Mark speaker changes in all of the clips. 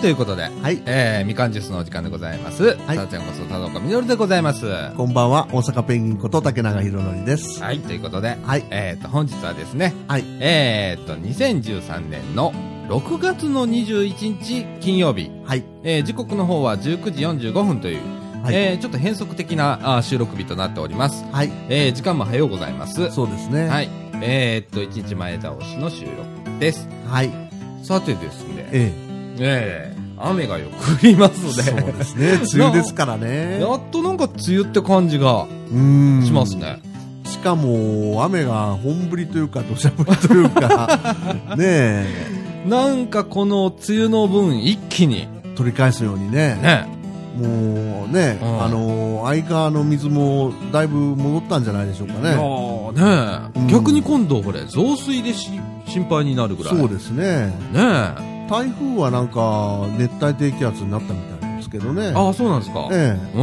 Speaker 1: ということで、
Speaker 2: はい
Speaker 1: えーみかんジュースのお時間でございます。
Speaker 2: い
Speaker 1: さあちゃんこそ、田中みのるでございます。は
Speaker 2: こんばんは、大阪ペンギンこと竹永宏典です。
Speaker 1: い、ということで、
Speaker 2: はい
Speaker 1: えーと、本日はですね、
Speaker 2: はい。
Speaker 1: えーと、2013年の6月の21日金曜日、
Speaker 2: はい。
Speaker 1: えー時刻の方は19時45分という、
Speaker 2: はい。
Speaker 1: えーちょっと変則的なあー収録日となっております。
Speaker 2: はい。
Speaker 1: えー時間も早うございます。
Speaker 2: そうですね。。
Speaker 1: はいい。えーっと、1日前倒しの収録です。
Speaker 2: はい。
Speaker 1: さてですね、
Speaker 2: え
Speaker 1: えー、雨がよく降りま
Speaker 2: え。
Speaker 1: す
Speaker 2: そう
Speaker 1: ね。
Speaker 2: ですね。梅雨ですか らね。
Speaker 1: やっとなんか梅雨って感じが
Speaker 2: うん。
Speaker 1: します。ね。
Speaker 2: しかも、雨が本降りというか、土砂降りとい うか、ね
Speaker 1: なんかこの梅雨の分一気に、
Speaker 2: え、取り返すようにね、
Speaker 1: ね。
Speaker 2: もうね、
Speaker 1: うん
Speaker 2: あの、相川の水もだいぶ戻ったんじゃないでしょうか
Speaker 1: いや
Speaker 2: ね。
Speaker 1: ーね
Speaker 2: うん
Speaker 1: 逆に今度これ、増水でし心配になるぐらい。
Speaker 2: そうですね。
Speaker 1: ねえ。あ
Speaker 2: 台風はなんか、熱帯低気圧になったみたいですけどね。
Speaker 1: あ、そうなんですか。
Speaker 2: ええ。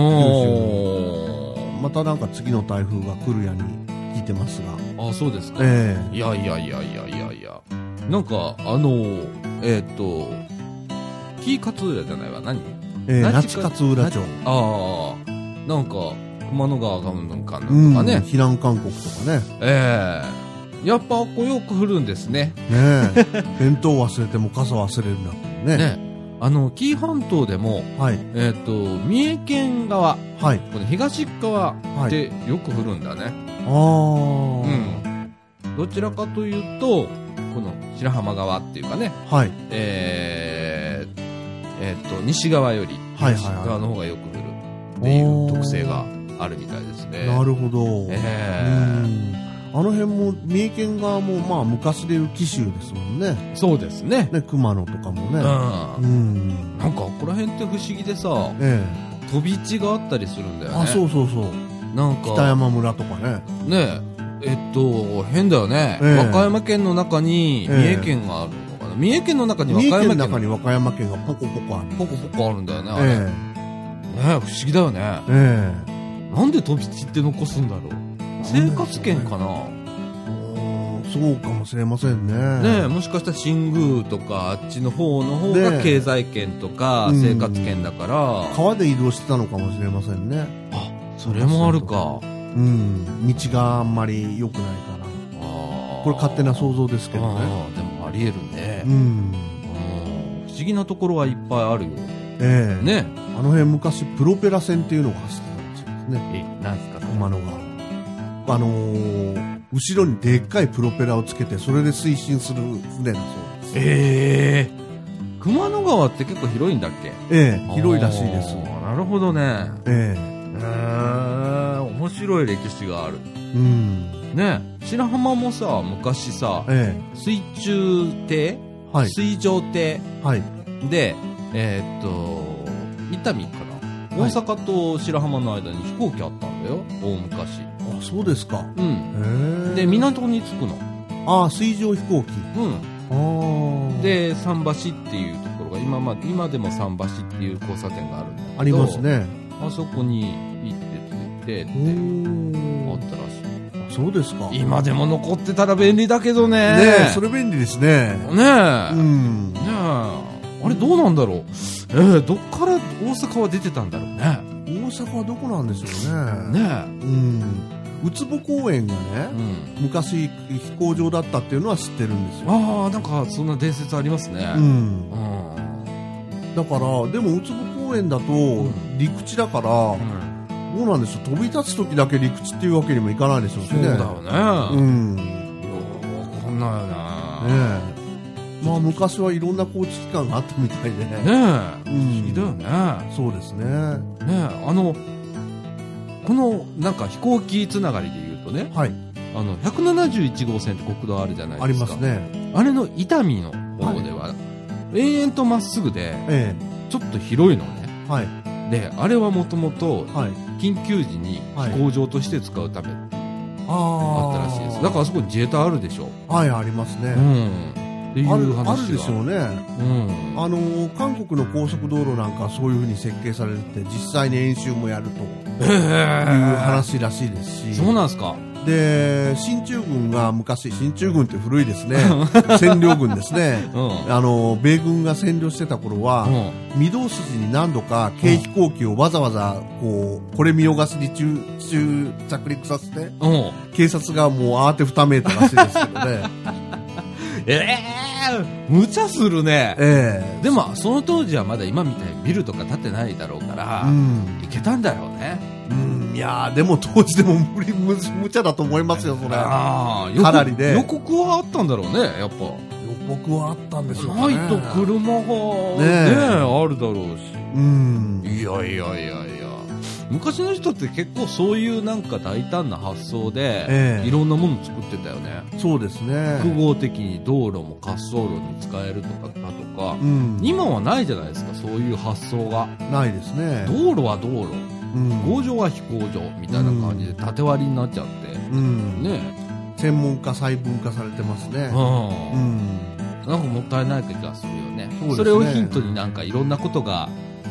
Speaker 1: おー
Speaker 2: またなんか次の台風が来るやに聞いてますが。
Speaker 1: あ、そうですか。
Speaker 2: え
Speaker 1: いやいやいやいやいやいや。なんか、あのー、えーっと、紀伊勝浦じゃないわ、何
Speaker 2: えええ
Speaker 1: 那
Speaker 2: 那
Speaker 1: 智
Speaker 2: 智
Speaker 1: 勝
Speaker 2: 勝浦町。
Speaker 1: ああ、なんか、熊野川がうんぬんかんな
Speaker 2: う
Speaker 1: ん
Speaker 2: ん。
Speaker 1: とかね。
Speaker 2: 避難勧告とかね。
Speaker 1: ええやっぱ、こうよく降るんですね。
Speaker 2: ね え。弁当忘れても傘忘れるなっていうね。
Speaker 1: ね。あの、紀伊半島でも、
Speaker 2: はい。
Speaker 1: えーっと、三重県側、
Speaker 2: はい。
Speaker 1: この東側
Speaker 2: はい
Speaker 1: でよく降るんだね。
Speaker 2: ああ、
Speaker 1: うん。どちらかというと、この白浜側っていうかね、
Speaker 2: はい。
Speaker 1: えー、えーっと、西側より、
Speaker 2: はいはいはい
Speaker 1: 東側の方がよく降るっていう特性があるみたいですね。
Speaker 2: な
Speaker 1: る
Speaker 2: るほど。う
Speaker 1: え
Speaker 2: んあの辺も、三重県側も、まあ、昔でいう紀州ですもんね。
Speaker 1: ー、そうですね。
Speaker 2: ね、熊野とかも
Speaker 1: うん。
Speaker 2: ね。
Speaker 1: な
Speaker 2: うん。
Speaker 1: んか、ここら辺って不思議でさ、
Speaker 2: ええ。
Speaker 1: 飛び地があったりするんだよね。
Speaker 2: あ、そうそうそう。
Speaker 1: なん
Speaker 2: 北
Speaker 1: か、
Speaker 2: 山村とかね。
Speaker 1: ねえ、えっと、変だよね。
Speaker 2: ええ
Speaker 1: 和歌山県の中に
Speaker 2: え
Speaker 1: 三
Speaker 2: え
Speaker 1: 重県があるのかな。三重県の中に和
Speaker 2: 三
Speaker 1: 歌
Speaker 2: 重
Speaker 1: 山
Speaker 2: 県
Speaker 1: 県
Speaker 2: の中
Speaker 1: が
Speaker 2: に和歌山県がポコポコある。
Speaker 1: ポコポコあるんだよね、あれ。ね
Speaker 2: え
Speaker 1: え不思議だよね。
Speaker 2: え。ええ。
Speaker 1: なんで飛び地って残すんだろう。生活圏かな。
Speaker 2: うーんそうかもしれませんね。
Speaker 1: ねえ、もしかしたら新宮とかあっちの方の方が
Speaker 2: ねえ
Speaker 1: 経済圏とか
Speaker 2: うん
Speaker 1: 生活圏だから、
Speaker 2: 川で移動してたのかもしれませんね。
Speaker 1: あそれもあるか
Speaker 2: うん。道があんまり良くないから。
Speaker 1: あ
Speaker 2: これ勝手な想
Speaker 1: 像
Speaker 2: 像ですけどね。
Speaker 1: でもありえるね
Speaker 2: う、ん。
Speaker 1: うん不思議なところはいっぱいあるよ
Speaker 2: ええ
Speaker 1: ね
Speaker 2: あの辺昔プロペラ船っていうのが走ってたんですよね。
Speaker 1: えなんすか
Speaker 2: 熊野川。あのー後ろにでっかいプロペラをつけて、それで推進する船だそうです。
Speaker 1: ええ熊野川って結構広いんだっけ
Speaker 2: ええ広いらしいです。
Speaker 1: あーなるほどね
Speaker 2: え
Speaker 1: へえ面白い歴史がある
Speaker 2: えうん。
Speaker 1: ね白浜もさ昔さ
Speaker 2: え
Speaker 1: 水中艇、
Speaker 2: えはい。
Speaker 1: 水上艇
Speaker 2: はい。
Speaker 1: で、えーっと、伊丹かな、
Speaker 2: はい
Speaker 1: 大阪と白浜の間に飛行機あったんだよ、大昔。
Speaker 2: あ、そうですか。
Speaker 1: うん。
Speaker 2: ええ
Speaker 1: で、港に着くの。
Speaker 2: ああ、水上飛行機。
Speaker 1: う
Speaker 2: ああ。
Speaker 1: ん。、で、桟橋っていうところが、今ま、今でも桟橋っていう交差点があるんだけど。
Speaker 2: あります。ね。
Speaker 1: あそこに行って着いてって、あ
Speaker 2: お
Speaker 1: ったらしい。
Speaker 2: ーそうですか。ね
Speaker 1: 今でも残ってたら便利だけどね。
Speaker 2: え、そ
Speaker 1: れ。
Speaker 2: れ便利ですね。
Speaker 1: ねえ。
Speaker 2: う
Speaker 1: ね
Speaker 2: ん。
Speaker 1: え。あれどうなんだろうえー、どっから大阪は出てたんだろうね。
Speaker 2: 大阪はどこなんでしょうね。
Speaker 1: ね
Speaker 2: うん。うつぼ公園が
Speaker 1: え。う
Speaker 2: ね、
Speaker 1: ん。
Speaker 2: 昔飛行場だったっていうのは知ってるんですよ。
Speaker 1: ああなんかそんな伝説ありますね
Speaker 2: う。
Speaker 1: うんん、
Speaker 2: だから、でもうつぼ公園だと
Speaker 1: ん
Speaker 2: 陸地だから、どうなんでしょう。飛び立つ時だけ陸地っていうわけにもいかないでしょうし
Speaker 1: そう
Speaker 2: ね。
Speaker 1: だよね、
Speaker 2: う
Speaker 1: よ
Speaker 2: ん。ね
Speaker 1: うわかんない
Speaker 2: え
Speaker 1: よね。
Speaker 2: まあ昔はいろんな交通機関があったみたいで。
Speaker 1: ねえ
Speaker 2: う
Speaker 1: 不思議
Speaker 2: ん
Speaker 1: だよね
Speaker 2: そうですね。
Speaker 1: ねえあのこのなんか飛行機つながりで言うとね
Speaker 2: はい。
Speaker 1: あの171号線って国道あるじゃない
Speaker 2: あ
Speaker 1: で
Speaker 2: り
Speaker 1: すか
Speaker 2: ますね。
Speaker 1: あれの伊丹の方では、延々とまっすぐで
Speaker 2: え
Speaker 1: ちょっと広いのね
Speaker 2: え。はい。
Speaker 1: であれはもともと
Speaker 2: はい。
Speaker 1: 緊急時に飛行場として使うためだ
Speaker 2: あ
Speaker 1: ったらしいです、だからあそこに自衛隊あるでしょ
Speaker 2: ら、はい、ありますね。
Speaker 1: うん。っていう
Speaker 2: あ
Speaker 1: 話
Speaker 2: る
Speaker 1: が
Speaker 2: あるでしょう
Speaker 1: うん。
Speaker 2: ね。あのー、韓国の高速道路なんかはそういうふうに設計されてて、実際に演習もやるという
Speaker 1: へえ
Speaker 2: 話らしいですし、
Speaker 1: そうなんすか。
Speaker 2: で、進駐軍が昔、進駐軍って古いです ね、占領軍ですね、
Speaker 1: うん。
Speaker 2: あの米軍が占領してた頃は、
Speaker 1: うん。
Speaker 2: 御堂筋に何度か軽飛行機をわざわざこうこれ見逃しに中中着陸させて
Speaker 1: うん。
Speaker 2: 警察がもう慌てふためいたらしいですけど ね、
Speaker 1: ええ無茶するね。
Speaker 2: ええ
Speaker 1: でも、その当時はまだ今みたいにビルとか建てないだろうから、
Speaker 2: うん
Speaker 1: いけたんだろうね。
Speaker 2: うん、いやーでも当時でも無理無無茶だと思いますよそれ予
Speaker 1: ああ、予告
Speaker 2: かなりね
Speaker 1: 予告はあったんだろうね、やっぱ。
Speaker 2: 告はあったんですよ、ね、
Speaker 1: ないと車が、ね
Speaker 2: え
Speaker 1: あるだろうし。
Speaker 2: うん
Speaker 1: いやいやいやいや。昔の人って結構そういうなんか大胆な発想で、
Speaker 2: ええ
Speaker 1: いろんなもの作ってたよね。
Speaker 2: そうですね
Speaker 1: 複合的に道路も滑走路に使えるとかだとか
Speaker 2: う、ん
Speaker 1: 今はないじゃないですか、そういう発想が。
Speaker 2: ないですね
Speaker 1: 道路は道路、
Speaker 2: うん
Speaker 1: 工場は飛行場みたいな感じで縦割りになっちゃって。
Speaker 2: うん
Speaker 1: ね
Speaker 2: 専門家細分化されてます
Speaker 1: え。
Speaker 2: ね
Speaker 1: うん
Speaker 2: うん
Speaker 1: なんかもったいない気がするよね。
Speaker 2: そう
Speaker 1: そ
Speaker 2: ですね
Speaker 1: れをヒントになんかいろんなことが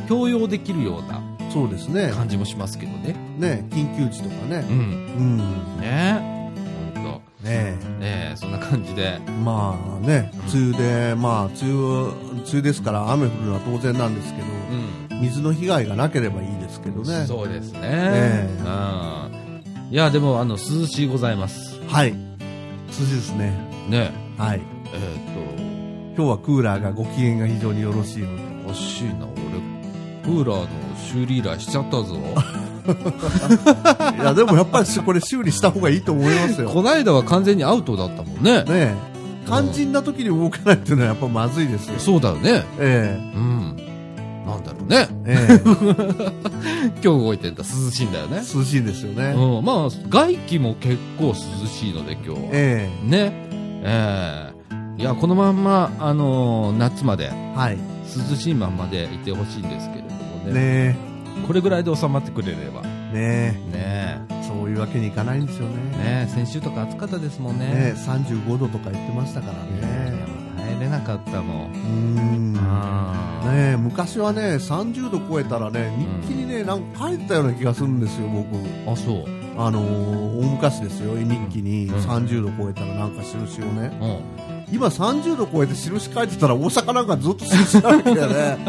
Speaker 1: 強要できるような
Speaker 2: そうですね
Speaker 1: 感じもしますけどね。
Speaker 2: ね緊急時とかね
Speaker 1: うん。
Speaker 2: うん
Speaker 1: ねえ。ほん
Speaker 2: ね
Speaker 1: と。ねえ、そんな感じで。
Speaker 2: えまあね梅雨でまあ梅雨梅雨ですから雨降るのは当然なんですけど
Speaker 1: うん。
Speaker 2: 水の被害がなければいいですけどね
Speaker 1: そうですね。
Speaker 2: ええ
Speaker 1: うん。いや、でも、あの、涼しいございます。
Speaker 2: はい筋ですね
Speaker 1: ね
Speaker 2: はい
Speaker 1: え。え
Speaker 2: 今日はクーラーがご機嫌が非常によろし いので
Speaker 1: っと、おかしいな、俺、クーラーの修理依頼しちゃったぞ。
Speaker 2: いやでもやっぱりこれ修理した方がいいと思いますよ
Speaker 1: こないだは完全にアウトだったもんね。
Speaker 2: ねえ肝心な時に動かないっていうのはやっぱまずいですよ
Speaker 1: そうだよね。
Speaker 2: え
Speaker 1: うん。なんだろうね。
Speaker 2: えええ
Speaker 1: 今日動いてんだ、涼しいんだよね。
Speaker 2: 涼しいですよね、
Speaker 1: うん、まあ、外気も結構涼しいので、今日は。
Speaker 2: え
Speaker 1: ね。ええいや、このまんま、あのー夏まで
Speaker 2: え、はい
Speaker 1: 涼しいまんまでいてほしいんですけれどもね。
Speaker 2: ね
Speaker 1: これぐらいで収まってくれれば。
Speaker 2: えね
Speaker 1: ね
Speaker 2: えそういうわけにいかないんですよ
Speaker 1: え。
Speaker 2: ね
Speaker 1: ねえ、先週とか暑かったですもんね。
Speaker 2: ねえ35度とか言ってましたから
Speaker 1: いやいや
Speaker 2: ね
Speaker 1: もう耐えれなかったもん。
Speaker 2: うーんね
Speaker 1: あー
Speaker 2: え昔はね30度超えたらね日記にねなんか書いてたような気がするんですよ僕
Speaker 1: あ、そう。
Speaker 2: あのー大昔ですよ絵日記に
Speaker 1: うん
Speaker 2: 30度超えたらなんか印をね
Speaker 1: うん。
Speaker 2: 今30度超えて印書いてたら大阪なんかずっと印なわけだよね、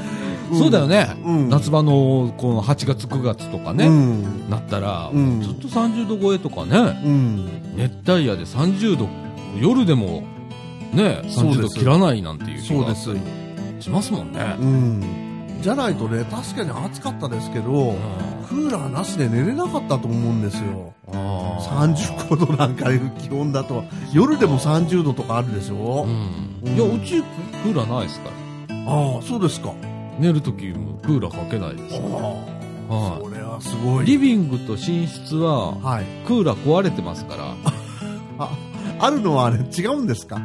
Speaker 2: ん
Speaker 1: そうだよね。
Speaker 2: うん
Speaker 1: 夏場の、この8月9月とかね。
Speaker 2: うん
Speaker 1: なったら、
Speaker 2: うん
Speaker 1: ずっと30度超えとかね、
Speaker 2: うん
Speaker 1: 熱帯夜で30度、夜でも、ね、
Speaker 2: そう
Speaker 1: 30
Speaker 2: で
Speaker 1: 度
Speaker 2: す
Speaker 1: 切らないなんていう気
Speaker 2: そう
Speaker 1: が
Speaker 2: です
Speaker 1: しますもんね。
Speaker 2: うんじゃないとね確かに暑かったですけど、
Speaker 1: うん
Speaker 2: クーラーなしで寝れなかったと思うんですよ
Speaker 1: あー
Speaker 2: 35度なんかいう気温だと夜でも30度とかあるでしょ、
Speaker 1: うん。
Speaker 2: うん
Speaker 1: いや、うちクーラーないですから。
Speaker 2: ああそうですか
Speaker 1: 寝るときもクーラーかけないで
Speaker 2: あ
Speaker 1: す。
Speaker 2: あ、
Speaker 1: はい
Speaker 2: それはすごい
Speaker 1: リビングと寝室は、
Speaker 2: はい
Speaker 1: クーラー壊れてますから、
Speaker 2: ああるのはあれ違うんですか
Speaker 1: あ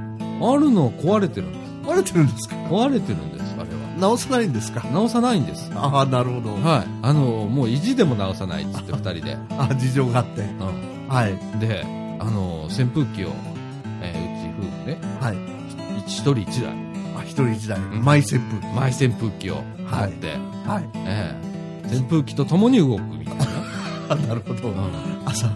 Speaker 1: るのは壊れてるんです。
Speaker 2: 割れてるんですか
Speaker 1: 壊れてるんです、あれは。
Speaker 2: 直さないんですか
Speaker 1: 直さないんです。
Speaker 2: ああなるほど
Speaker 1: はい。あの、もう意地でも直さないっつって、二人で。
Speaker 2: あ事情があって
Speaker 1: うん。
Speaker 2: はい
Speaker 1: で、あの、扇風機を、えーうち夫婦ね、
Speaker 2: はい
Speaker 1: 一人一台、
Speaker 2: あ一人一台
Speaker 1: ん
Speaker 2: マイ扇風機
Speaker 1: マイ扇風機を持って、
Speaker 2: はい
Speaker 1: えー扇風機と共に動くみたい な。
Speaker 2: あなるほど、
Speaker 1: うん
Speaker 2: 朝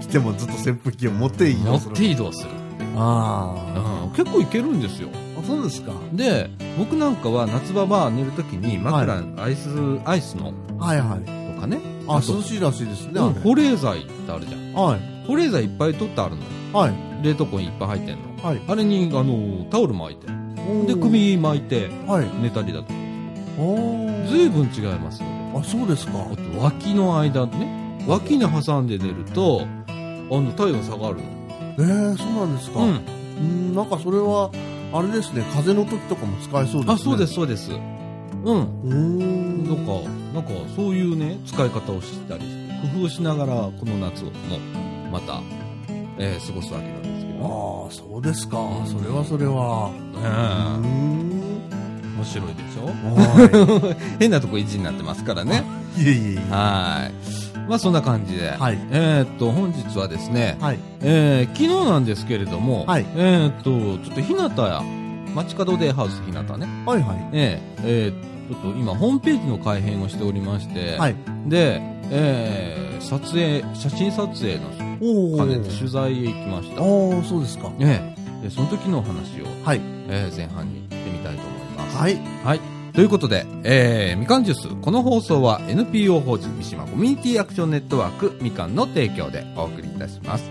Speaker 2: 起きてもずっと扇風機を持っていい
Speaker 1: 乗って移動する。う
Speaker 2: あ
Speaker 1: ん、結構いけるんですよ。
Speaker 2: ああそうですか
Speaker 1: で、僕なんかは夏場は寝るときに枕、
Speaker 2: は
Speaker 1: アイス、アイスの
Speaker 2: はいはい
Speaker 1: とかね。
Speaker 2: あ
Speaker 1: と
Speaker 2: 涼しいらしいですね、
Speaker 1: うん
Speaker 2: あれ
Speaker 1: 保冷剤ってあるじゃん。
Speaker 2: はい
Speaker 1: 保冷剤いっぱい取ってあるのよ。
Speaker 2: はい
Speaker 1: 冷凍庫にいっぱい入ってんの。
Speaker 2: はい
Speaker 1: あれに、あの、タオル巻いて。で、
Speaker 2: おー
Speaker 1: 首巻いて
Speaker 2: はい
Speaker 1: 寝たりだとか。
Speaker 2: おー
Speaker 1: ずいぶん違いますよね。
Speaker 2: あそうですか
Speaker 1: あと脇の間ね脇に挟んで寝るとあの体温下がる
Speaker 2: えー、そうなんですか、
Speaker 1: の、
Speaker 2: うんなんかそれはあれですね風邪の時とかも使えそうですね
Speaker 1: あそうですすそうですうん
Speaker 2: うーん
Speaker 1: なんかなんかそういうね使い方をしたりして工夫しながらこの夏をもまた、えー過ごすわけなんですけど、
Speaker 2: ああそうですか、
Speaker 1: うん
Speaker 2: それはそれはうー
Speaker 1: ね
Speaker 2: ん
Speaker 1: え面白いでしょ
Speaker 2: は
Speaker 1: 変なとこ意地になってますからね
Speaker 2: いいえいえいえ
Speaker 1: はーいまあそんな感じで、
Speaker 2: はい
Speaker 1: えーっと本日はですね、
Speaker 2: はい
Speaker 1: えー昨日なんですけれども、
Speaker 2: はい
Speaker 1: えーっと、ちょっと日向や、街角デイハウス日向ね、
Speaker 2: はいはい
Speaker 1: えーえーちょっと今ホームページの改編をしておりまして、
Speaker 2: はい
Speaker 1: で、えー撮影、写真撮影の
Speaker 2: おー
Speaker 1: 兼ねて取材へ行きました。
Speaker 2: ああ、そうですか。
Speaker 1: ええでその時のお話を、
Speaker 2: はい。
Speaker 1: ええ前半に行ってみたいと思います。
Speaker 2: はい。
Speaker 1: はい。ということで、えー、みかんジュース、この放送は NPO 法人三島コミュニティアクションネットワークみかんの提供でお送りいたします。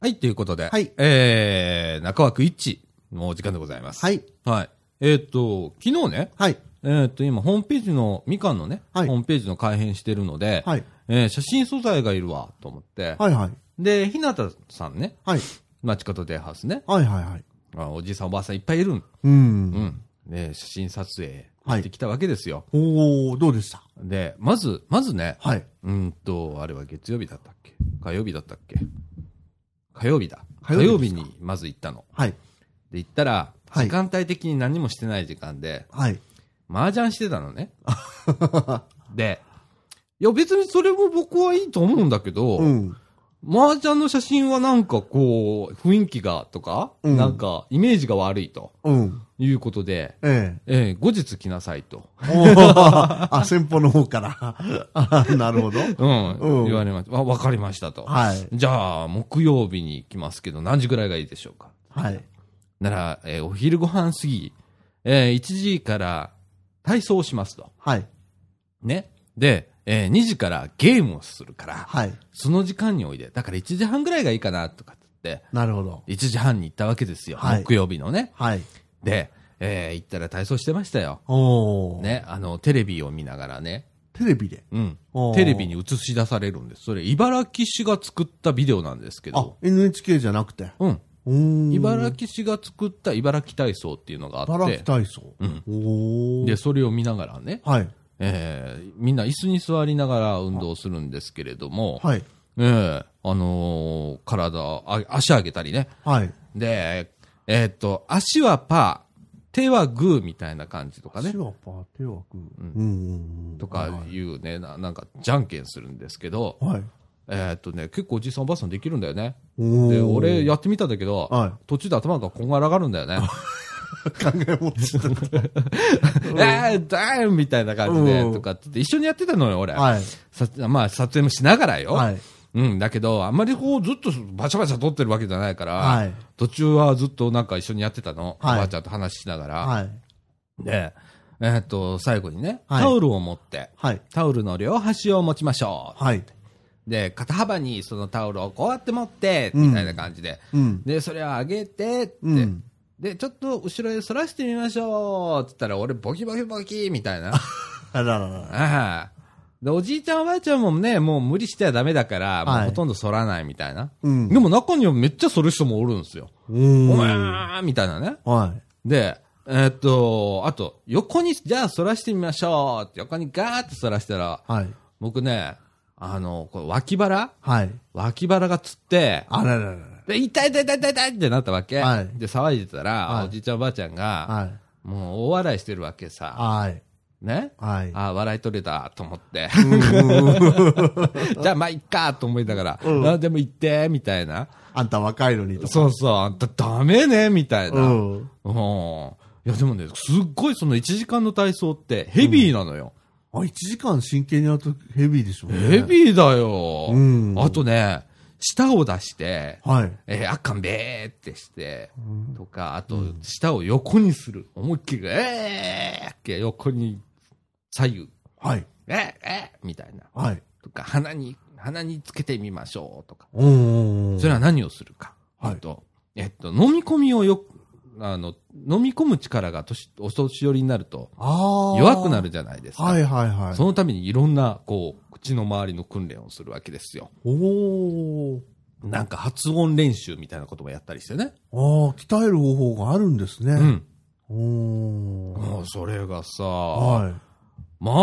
Speaker 1: はい、ということで、
Speaker 2: はい
Speaker 1: えー、中枠一のお時間でございます。。
Speaker 2: はいい。
Speaker 1: はい。えっ、と、昨日ね、
Speaker 2: はい。
Speaker 1: えっ、と、今、ホームページの、みかんのね、
Speaker 2: はい
Speaker 1: ホームページの改編してるので、
Speaker 2: はい。
Speaker 1: えー写真素材がいるわ、と思って、
Speaker 2: はい。はい。
Speaker 1: で、ひなたさんね、
Speaker 2: はい。
Speaker 1: 町方デーハウスね、
Speaker 2: はい。はい。はい。
Speaker 1: あおじいさんおばあさんいっぱいいるん。
Speaker 2: う。
Speaker 1: うんん。で、写真撮影してきたわけですよ。
Speaker 2: おおどうでした
Speaker 1: で、まず、まずね、
Speaker 2: はい。
Speaker 1: うんと、あれは月曜日だったっけ火曜日だったっけ火曜日だ。
Speaker 2: 火
Speaker 1: 火
Speaker 2: 曜
Speaker 1: 曜
Speaker 2: 日です
Speaker 1: 日
Speaker 2: か
Speaker 1: にまず行ったの。
Speaker 2: はい。
Speaker 1: で、行ったら、
Speaker 2: はい
Speaker 1: 時間帯的に何もしてない時間で、
Speaker 2: はい。
Speaker 1: 麻雀してたの ね。で、いや別にそれも僕はいいと思うんだけど、
Speaker 2: うん。
Speaker 1: 麻雀の写真はなんかこう、雰囲気がとか、
Speaker 2: うん
Speaker 1: なんかイメージが悪いと
Speaker 2: うん。
Speaker 1: いうことで、
Speaker 2: ええ。
Speaker 1: えー後日来なさいと。
Speaker 2: おーあ、先方の方から。 あなるほど。
Speaker 1: うん、
Speaker 2: うん
Speaker 1: 言われました。わ、わかりましたと。
Speaker 2: はい。
Speaker 1: じゃあ、木曜日に行きますけど、何時ぐらいがいいでしょうか
Speaker 2: はい。
Speaker 1: なら、えーお昼ご飯過ぎ、えー1時から体操をしますと。
Speaker 2: はい。
Speaker 1: ね。で、えー2時からゲームをするから、
Speaker 2: はい。
Speaker 1: その時間においで。だから1時半ぐらいがいいかな、とかって
Speaker 2: なるほど。
Speaker 1: 言って、1時半に行ったわけですよ。
Speaker 2: はい
Speaker 1: 木曜日のね。
Speaker 2: はい。
Speaker 1: で、えー行ったら体操してましたよ。
Speaker 2: おお、
Speaker 1: ね、あの、テレビを見ながらね。
Speaker 2: テレビで。
Speaker 1: うん
Speaker 2: おー。
Speaker 1: テレビに映し出されるんです。それ、茨城市が作ったビデオなんですけ
Speaker 2: あ
Speaker 1: ど。、
Speaker 2: NHK じゃなくて。
Speaker 1: うん。
Speaker 2: うーん。
Speaker 1: 茨城市が作った茨城体操っていうのがあっ
Speaker 2: 茨
Speaker 1: て
Speaker 2: 城、体操。
Speaker 1: うん
Speaker 2: おお
Speaker 1: で、それを見ながらね、
Speaker 2: はい。
Speaker 1: えーみんな椅子に座りながら運動するんですけれども、
Speaker 2: はい。
Speaker 1: えーあのー体あ、足上げたりね。
Speaker 2: はい。
Speaker 1: で、えーっと、足はパー、手はグーみたいな感じとかね
Speaker 2: 手。はパー、手はグー。うんうんうん。
Speaker 1: とかいうね、ななんか、じゃんけんするんですけど、
Speaker 2: はい。
Speaker 1: えーっとね、結構おじいさんおばあさんできるんだよね。
Speaker 2: お
Speaker 1: で、
Speaker 2: ー
Speaker 1: 俺やってみたんだけど、
Speaker 2: は
Speaker 1: 途中で頭がこんがらがるんだ よね。
Speaker 2: 考え持ちだった。
Speaker 1: えー、ダーンみたいな感じで、
Speaker 2: うん
Speaker 1: とかって言って一緒にやってたのよ、俺。
Speaker 2: はい。
Speaker 1: さまあ、撮影もしながらよ。
Speaker 2: はい。
Speaker 1: うん、だけど、あんまりこう、ずっとバシャバシャ撮ってるわけじゃないから、
Speaker 2: はい
Speaker 1: 途中はずっとなんか一緒にやってたの。
Speaker 2: はい
Speaker 1: おばあちゃんと話しながら。
Speaker 2: はい。
Speaker 1: で、えーっと、最後にね、
Speaker 2: はい
Speaker 1: タオルを持って、
Speaker 2: はい。
Speaker 1: タオルの両端を持ちましょう。
Speaker 2: はい。
Speaker 1: で、肩幅にそのタオルをこうやって持って、みたいな感じで。
Speaker 2: うん。
Speaker 1: で、それを上げて、って。
Speaker 2: うん
Speaker 1: で、ちょっと後ろへ反らしてみましょうって言ったら、俺ボキボキボキみ たいな。
Speaker 2: あららら。
Speaker 1: ああ。で、おじいちゃんおばあちゃんもね、もう無理してはダメだから、もう
Speaker 2: はい
Speaker 1: ほとんど反らないみたいな。
Speaker 2: うん
Speaker 1: でも中にはめっちゃ反る人もおるんですよ。
Speaker 2: うー。
Speaker 1: うんわーみたいなね。
Speaker 2: はい。
Speaker 1: で、えーっと、あと、横に、じゃあ反らしてみましょうって横にガーって反らしたら、
Speaker 2: はい。
Speaker 1: 僕ね、あの、こう脇腹
Speaker 2: はい。
Speaker 1: 脇腹がつって、
Speaker 2: あららら
Speaker 1: で、痛い痛い痛い痛い痛いってなったわけ。
Speaker 2: はい
Speaker 1: で、騒いでたら、
Speaker 2: はい
Speaker 1: おじいちゃんおばあちゃん
Speaker 2: ら。
Speaker 1: が、
Speaker 2: はい。
Speaker 1: もう大笑いしてるわけさ。
Speaker 2: はい。
Speaker 1: ね
Speaker 2: はい。
Speaker 1: ああ、笑い取れたと思って。 じゃあ、まあ、いっかと思いながら、
Speaker 2: うん
Speaker 1: あでも行って、みたいな。
Speaker 2: あんた若いのにとか。
Speaker 1: そうそう、あんたダメね、みたいな。
Speaker 2: う
Speaker 1: うん。
Speaker 2: ん。
Speaker 1: いや、でもね、すっごいその1時間の体操ってヘビーなのよ。
Speaker 2: あ、1時間真剣にやるとヘビーでしょうね。
Speaker 1: ヘビーだよ。
Speaker 2: うん
Speaker 1: あとね、舌を出して、
Speaker 2: はい。
Speaker 1: えー、あかんべーってして、とか、あと、舌を横にする。思いっきり、えーって横に、左右、
Speaker 2: はい。
Speaker 1: えー、えーみたいな。
Speaker 2: はい。
Speaker 1: とか、鼻に、鼻につけてみましょうとか。
Speaker 2: うんうんうん。
Speaker 1: それは何をするか。
Speaker 2: はい
Speaker 1: えっと、えっと、飲み込みをよく、あの、飲み込む力が年、お年寄りになると
Speaker 2: ああ。
Speaker 1: 弱くなるじゃないですか。
Speaker 2: はいはいはい。
Speaker 1: そのためにいろんな、こう、口の周りの訓練をするわけですよ。
Speaker 2: お
Speaker 1: なんか発音練習みたいなこともやったりしてね。
Speaker 2: お。ああ、鍛える方法があるんです
Speaker 1: う
Speaker 2: ね。
Speaker 1: ん。
Speaker 2: うん。お
Speaker 1: もうそれがさ、
Speaker 2: お。はい。
Speaker 1: まあ、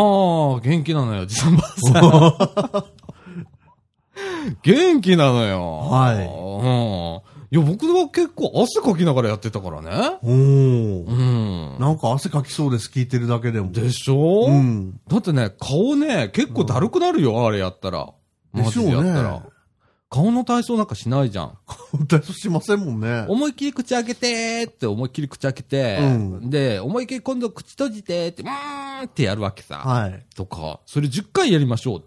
Speaker 1: 元気なのよ、じさんばあさん。元気なのよ。。
Speaker 2: はい
Speaker 1: うん。いや、僕は結構汗かきながらやってたからね。
Speaker 2: おー
Speaker 1: うん。
Speaker 2: なんか汗かきそうです、聞いてるだけでも。
Speaker 1: でしょ、
Speaker 2: うん。
Speaker 1: だってね、顔ね、結構だるくなるよ、あれやったら。
Speaker 2: で
Speaker 1: マ
Speaker 2: し
Speaker 1: ジ
Speaker 2: ょう
Speaker 1: で
Speaker 2: ね
Speaker 1: やったら。顔の体操なんかしないじゃん。
Speaker 2: 体操しませんもんね。
Speaker 1: 思いっきり口開けてーって思いっきり口開けて、
Speaker 2: うん
Speaker 1: で、思いっきり今度口閉じてーって、うーんってやるわけさ。
Speaker 2: はい。
Speaker 1: とか、それ10回やりましょう。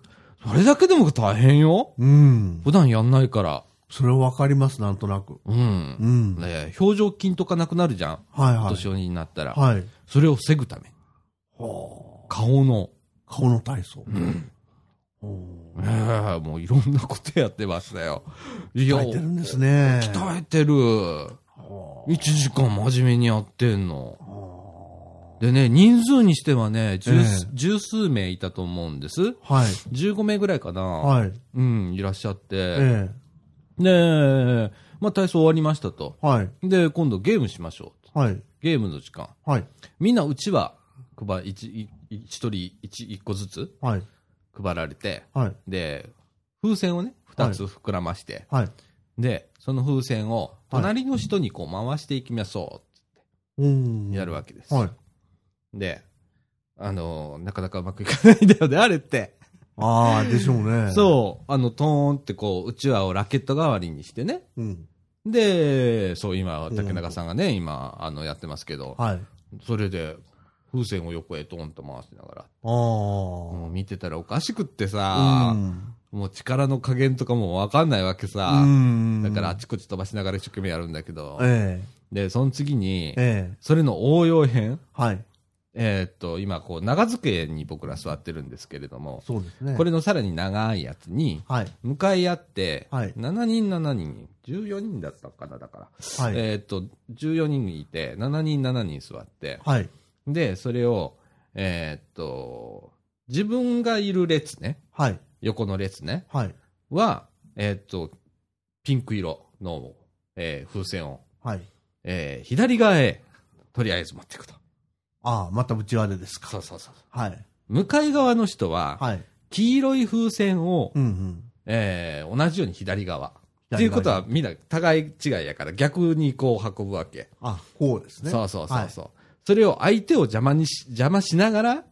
Speaker 1: それだけでも大変よ。
Speaker 2: うん。
Speaker 1: 普段やんないから。
Speaker 2: それはわかります、なんとなく。
Speaker 1: うん。
Speaker 2: うん。
Speaker 1: ね表情筋とかなくなるじゃん。
Speaker 2: はいはい。
Speaker 1: 年寄りになったら。
Speaker 2: はい。
Speaker 1: それを防ぐために。
Speaker 2: は
Speaker 1: 顔の。
Speaker 2: あ顔の体操。おー
Speaker 1: ええもういろんなことやってましたよ。いや、
Speaker 2: 鍛えてるんですね。
Speaker 1: 鍛えてる。
Speaker 2: は
Speaker 1: 1時間真面目にやってんの。
Speaker 2: あは
Speaker 1: でね、人数にしてはね、十、
Speaker 2: ええ
Speaker 1: 十数名いたと思うんです。
Speaker 2: あはい。
Speaker 1: 15名ぐらいかな。
Speaker 2: はい。
Speaker 1: うん、いらっしゃって。
Speaker 2: ええ。
Speaker 1: で、まあ体操終わりましたと。
Speaker 2: はい。
Speaker 1: で、今度ゲームしましょうと。
Speaker 2: はい。
Speaker 1: ゲームの時間。
Speaker 2: はい。
Speaker 1: みんなうちは、配、一、い一人一、一個ずつ
Speaker 2: はい。
Speaker 1: 配られて、
Speaker 2: はい。
Speaker 1: で、風船をね、二つ膨らまして、
Speaker 2: はい。
Speaker 1: で、その風船を隣の人にこう回していきましょ
Speaker 2: うん
Speaker 1: う、やるわけです。
Speaker 2: はい。
Speaker 1: で、あのーなかなかうまくいかないんだよね、あれって。
Speaker 2: ああ、でしょうね。
Speaker 1: そう、あの、トーンってこう、うちわをラケット代わりにしてね。
Speaker 2: う。うん。
Speaker 1: で、そう、今、竹中さんがね、今、あの、やってますけど、
Speaker 2: はい。
Speaker 1: それで、風船を横へトンと回しながら、
Speaker 2: ああ。
Speaker 1: もう見てたらおかしくってさ、もう力の加減とかもわかんないわけさ、
Speaker 2: うん。
Speaker 1: だからあ、ちこち飛ばしながら一生懸命やるんだけど、
Speaker 2: え
Speaker 1: で、その次に
Speaker 2: え。、ええ。
Speaker 1: それの応用編、
Speaker 2: はい。
Speaker 1: えーっと、今こう、長机に僕ら座ってるんですけれども、
Speaker 2: そうですね。
Speaker 1: これのさらに長いやつに、
Speaker 2: はい。
Speaker 1: 向かい合って、
Speaker 2: はい
Speaker 1: 7人7人、14人だったかな、だから。
Speaker 2: はい。
Speaker 1: えーっと、14人いて、7人7人座って、
Speaker 2: はい。
Speaker 1: で、それを、えーっと、自分がいる列ね、
Speaker 2: はい。
Speaker 1: 横の列ね、
Speaker 2: はい。
Speaker 1: は、えーっと、ピンク色の、えー風船を、
Speaker 2: はい。
Speaker 1: えー左側へ、とりあえず持っていくと。
Speaker 2: ああ、また内輪でですか。
Speaker 1: そうそうそう。
Speaker 2: はい。
Speaker 1: 向かい側の人は、
Speaker 2: はい。
Speaker 1: 黄色い風船を、
Speaker 2: うんうん。
Speaker 1: えー同じように左側。
Speaker 2: 左側
Speaker 1: っていうことは、みんな、互い違いやから、逆にこう運ぶわけ。
Speaker 2: あ、こうですね。
Speaker 1: そうそうそうそう。それを相手を邪魔にし、邪魔しながら、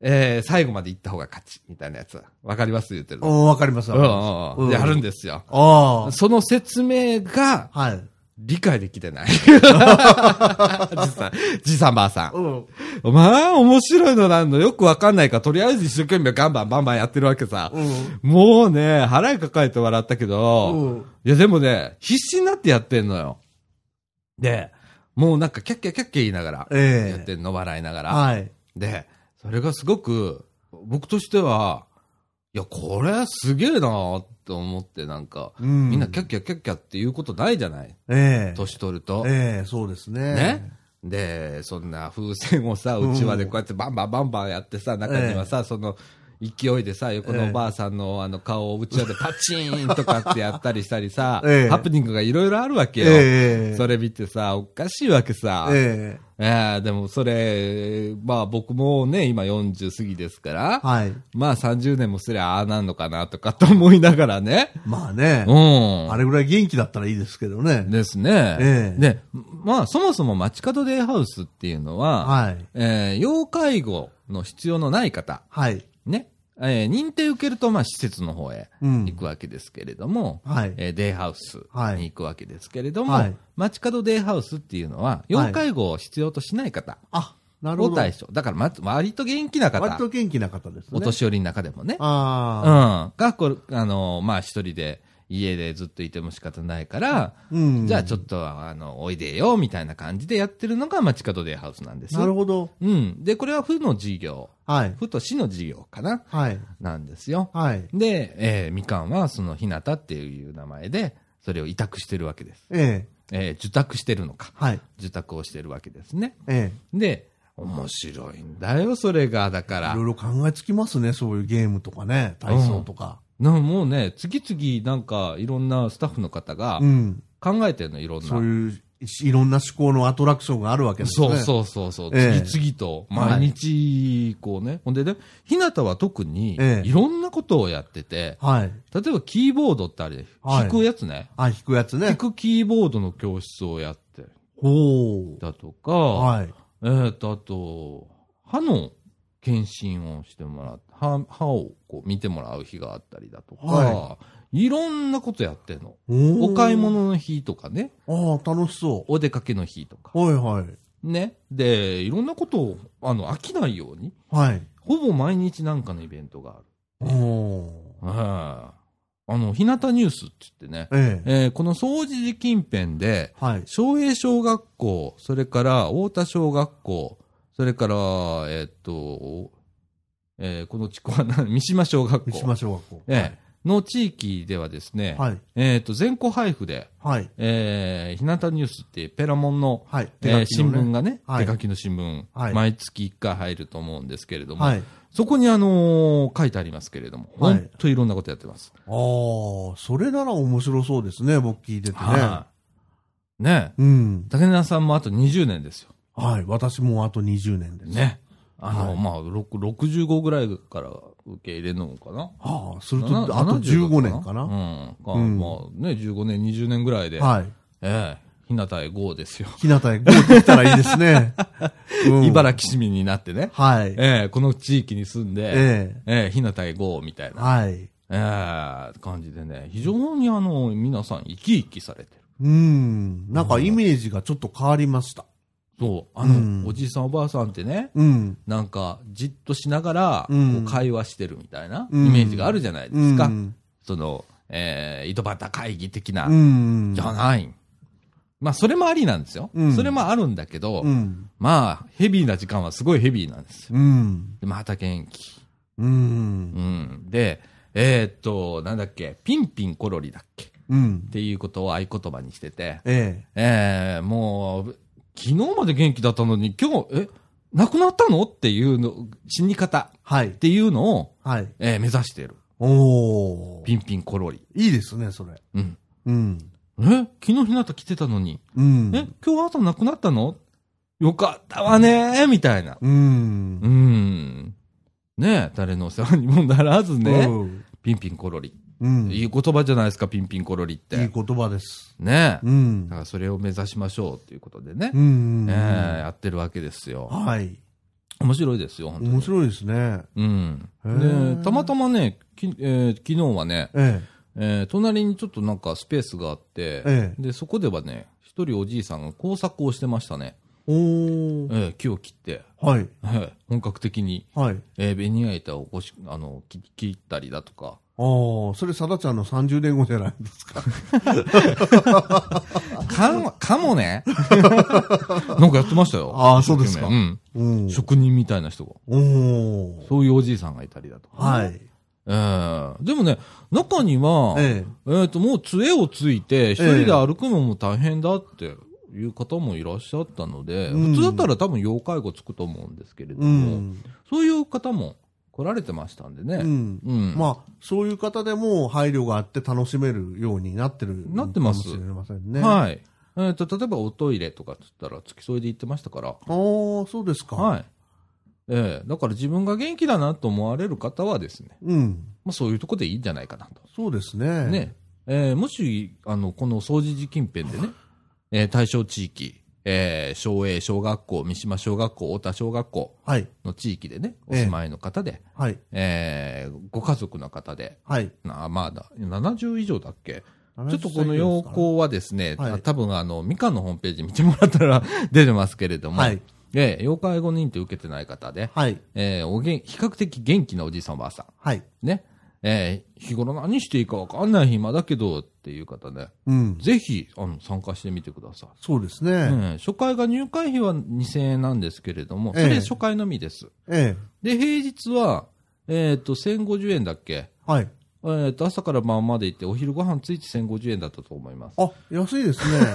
Speaker 1: えー最後まで行った方が勝ち、みたいなやつ。わかります言ってる
Speaker 2: う
Speaker 1: の。
Speaker 2: んわかります。
Speaker 1: うん
Speaker 2: わかります
Speaker 1: うんうん。
Speaker 2: うん
Speaker 1: やるんですよ。
Speaker 2: あ
Speaker 1: その説明が、
Speaker 2: あ。はい。
Speaker 1: 理解できて ない。じさん、じさんばあさん。
Speaker 2: うん。
Speaker 1: まあ、面白いのなんのよくわかんないから、とりあえず一生懸命ガンバンバンバンやってるわけさ。
Speaker 2: うん。
Speaker 1: もうね、腹抱えて笑ったけど、
Speaker 2: うん
Speaker 1: いやでもね、必死になってやってんのよ。で、もうなんかキャッキャキャッキャ言いながら、
Speaker 2: ええ
Speaker 1: やってんの、笑いながら。
Speaker 2: はい。
Speaker 1: で、それがすごく、僕としては、いや、これすげえなーって思って、なんか、
Speaker 2: うん
Speaker 1: みんなキャッキャキャッキャっていうことないじゃない
Speaker 2: ええ。
Speaker 1: 年取ると。
Speaker 2: ええ、そうですね。
Speaker 1: ね。で、そんな風船をさ、うちわでこうやってバンバンバンバンやってさ、中にはさ、その勢いでさ、横のおばあさんのあの顔をうちわでパチーンとかってやったりしたりさ、
Speaker 2: ええ
Speaker 1: ハプニングがいろいろあるわけよ。
Speaker 2: ええ。
Speaker 1: それ見てさ、おかしいわけさ。え
Speaker 2: え
Speaker 1: えでもそれ、まあ僕もね、今40過ぎですから、
Speaker 2: え。はい。
Speaker 1: まあ30年もすりゃああなんのかなとかと思いながらね。
Speaker 2: まあね
Speaker 1: う。ん。
Speaker 2: あれぐらい元気だったらいいですけどね。
Speaker 1: ですね。
Speaker 2: ええ
Speaker 1: で、まあ、そもそも街角デイハウスっていうのは、
Speaker 2: はい。
Speaker 1: えー要介護の必要のない方、
Speaker 2: はい。
Speaker 1: ね、えー認定受けると、まあ、施設の方へ
Speaker 2: うん
Speaker 1: 行くわけですけれども、
Speaker 2: はい。
Speaker 1: えーデイハウス
Speaker 2: はい
Speaker 1: に行くわけですけれども、
Speaker 2: はい
Speaker 1: 街角デイハウスっていうのは、要介護を必要としない方
Speaker 2: あ、な
Speaker 1: を
Speaker 2: るほど。
Speaker 1: 対象。だから、ま、割と元気な
Speaker 2: 割
Speaker 1: 方、
Speaker 2: と元気な方ですね。
Speaker 1: お年寄りの中でもね、うん、
Speaker 2: ああ。
Speaker 1: が、これ、あのー、まあ、一人で家でずっといても仕方ないから、
Speaker 2: うん。
Speaker 1: じゃあちょ
Speaker 2: っ
Speaker 1: っと、あの、おいでよ、みたいな感じでやってるのが街角デイハウスなんです。
Speaker 2: なるほど。
Speaker 1: うん。で、これは府の事業、
Speaker 2: はい。
Speaker 1: 府と市の事業かな
Speaker 2: はい。
Speaker 1: なんですよ。
Speaker 2: はい。
Speaker 1: で、えーみかんはそのひなたっていう名前で、それを委託してるわけです。
Speaker 2: ええ。
Speaker 1: えー受託してるのか。
Speaker 2: はい。
Speaker 1: 受託をしてるわけですね。
Speaker 2: え
Speaker 1: で、面白いんだよ、それが。だか
Speaker 2: え。
Speaker 1: ら
Speaker 2: いろい。ろ考えつきますね。そういうゲームとかね。体操とか。
Speaker 1: なもうね、次々なんかいろんなスタッフの方が
Speaker 2: うん。
Speaker 1: 考えてるの、いろんな。
Speaker 2: そういういろんな思考のアトラクションがあるわけですね。
Speaker 1: そうそうそうそう、
Speaker 2: ええ
Speaker 1: 次々と
Speaker 2: は
Speaker 1: 毎
Speaker 2: い
Speaker 1: 日こうね、ほんでね、ひなたは特に
Speaker 2: ええ
Speaker 1: いろんなことをやってて、
Speaker 2: はい。
Speaker 1: 例えばキーボードってあれ、
Speaker 2: はい
Speaker 1: 弾くやつね、
Speaker 2: あ、弾くやつね。
Speaker 1: 弾くキーボードの教室をやって
Speaker 2: ほ
Speaker 1: たとか、
Speaker 2: う。はい。
Speaker 1: えー、とあと、歯の検診をしてもらって、歯歯をこう見てもらう日があったりだとか、、
Speaker 2: はい
Speaker 1: ろんなことやってんの。
Speaker 2: お
Speaker 1: お買い。物の日とかね、
Speaker 2: ああ、楽しそ
Speaker 1: お出かけの日とか。
Speaker 2: う。はいはい。
Speaker 1: ね。で、いろんなことを、あの、飽きないように、
Speaker 2: はい。
Speaker 1: ほぼ毎日なんかのイベントが
Speaker 2: おー
Speaker 1: ある。はいあの、日向ニュースって言ってね、
Speaker 2: ええ。
Speaker 1: えーこの総除寺近辺で、
Speaker 2: はい。
Speaker 1: 昌平小学校、それから太田小学校、それから、えーっと、えーこの地区は何三 島小学
Speaker 2: 三
Speaker 1: 校、
Speaker 2: 島小学校。
Speaker 1: えーの地域ではですね、
Speaker 2: はい。
Speaker 1: えーっと、全校配布で、
Speaker 2: はい。
Speaker 1: えー、日向ニュースっていうペラモンの、
Speaker 2: はい。
Speaker 1: えー新聞
Speaker 2: が。
Speaker 1: がね、
Speaker 2: はい
Speaker 1: 手書きの新聞、
Speaker 2: はい
Speaker 1: 毎月1回入ると思うんですけれども、
Speaker 2: はい。
Speaker 1: そこにあのー書いてありますけれども、
Speaker 2: はい
Speaker 1: 本当いろんなことやってます。
Speaker 2: ああ、それなら面白そうですね、僕聞いててね。
Speaker 1: はいねえ
Speaker 2: うん。
Speaker 1: 竹根さんもあと20年ですよ。
Speaker 2: はい。私もあと20年です。。
Speaker 1: ね。あの、
Speaker 2: はい
Speaker 1: まあ、ろく65ぐらいから受け入れるのかな。
Speaker 2: はあ、すると、
Speaker 1: な
Speaker 2: あと
Speaker 1: 70
Speaker 2: 15年かな。
Speaker 1: うん。か
Speaker 2: うん
Speaker 1: まあね、15年、20年ぐらいで、
Speaker 2: はい。
Speaker 1: ええ、日向へ GO ですよ。
Speaker 2: 日向へ5できたらいいで すね。うん
Speaker 1: 茨城市民になってね、
Speaker 2: はい。
Speaker 1: ええ、この地域に住んで、え
Speaker 2: え
Speaker 1: え、日向へ GO みたい
Speaker 2: え。
Speaker 1: な、
Speaker 2: はい。
Speaker 1: ええ、感じでね、非常にあの、皆さん生き生きされてる。
Speaker 2: うん。なんかイメージがちょっと変わりました。
Speaker 1: そう、あ
Speaker 2: うん
Speaker 1: の、おじいさんおばあさんってね、
Speaker 2: うん。
Speaker 1: なんか、じっとしながら、こ
Speaker 2: うん
Speaker 1: う会話してるみたいなイ
Speaker 2: うん
Speaker 1: メージがあるじゃないで
Speaker 2: う
Speaker 1: すか。
Speaker 2: ん。
Speaker 1: その、えー、井戸端会議的な、
Speaker 2: うん。
Speaker 1: じゃない。まあ、それもありなんですよ。
Speaker 2: うん
Speaker 1: それもあるんだけど、
Speaker 2: うん。
Speaker 1: まあ、ヘビーな時間はすごいヘビーなんですよ。
Speaker 2: うん。
Speaker 1: で、また元気。
Speaker 2: うん
Speaker 1: う。ん。で、えー、っと、なんだっけ、ピンピンコロリだっけっ
Speaker 2: うん。
Speaker 1: ていうことを合言葉にしてて、
Speaker 2: え
Speaker 1: えー、もう、昨日まで元気だったのに、今日、え、亡くなったのっていうの、死に方
Speaker 2: え。は
Speaker 1: っ
Speaker 2: い。
Speaker 1: ていうのを、
Speaker 2: はい。
Speaker 1: えー目指している。
Speaker 2: おお。
Speaker 1: ピンピンコロリ。
Speaker 2: いいですね、それ。
Speaker 1: うん。
Speaker 2: うん。
Speaker 1: え昨日日向来てたのに、
Speaker 2: うん。
Speaker 1: え、今日朝亡くなったのよかったわねー、みたいな。
Speaker 2: う。
Speaker 1: うんん。ねえ、誰のお世話にもならずね、
Speaker 2: うん
Speaker 1: ピンピンコロリ。
Speaker 2: うん。い
Speaker 1: い
Speaker 2: い
Speaker 1: い言葉じゃないですか、ピンピンコロリって。
Speaker 2: 言葉です。
Speaker 1: ねえ。
Speaker 2: うん
Speaker 1: だか。らそれを目指しましょうということでね
Speaker 2: う、ん。
Speaker 1: ええやってるわけですよ。
Speaker 2: はい。
Speaker 1: 面白いですよ、本当
Speaker 2: 面
Speaker 1: に。
Speaker 2: 白いですね。
Speaker 1: うん。
Speaker 2: へー
Speaker 1: で、たまたまね、きえー昨日はね、
Speaker 2: え
Speaker 1: えー隣にちょっとなんかスペースがあって、
Speaker 2: ええ
Speaker 1: でそこではね、一人おじいさんが工作をしてましたね、
Speaker 2: え。お
Speaker 1: え
Speaker 2: ー。
Speaker 1: ー木を切って、
Speaker 2: はい。
Speaker 1: えー本格的に、
Speaker 2: はい。
Speaker 1: えーベニヤ板をこしあの切切ったりだとか、
Speaker 2: ああ、それ、さだちゃんの30年後じゃないですか。
Speaker 1: かもかも ね、なんかやってましたよ、
Speaker 2: ああ、そうですか。
Speaker 1: うん、
Speaker 2: うん。
Speaker 1: 職人みたいな人が、
Speaker 2: おー。
Speaker 1: そういうおじいさんがいたりだとか、
Speaker 2: はい。
Speaker 1: えーでもね、中には、え
Speaker 2: ええ。
Speaker 1: ーともう杖をついて、一人で歩くのも大変だって。いう方もいらっしゃったので、
Speaker 2: うん
Speaker 1: 普通だったら多分要介護つくと思うんですけれど
Speaker 2: う
Speaker 1: も、
Speaker 2: ん。
Speaker 1: そういう方も来られてましたんで
Speaker 2: う
Speaker 1: ね。
Speaker 2: ん。
Speaker 1: うん。あ、
Speaker 2: まあ、そういう方でも配慮があって楽しめるようになってる。
Speaker 1: なってます
Speaker 2: かもしれませんね。い。
Speaker 1: はい。えっ、と、例えばおトイレとかっつったら付き添いで行ってましたから。
Speaker 2: ああ、そうですか。
Speaker 1: はい。ええだから自分が元気だなと思われる方はですね、
Speaker 2: うん。
Speaker 1: まあそういうとこでいいんじゃないかな
Speaker 2: そうですね。
Speaker 1: と。ね。ええもし、あの、この掃除時近辺でね、ええ対象地域、ええ昭栄小学校、三島小学校、太田小学校
Speaker 2: はい。
Speaker 1: の地域でね、お住まいの方で、
Speaker 2: はい。
Speaker 1: ええご家族の方で、
Speaker 2: はい。
Speaker 1: なまあだ、70以上だっけちょっと
Speaker 2: 70
Speaker 1: この要
Speaker 2: 歳
Speaker 1: 項はですね、
Speaker 2: はい
Speaker 1: 多分あの、ミカのホームページ見てもらったら 出てますけれども、
Speaker 2: はい
Speaker 1: ええ要介護認定受けてない方で、
Speaker 2: ぐらいですかね。
Speaker 1: ええおげん比較的元気なおじいさんおばあさ
Speaker 2: はい。はい。
Speaker 1: ん、ね、ええ日頃何していいかわかんない暇だけどっていう方ね、
Speaker 2: うん。
Speaker 1: ぜひあの参加してみてください。
Speaker 2: そうです
Speaker 1: え
Speaker 2: ね。
Speaker 1: え初回が入会費は2000円なんですけれども、そ
Speaker 2: ええ
Speaker 1: れ初回のみです。
Speaker 2: ええ。
Speaker 1: で、平日は、えっ、と、1050円だっけ
Speaker 2: はい。
Speaker 1: えーと朝から晩まで行って、お昼ご飯ついて1050円だったと思います。
Speaker 2: あ、安いですね。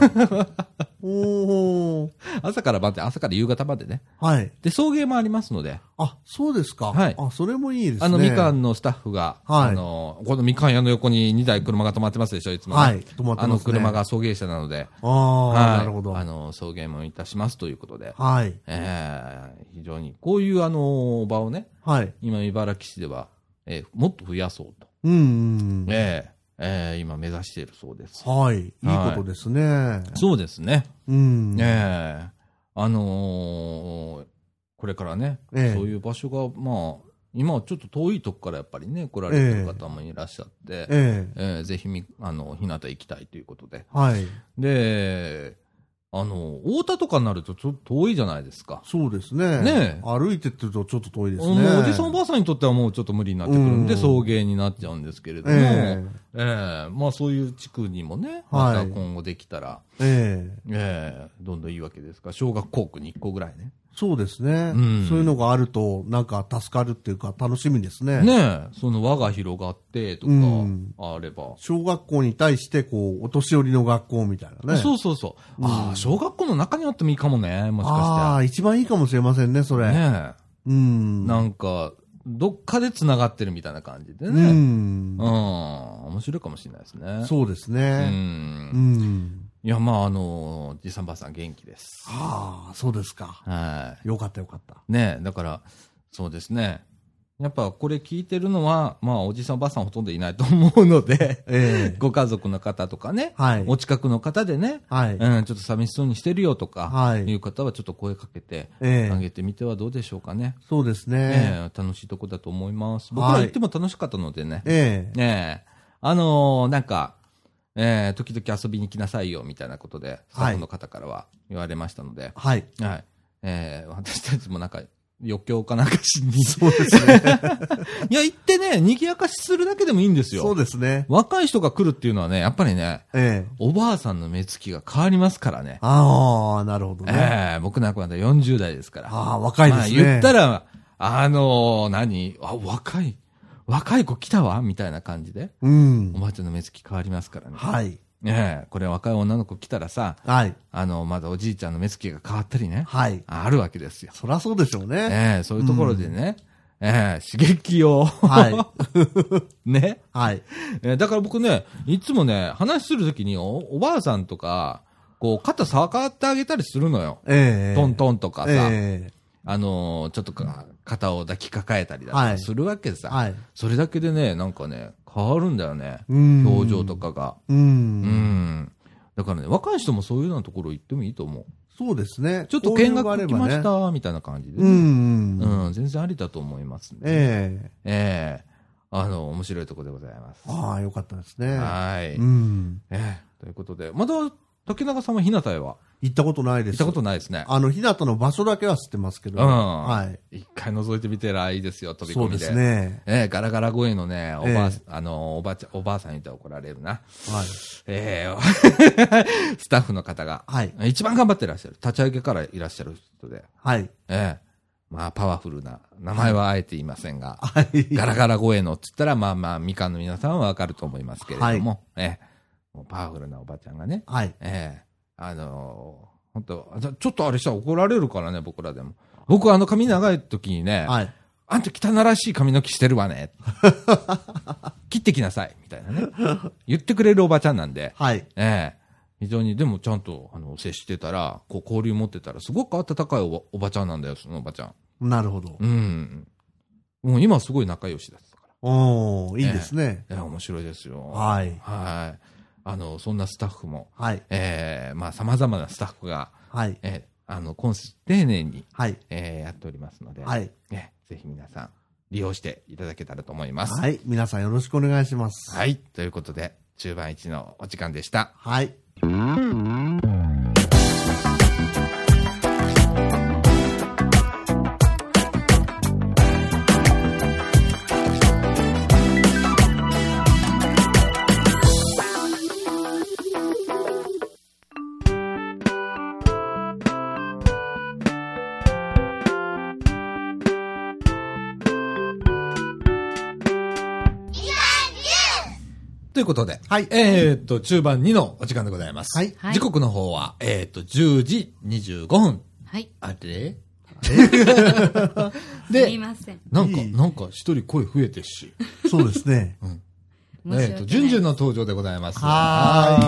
Speaker 2: おー。
Speaker 1: 朝から晩って、朝から夕方までね。
Speaker 2: はい。
Speaker 1: で、送迎もありますので、
Speaker 2: あ、そうですか。
Speaker 1: はい
Speaker 2: あ、それもいいですね。
Speaker 1: あの、みか。んのスタッフが、
Speaker 2: はい
Speaker 1: あの、このみかん屋の横に2台車が止まってますでしょ、いつもね、
Speaker 2: はい止まってますね
Speaker 1: あの車が送迎車なので、
Speaker 2: ああ、
Speaker 1: はい
Speaker 2: なるほど。
Speaker 1: あの、送迎もいたしますということで、
Speaker 2: はい。
Speaker 1: えー非常に、こういうあの、場をね、
Speaker 2: はい。
Speaker 1: 今、茨城市では、えーもっと増やそうと、
Speaker 2: うんうんうん。
Speaker 1: えーえー今目指しているそうです。
Speaker 2: はい。いいことですね。
Speaker 1: そうですね。
Speaker 2: うん。
Speaker 1: ええあのーこれからね、
Speaker 2: ええ
Speaker 1: そういう場所が、まあ、今はちょっと遠いとこからやっぱりね、来られてる方もいらっしゃって、え
Speaker 2: ええ
Speaker 1: えぜひみ、あの、日向行きたいということで。
Speaker 2: はい。
Speaker 1: で、あの、太田とかになるとちょっと遠いじゃないですか。
Speaker 2: そうですね。
Speaker 1: ねえ
Speaker 2: 歩いてってるとちょっと遠いです
Speaker 1: も
Speaker 2: ね。
Speaker 1: うおじさんおばあさんにとってはもうちょっと無理になってくるんで、
Speaker 2: うん
Speaker 1: 送迎になっちゃうんですけれども、
Speaker 2: え
Speaker 1: ええまあそういう地区にもね、
Speaker 2: は
Speaker 1: ま
Speaker 2: い
Speaker 1: た今後できたら、
Speaker 2: ええ
Speaker 1: ええどんどんいいわけですから、小学校区に1個ぐらいね。
Speaker 2: そうですね、
Speaker 1: うん
Speaker 2: そういうのがあると、なんか助かるっていうか、楽しみですね。
Speaker 1: ねえ、その輪が広がってとか
Speaker 2: うん、
Speaker 1: あれば。
Speaker 2: 小学校に対して、こう、お年寄りの学校みたいなね。
Speaker 1: そううそうそう。ああ、小学校の中にあってもいいかもね、もし
Speaker 2: あ
Speaker 1: か
Speaker 2: あ、一番いいかもしれませんね、そ
Speaker 1: し
Speaker 2: れ。
Speaker 1: て。ねえ。
Speaker 2: うん。
Speaker 1: なんか、どっかで繋がってるみたいな感じで
Speaker 2: う
Speaker 1: ね。うんん。。面白いかもしれないですね。
Speaker 2: そうです
Speaker 1: う。
Speaker 2: ね。うんん。
Speaker 1: いや、まあ、あの、じいさんばあさん元気です。
Speaker 2: ああ、そうですか。
Speaker 1: は
Speaker 2: よかったよかった。
Speaker 1: い。ねえ、だから、そうですね。やっぱこれ聞いてるのは、まあ、おじいさんおばあさんほとんどいないと思うので、
Speaker 2: ええ
Speaker 1: ご家族の方とかね、
Speaker 2: はい
Speaker 1: お近くの方でね、
Speaker 2: はい。
Speaker 1: うん、ちょっと寂しそうにしてるよとか、
Speaker 2: はい
Speaker 1: い、う方はちょっと声かけて、
Speaker 2: ええ
Speaker 1: あげてみてはどうでしょうかね。
Speaker 2: そうですね。
Speaker 1: ええ楽しいとこだと思います。僕ら
Speaker 2: はい
Speaker 1: 行っても楽しかったのでね。
Speaker 2: ええ
Speaker 1: ええあのーなんか、ええ時々遊びに来なさいよみたいなことで、スタッフの方からは言われましたので、
Speaker 2: はい。
Speaker 1: はい。ええ私たちもなんか、余興かなんかしに。
Speaker 2: そうですね。
Speaker 1: いや、行ってね、賑やかしするだけでもいいんです
Speaker 2: そう
Speaker 1: よ。
Speaker 2: ですね。
Speaker 1: 若い人が来るっていうのはね、やっぱりね、
Speaker 2: ええ
Speaker 1: おばあさんの目つきが変わりますからね。
Speaker 2: ああ、なるほどね。
Speaker 1: ええ僕なんかまだ40代ですから。
Speaker 2: ああ、若いですね。
Speaker 1: まあ、言ったら、あのー何あ、若い、若い子来たわみたいな感じで。
Speaker 2: うん
Speaker 1: お。ばあちゃんの目つき変わりますからね。
Speaker 2: はい。
Speaker 1: ええこれ若い女の子来たらさ、
Speaker 2: はい。
Speaker 1: あの、まだおじいちゃんの目つきが変わったりね。
Speaker 2: はい。
Speaker 1: あるわけですよ。
Speaker 2: そらそうでしょうね。
Speaker 1: ええそういうところでね、ええ刺激を、
Speaker 2: は
Speaker 1: ね。
Speaker 2: はい。
Speaker 1: えーだから僕ね、いつもね、話するときにお、おばあさんとか、こう、肩触ってあげたりするのよ。
Speaker 2: ええ
Speaker 1: トントンとかさ、
Speaker 2: え
Speaker 1: あのーちょっとか肩を抱きかかえたりだと
Speaker 2: は
Speaker 1: か
Speaker 2: い
Speaker 1: するわけ
Speaker 2: え
Speaker 1: さ、
Speaker 2: はい。
Speaker 1: それだけでね、なんかね、変わるんだよね。
Speaker 2: うん
Speaker 1: 表情と。かが。
Speaker 2: う。
Speaker 1: うんん。だからね、若い人もそういうようなところ行ってもいいと思う。
Speaker 2: そうですね。
Speaker 1: ちょっと見
Speaker 2: 交
Speaker 1: 学
Speaker 2: 流
Speaker 1: 来
Speaker 2: があ
Speaker 1: ま
Speaker 2: れ
Speaker 1: し
Speaker 2: ばね。
Speaker 1: た、みたいな感じで
Speaker 2: う
Speaker 1: ね、
Speaker 2: ん。うん
Speaker 1: うん全然ありだと思いますね。
Speaker 2: ええ
Speaker 1: ええあの、面白いところでございます。
Speaker 2: ああ、よかったですね。
Speaker 1: はい。
Speaker 2: うん。
Speaker 1: ええということで、まだ、竹中さんは日向へは
Speaker 2: 行ったことないで
Speaker 1: 行
Speaker 2: す。
Speaker 1: ったことないですね。
Speaker 2: あの、日向の場所だけは知ってますけど。
Speaker 1: うん
Speaker 2: はい。
Speaker 1: 一回覗いてみてらいいですよ、飛び
Speaker 2: そ
Speaker 1: 込
Speaker 2: う
Speaker 1: みで。
Speaker 2: ですね。
Speaker 1: ええガラガラ声のね、おばあ、
Speaker 2: ええ
Speaker 1: あの、おばあちゃん、おばあさん言ったら怒られるな。
Speaker 2: はい。
Speaker 1: ええ スタッフの方が、
Speaker 2: はい。
Speaker 1: 一番頑張ってらっしゃる。立ち上げからいらっしゃる人で。
Speaker 2: はい。
Speaker 1: ええまあ、パワフルな。名前はあえて言いませんが、
Speaker 2: はい。
Speaker 1: ガラガラ声のっつったら、まあまあ、みかんの皆さんはわかると思いますけれども、ええもうパワフルなおばちゃんがね、
Speaker 2: はい。
Speaker 1: ええあの本当あちょっとあれしたら怒られるからね、僕らでも。僕あの髪長い時にね、
Speaker 2: はい。
Speaker 1: あんた汚らしい髪の毛してるわ ね。切ってきなさい。みたいなね。言ってくれるおばちゃんなんで。
Speaker 2: はい。
Speaker 1: ええ非常に、でもちゃんと、あの、接してたら、こう、交流持ってたら、すごく温かいおばおばちゃんなんだよ、そのおばちゃん。
Speaker 2: なるほど
Speaker 1: う。ん。もう今すごい仲良しですか
Speaker 2: おー、いいですね。
Speaker 1: ら。ええ面白いですよ。
Speaker 2: はい。
Speaker 1: はい。あの、そんなスタッフも、
Speaker 2: はい。
Speaker 1: ええまあ、様々なスタッフが、
Speaker 2: はい。
Speaker 1: ええあの、今世、丁寧に、
Speaker 2: はい。
Speaker 1: ええやっておりますので、
Speaker 2: はい。
Speaker 1: ね、ぜひ皆さん、利用していただけたらと思います。
Speaker 2: はい。皆さんよろしくお願いします。
Speaker 1: はい。ということで、中盤1のお時間でした。
Speaker 2: はい。
Speaker 3: 一万六。
Speaker 1: ということで、
Speaker 2: はい
Speaker 1: えーっと、中盤2のお時間でございます。
Speaker 2: はい
Speaker 3: はい
Speaker 1: 時刻の方は、えーっと、10時25分。
Speaker 3: はい。
Speaker 1: あれ
Speaker 3: すみ
Speaker 1: で、
Speaker 3: ません。
Speaker 1: なんか、
Speaker 2: いい
Speaker 1: なんか一人声増えてるし。
Speaker 2: そうで すね。
Speaker 1: え
Speaker 3: 申し
Speaker 1: ーっ
Speaker 3: 訳
Speaker 1: と、
Speaker 3: ない
Speaker 1: 順々の登場でございます。
Speaker 2: は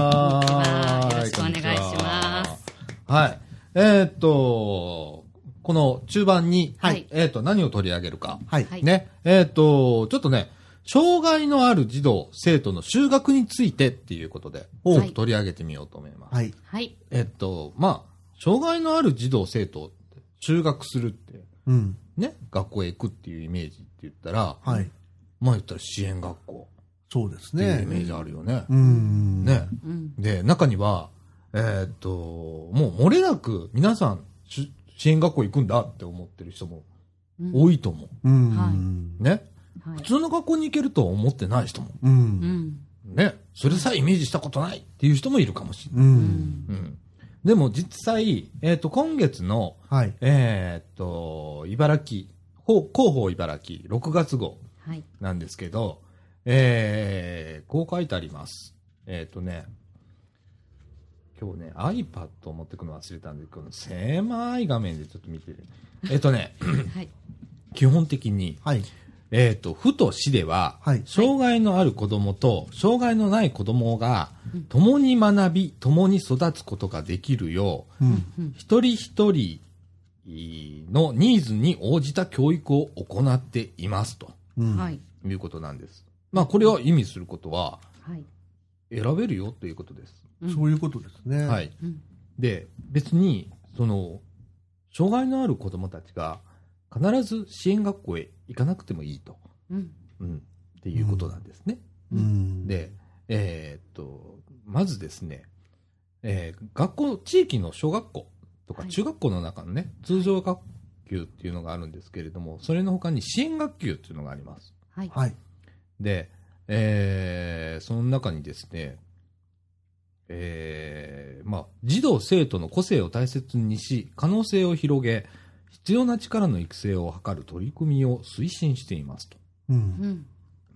Speaker 1: は
Speaker 3: こんにちはよろしくお願いします。
Speaker 1: はい。えーっと、この中盤に、
Speaker 3: はい
Speaker 1: えーっと、何を取り上げるか。
Speaker 2: はい。
Speaker 3: はい
Speaker 1: ね。えーっと、ちょっとね、障害のある児童、生徒の就学についてっていうことで、ち
Speaker 2: お
Speaker 1: ょっと取り上げてみようと思います。
Speaker 2: はい。
Speaker 3: はい。
Speaker 1: えっと、まあ、障害のある児童生徒って、就学するって、
Speaker 2: うん。
Speaker 1: ね、学校へ行くっていうイメージって言ったら、
Speaker 2: はい。
Speaker 1: まあ言ったら支援学校
Speaker 2: そうです
Speaker 1: っていうイ
Speaker 2: ね
Speaker 1: メ。ージあるよね。
Speaker 2: うん。。
Speaker 1: ね。
Speaker 3: うん。
Speaker 1: で、中には、えーっと、もう漏れなく皆さん、し支援学校行くんだって思ってる人も
Speaker 3: うん
Speaker 1: 多いと思
Speaker 2: う
Speaker 3: は
Speaker 2: ん。
Speaker 1: う。ね。
Speaker 3: は
Speaker 1: 普
Speaker 3: い。
Speaker 1: 通の学校に行けるとは思ってない人も。
Speaker 2: う。
Speaker 3: うんん。
Speaker 1: ね。それさえイメージしたことないっていう人もいるかもしれ
Speaker 2: う。
Speaker 3: うんん。
Speaker 1: ない。うん。でも実際、えーっと、今月の、
Speaker 2: はい。
Speaker 1: えーっと、茨城、ほ広報茨城6月号
Speaker 3: はい。
Speaker 1: なんですけど、えー、こう書いてあります。えーっとね、今日ね、iPad を持ってくの忘れたんで、この狭い画面でちょっと見てる。えーっとね、
Speaker 3: はい。
Speaker 1: 基本的に、
Speaker 2: はい。
Speaker 1: えーっと、府と市では、
Speaker 2: はい
Speaker 1: 障害のある子供と障害のない子供が、共に学び、共に育つことができるよう、
Speaker 2: うん。
Speaker 3: うん。
Speaker 1: 一人一人のニーズに応じた教育を行っていますと
Speaker 2: うん。
Speaker 3: はい。
Speaker 1: いうことなんです。まあ、これを意味することは、
Speaker 3: はい。
Speaker 1: 選べるよということです。
Speaker 3: うん
Speaker 2: そういうことですね。。
Speaker 1: はいい。
Speaker 3: うん。
Speaker 1: で、別に、その、障害のある子供たちが、必ず支援学校へ行かなくてもいいと。
Speaker 3: うん。
Speaker 1: うん。っていうことなんですね。
Speaker 2: うん。、
Speaker 1: で、えーっと、まずですね、えー学校、地域の小学校とか
Speaker 3: はい
Speaker 1: 中学校の中のね、通常学級っていうのがあるんですけれども、それの他に支援学級っていうのがあります。
Speaker 3: はい。
Speaker 2: はい。
Speaker 1: で、えーその中にですね、えーまあ、児童生徒の個性を大切にし、可能性を広げ、必要な力の育成を図る取り組みを推進していますと。
Speaker 2: う。
Speaker 3: うんん。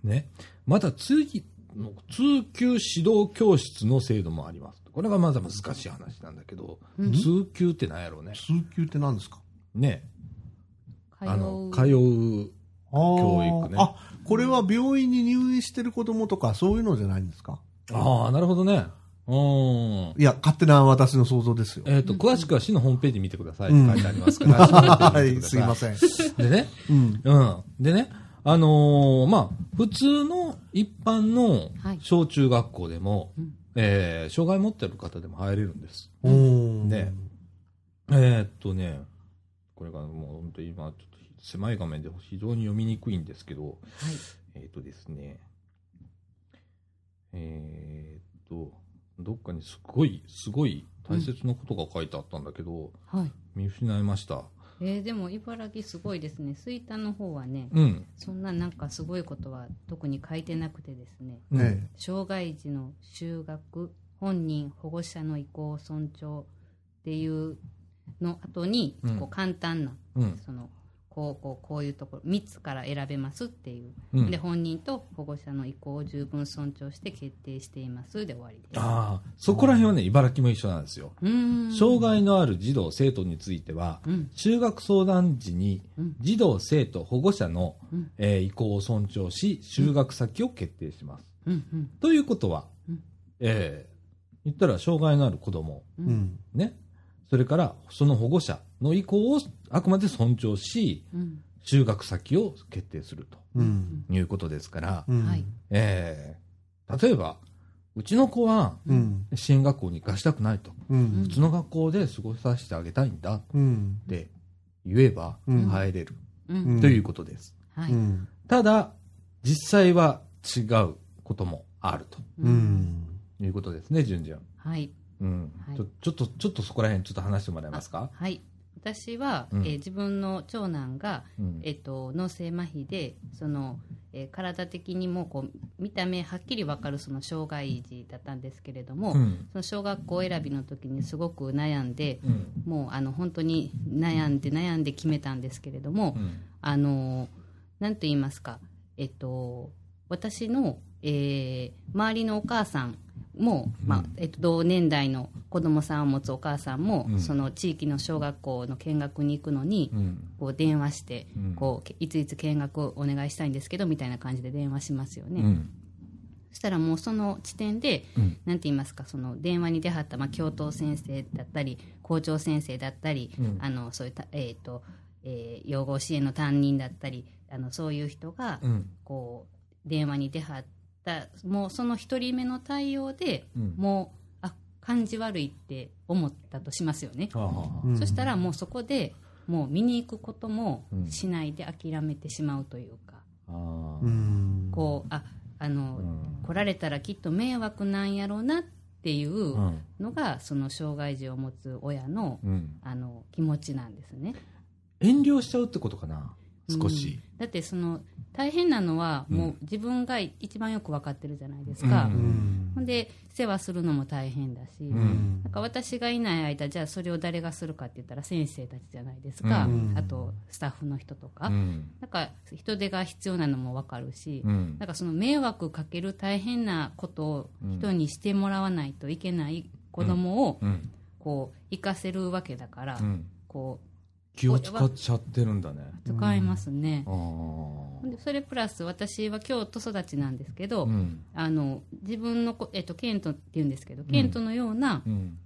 Speaker 1: ね、また通期の通級指導教室の制度もあります。これがまだ難しい話なんだけど、
Speaker 3: うん
Speaker 1: 通級ってなんやろうね。
Speaker 2: 通級って何ですか
Speaker 1: ね、
Speaker 3: 通う
Speaker 1: あの、通う。教育ね
Speaker 2: あーあ、これは病院に入院してる子供とかそういうのじゃないんですか
Speaker 1: ああ、なるほどね。うん。
Speaker 2: いや、勝手な私の想像ですよ。
Speaker 1: えっ、と、詳しくは市のホームページ見てくださいっ
Speaker 2: う
Speaker 1: て
Speaker 2: ん
Speaker 1: 書いてありますから、市のホームペ
Speaker 2: は
Speaker 1: ージ見
Speaker 2: い、
Speaker 1: てくだ
Speaker 2: す
Speaker 1: さ
Speaker 2: いません。
Speaker 1: でね、
Speaker 2: うん。
Speaker 1: うん。でね、あのーまあ、普通の一般の
Speaker 3: はい
Speaker 1: 小中学校でも、
Speaker 3: うん
Speaker 1: えー障害持ってる方でも入れるんです。
Speaker 2: おー
Speaker 1: ねえーっとね、これがもう本当に今、ちょっと狭い画面で非常に読みにくいんですけど、
Speaker 3: はい。
Speaker 1: えーっとですね、えーっと、どっかにすごい、すごい大切なことが書いてあったんだけど、
Speaker 3: はい。
Speaker 1: 見失いました。
Speaker 3: えー、でも茨城すごいですね。吹田の方はね、
Speaker 1: うん。
Speaker 3: そんななんかすごいことは特に書いてなくてですね。
Speaker 1: うん
Speaker 2: ええ
Speaker 3: 障害児の就学本人保護者の意向を尊重っていうの後に、
Speaker 1: うん
Speaker 3: こう簡単な
Speaker 1: うん。
Speaker 3: そのこうこうこういうところ3つから選べますっていう、
Speaker 1: うん
Speaker 3: で本人と保護者の意向を十分尊重して決定していますで終わりです
Speaker 1: ああ、そこら辺はね、茨城も一緒なんですよ。
Speaker 3: うーん
Speaker 1: 障害のある児童生徒については、
Speaker 3: うん
Speaker 1: 中学相談時に
Speaker 3: うん
Speaker 1: 児童生徒保護者の、
Speaker 3: うん
Speaker 1: えー意向を尊重し就学先を決定します、
Speaker 3: うん
Speaker 1: ということは、
Speaker 3: うん
Speaker 1: えー言ったら障害のある子供
Speaker 3: うん
Speaker 2: うん。
Speaker 1: ねそれからその保護者の意向をあくまで尊重し
Speaker 3: うん
Speaker 1: 就学先を決定すると
Speaker 2: うん。
Speaker 1: いうことですから、
Speaker 2: うん
Speaker 3: はい。
Speaker 1: えー例えばうちの子は
Speaker 2: うん。
Speaker 1: 支援学校に行かしたくないと
Speaker 2: うん
Speaker 1: 普。通の学校で過ごさせてあげたいんだ
Speaker 2: うん
Speaker 1: っ。て言えば
Speaker 2: うん
Speaker 1: 入れる、
Speaker 3: うん
Speaker 1: ということです。
Speaker 3: は
Speaker 2: う
Speaker 3: い
Speaker 2: ん。
Speaker 1: ただ、実際は違うこともあると
Speaker 2: う、ん。
Speaker 1: いうことですね、順々。
Speaker 3: はい
Speaker 1: うん
Speaker 3: はい
Speaker 1: ちょちょっと、ちょっとそこら辺ちょっと話してもらえますか
Speaker 3: はい私は、
Speaker 1: うん
Speaker 3: えー自分の長男が
Speaker 1: うん
Speaker 3: えっと、脳性麻痺でその、えー体的にもこう見た目はっきり分かるその障害児だったんですけれども、
Speaker 1: うん
Speaker 3: その小学校選びの時にすごく悩んで
Speaker 1: うん
Speaker 3: もうあの本当に悩んで悩んで決めたんですけれども、
Speaker 1: うん
Speaker 3: あのなんと言いますか、えっと、私のえー周りのお母さんも、まあえっと、同年代の子供さんを持つお母さんも、
Speaker 1: うん
Speaker 3: その地域の小学校の見学に行くのに、
Speaker 1: うん
Speaker 3: こう電話して、
Speaker 1: うん
Speaker 3: こういついつ見学をお願いしたいんですけどみたいな感じで電話しますよ
Speaker 1: う
Speaker 3: ね、
Speaker 1: ん
Speaker 3: そしたらもうその地点で、
Speaker 1: うん
Speaker 3: なんて言いますかその電話に出はった、まあ、教頭先生だったり校長先生だったり、
Speaker 1: うん
Speaker 3: あのそういうた、えーとえー養護支援の担任だったりあのそういう人が、
Speaker 1: うん
Speaker 3: こう電話に出はったもうその1人目の対応で、
Speaker 1: うん
Speaker 3: もうあ感じ悪いって思ったとしますよね、
Speaker 1: はあは
Speaker 2: うん
Speaker 3: そしたらもうそこでもう見に行くことも
Speaker 1: うん
Speaker 3: しないで諦めてしまうというか、
Speaker 1: あはあ
Speaker 2: うん
Speaker 3: こうああの、
Speaker 1: うん
Speaker 3: 来られたらきっと迷惑なんやろうなっていう
Speaker 1: うん
Speaker 3: のがその障害児を持つ親の
Speaker 1: うん
Speaker 3: あの気持ちなんですね。
Speaker 1: 遠慮しちゃうってことかな少し、
Speaker 3: うんだってその大変なのはも
Speaker 1: う
Speaker 3: う自分が一番よく分かってるじゃないですか、
Speaker 1: うん
Speaker 2: うん
Speaker 3: ほんで世話するのも大変だし、
Speaker 1: う
Speaker 2: うん
Speaker 3: なんか私がいない間じゃあそれを誰がするかって言ったら先生たちじゃないですか、
Speaker 1: うん
Speaker 3: あとスタッフの人とか、
Speaker 1: うん
Speaker 3: なんか人手が必要なのも分かるし、
Speaker 1: うん
Speaker 3: なんかその迷惑かける大変なことを人にしてもらわないといけない子供を
Speaker 1: うん
Speaker 3: こう生かせるわけだから、
Speaker 1: うん
Speaker 3: こ
Speaker 1: 気を使っちゃってるんだね
Speaker 3: う使いますね
Speaker 1: あ。
Speaker 3: ほんでそれプラス私は京都育ちなんですけ
Speaker 1: あ
Speaker 3: ど、
Speaker 1: うん
Speaker 3: あの自分のこ、えっと、ケントっていうんですけど、
Speaker 1: ん
Speaker 3: ケントのような
Speaker 1: うん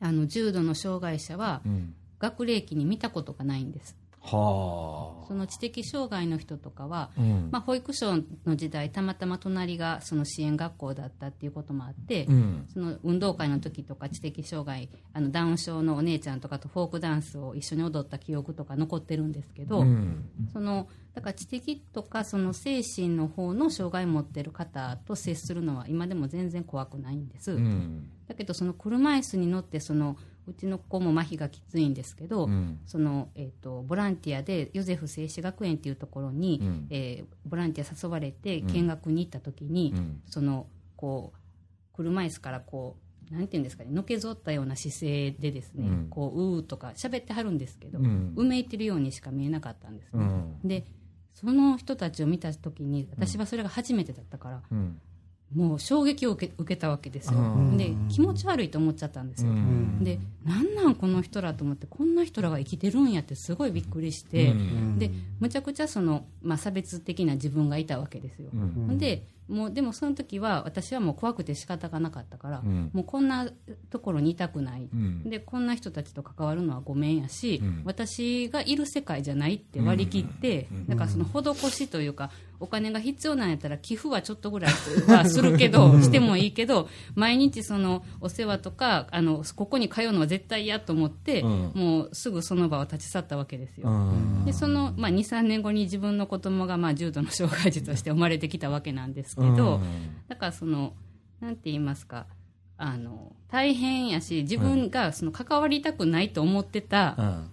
Speaker 3: あの重度の障害者は
Speaker 1: うん
Speaker 3: 学齢期に見たことがないんです
Speaker 1: は
Speaker 3: その知的障害の人とかは、
Speaker 1: あうん
Speaker 3: まあ、保育所の時代たまたま隣がその支援学校だったっていうこともあって、
Speaker 1: うん
Speaker 3: その運動会の時とか知的障害あのダウン症のお姉ちゃんとかとフォークダンスを一緒に踊った記憶とか残ってるんですけど、
Speaker 1: うん
Speaker 3: そのだから知的とかその精神の方の障害を持ってる方と接するのは今でも全然怖くないんです、
Speaker 1: うん
Speaker 3: だけどその車椅子に乗ってそのうちの子も麻痺がきついんですけど、
Speaker 1: うん
Speaker 3: そのえー、とボランティアでヨゼフ製紙学園っていうところに、
Speaker 1: うん
Speaker 3: えーボランティア誘われて
Speaker 1: うん
Speaker 3: 見学に行った時に、
Speaker 1: うん
Speaker 3: そのこう車椅子からこうなんていうんですかねのけぞったような姿勢でですね、
Speaker 1: うん
Speaker 3: こううーとか喋ってはるんですけど、
Speaker 1: うん
Speaker 3: うめいてるようにしか見えなかったんです
Speaker 1: う
Speaker 3: ね、
Speaker 1: ん
Speaker 3: でその人たちを見た時に私はそれが初めてだったから、
Speaker 1: うん
Speaker 3: もう衝撃を受け受けたわけですよ、
Speaker 1: うん
Speaker 3: で気持ち悪いと思っちゃったんです
Speaker 1: う
Speaker 3: よ、
Speaker 1: ん
Speaker 3: でなんなんこの人らと思ってこんな人らが生きてるんやってすごいびっくりし
Speaker 1: う
Speaker 3: て、
Speaker 1: ん
Speaker 3: でむちゃくちゃその、まあ、差別的な自分がいたわけですよ、
Speaker 1: うん
Speaker 2: うん
Speaker 3: でもうでもその時は私はもう怖くて仕方がなかったから、
Speaker 1: うん
Speaker 3: もうこんなところにいたくない、
Speaker 1: うん
Speaker 3: でこんな人たちと関わるのはごめんやし、
Speaker 1: うん
Speaker 3: 私がいる世界じゃないって割り切って、だからその施しというかお金が必要なんやったら寄付はちょっとぐらいはするけどしてもいいけど毎日そのお世話とかあのここに通うのは絶対嫌と思って、
Speaker 1: うん
Speaker 3: もうすぐその場を立ち去ったわけですよ。
Speaker 1: うん
Speaker 3: でその、まあ、23年後に自分の子供がまあ重度の障害児として生まれてきたわけなんですけど、
Speaker 1: うん
Speaker 3: だからそのなんて言いますかあの大変やし自分がその関わりたくないと思ってた、
Speaker 1: うん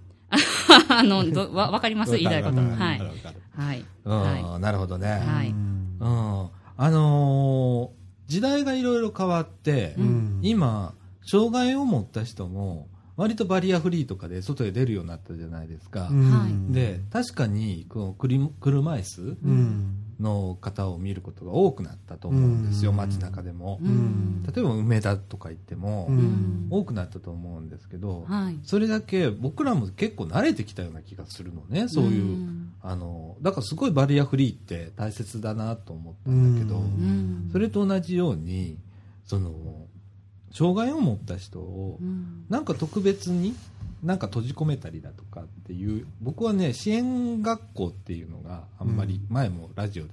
Speaker 3: あのどわ分かります言いたいこと
Speaker 1: わかる
Speaker 3: は
Speaker 1: わかる
Speaker 3: い
Speaker 1: わかる
Speaker 3: はいは
Speaker 1: うんなるほどね、
Speaker 3: いはい
Speaker 1: うんあのー時代がいろいろ変わって、
Speaker 2: うん
Speaker 1: 今障害を持った人も割とバリアフリーとかで外へ出るようになったじゃないですか、
Speaker 3: はい
Speaker 1: で確かにこのクリ車椅子
Speaker 2: うん
Speaker 1: の方を見ることが多くなったと思うんですよ、
Speaker 2: うん
Speaker 1: 街中でも、
Speaker 3: うん
Speaker 1: 例えば梅田とか行っても、
Speaker 2: うん
Speaker 1: 多くなったと思うんですけど、
Speaker 3: はい
Speaker 1: それだけ僕らも結構慣れてきたような気がするのねそういう、
Speaker 3: ん
Speaker 1: あのだからすごいバリアフリーって大切だなと思ったんだけど、
Speaker 2: うん
Speaker 3: うん
Speaker 1: それと同じようにその障害を持った人を
Speaker 3: うん
Speaker 1: なんか特別になんか閉じ込めたりだとかっていう僕はね支援学校っていうのがあんまり前もラジオで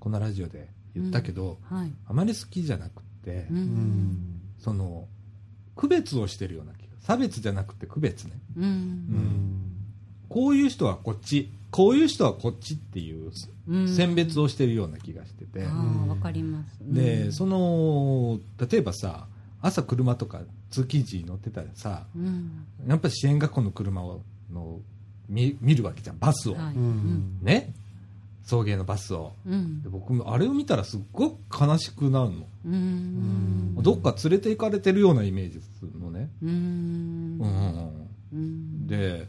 Speaker 1: このラジオで言ったけど、
Speaker 3: はい
Speaker 1: あまり好きじゃなくって、
Speaker 2: う
Speaker 3: う
Speaker 2: んん
Speaker 1: その区別をしてるような気が差別じゃなくて区別ね
Speaker 3: うんうん
Speaker 1: こういう人はこっちこういう人はこっちっていう
Speaker 3: うん
Speaker 1: 選別をしてるような気がしてて、
Speaker 3: あーわかります
Speaker 1: で、
Speaker 3: うん
Speaker 1: その例えばさ朝車とか通勤時に乗ってたらさ
Speaker 3: うん
Speaker 1: やっぱり支援学校の車をの見見るわけじゃんバスを、
Speaker 3: はい
Speaker 2: うん
Speaker 1: ね送迎のバスを
Speaker 3: うん
Speaker 1: で僕もあれを見たらすっごく悲しくなるの、
Speaker 3: うん
Speaker 1: どっか連れて行かれてるようなイメージするのね、
Speaker 3: うん
Speaker 1: うんうん
Speaker 3: うん
Speaker 1: で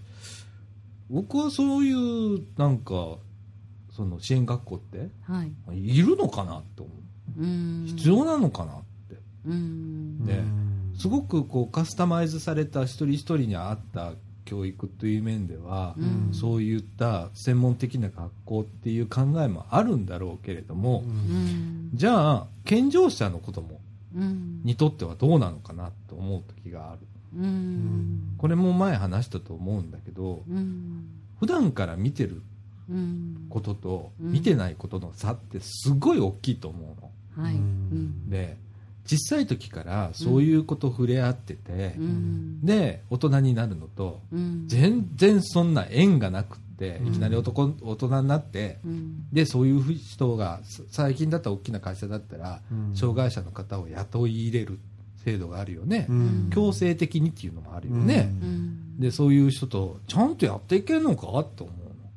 Speaker 1: 僕はそういうなんかその支援学校って
Speaker 3: はい
Speaker 1: いるのかなと思
Speaker 3: うん
Speaker 1: 必要なのかなって。
Speaker 3: うん
Speaker 1: ねすごくこうカスタマイズされた一人一人に合った教育という面では、
Speaker 3: うん
Speaker 1: そういった専門的な学校っていう考えもあるんだろうけれども、
Speaker 3: うん
Speaker 1: じゃあ健常者の子供
Speaker 3: うん
Speaker 1: にとってはどうなのかなと思う時がある
Speaker 3: うん
Speaker 1: これも前話したと思うんだけど
Speaker 3: うん
Speaker 1: 普段から見てる
Speaker 3: うん
Speaker 1: ことと
Speaker 3: うん
Speaker 1: 見てないことの差ってすごい大きいと思うの。
Speaker 3: はいうん
Speaker 1: で小さい時からそういうこと触れ合ってて、
Speaker 3: うん
Speaker 1: で大人になるのと
Speaker 3: うん
Speaker 1: 全然そんな縁がなくって
Speaker 2: うん
Speaker 1: いきなり男、大人になって
Speaker 3: うん
Speaker 1: でそういうふう人がさ最近だったら大きな会社だったら、
Speaker 2: うん
Speaker 1: 障害者の方を雇い入れる制度があるよね、
Speaker 2: うん
Speaker 1: 強制的にっていうのもあるよね、
Speaker 3: うん
Speaker 1: でそういう人とちゃんとやっていけるのかと思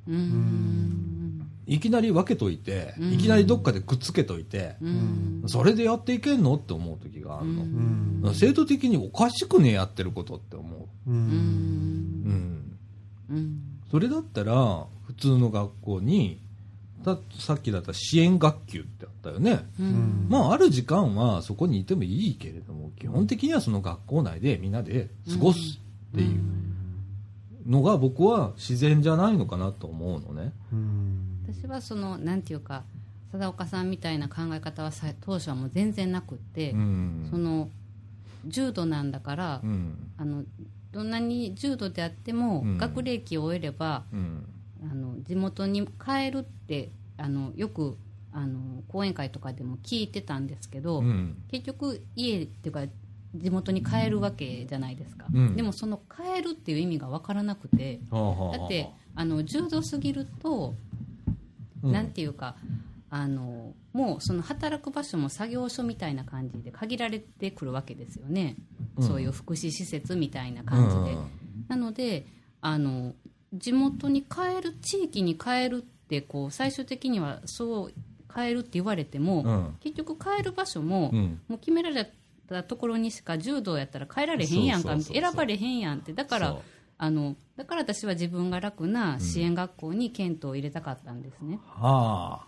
Speaker 1: うの
Speaker 3: うんうん
Speaker 1: いきなり分けといて、
Speaker 3: うん
Speaker 1: いきなりどっかでくっつけといて、
Speaker 3: うん
Speaker 1: それでやっていけんのって思う時があるの、
Speaker 2: ん
Speaker 1: だから制度的におかしくねやってることって思
Speaker 2: う
Speaker 3: うん
Speaker 1: う、
Speaker 3: ん
Speaker 1: うん、
Speaker 3: うん
Speaker 1: それだったら普通の学校にださっきだったら支援学級ってあったよね、
Speaker 3: うん
Speaker 1: まあある時間はそこにいてもいいけれども基本的にはその学校内でみんなで過ごすっていうのが僕は自然じゃないのかなと思うのね、
Speaker 2: うん
Speaker 3: 私はそのなんていうか貞岡さんみたいな考え方はさ当初はもう全然なくって、
Speaker 1: うん
Speaker 3: その重度なんだから、
Speaker 1: うん
Speaker 3: あのどんなに重度であっても、
Speaker 1: うん
Speaker 3: 学齢期を終えれば
Speaker 1: うん
Speaker 3: あの地元に帰るってあのよくあの講演会とかでも聞いてたんですけど、
Speaker 1: うん
Speaker 3: 結局家っていうか地元に帰るわけじゃないですか、
Speaker 1: うん
Speaker 3: でもその帰るっていう意味が分からなくて、
Speaker 1: はあはあはあ
Speaker 3: だってあの重度すぎる
Speaker 1: う
Speaker 3: と、
Speaker 1: ん
Speaker 3: なんていうかあのもうその働く場所も作業所みたいな感じで限られてくるわけですよね、
Speaker 1: うん
Speaker 3: そういう福祉施設みたいな感じで、なのであの地元に帰る地域に帰るってこう最終的にはそう帰るって言われても、
Speaker 1: うん
Speaker 3: 結局帰る場所も、
Speaker 1: うんうん
Speaker 3: もう決められたところにしか柔道やったら帰られへんやんか
Speaker 1: そうそうそうそう
Speaker 3: 選ばれへんやんってだから
Speaker 1: そう
Speaker 3: あのだから私は自分が楽な支援学校に検討を入れたかったんですね、
Speaker 1: は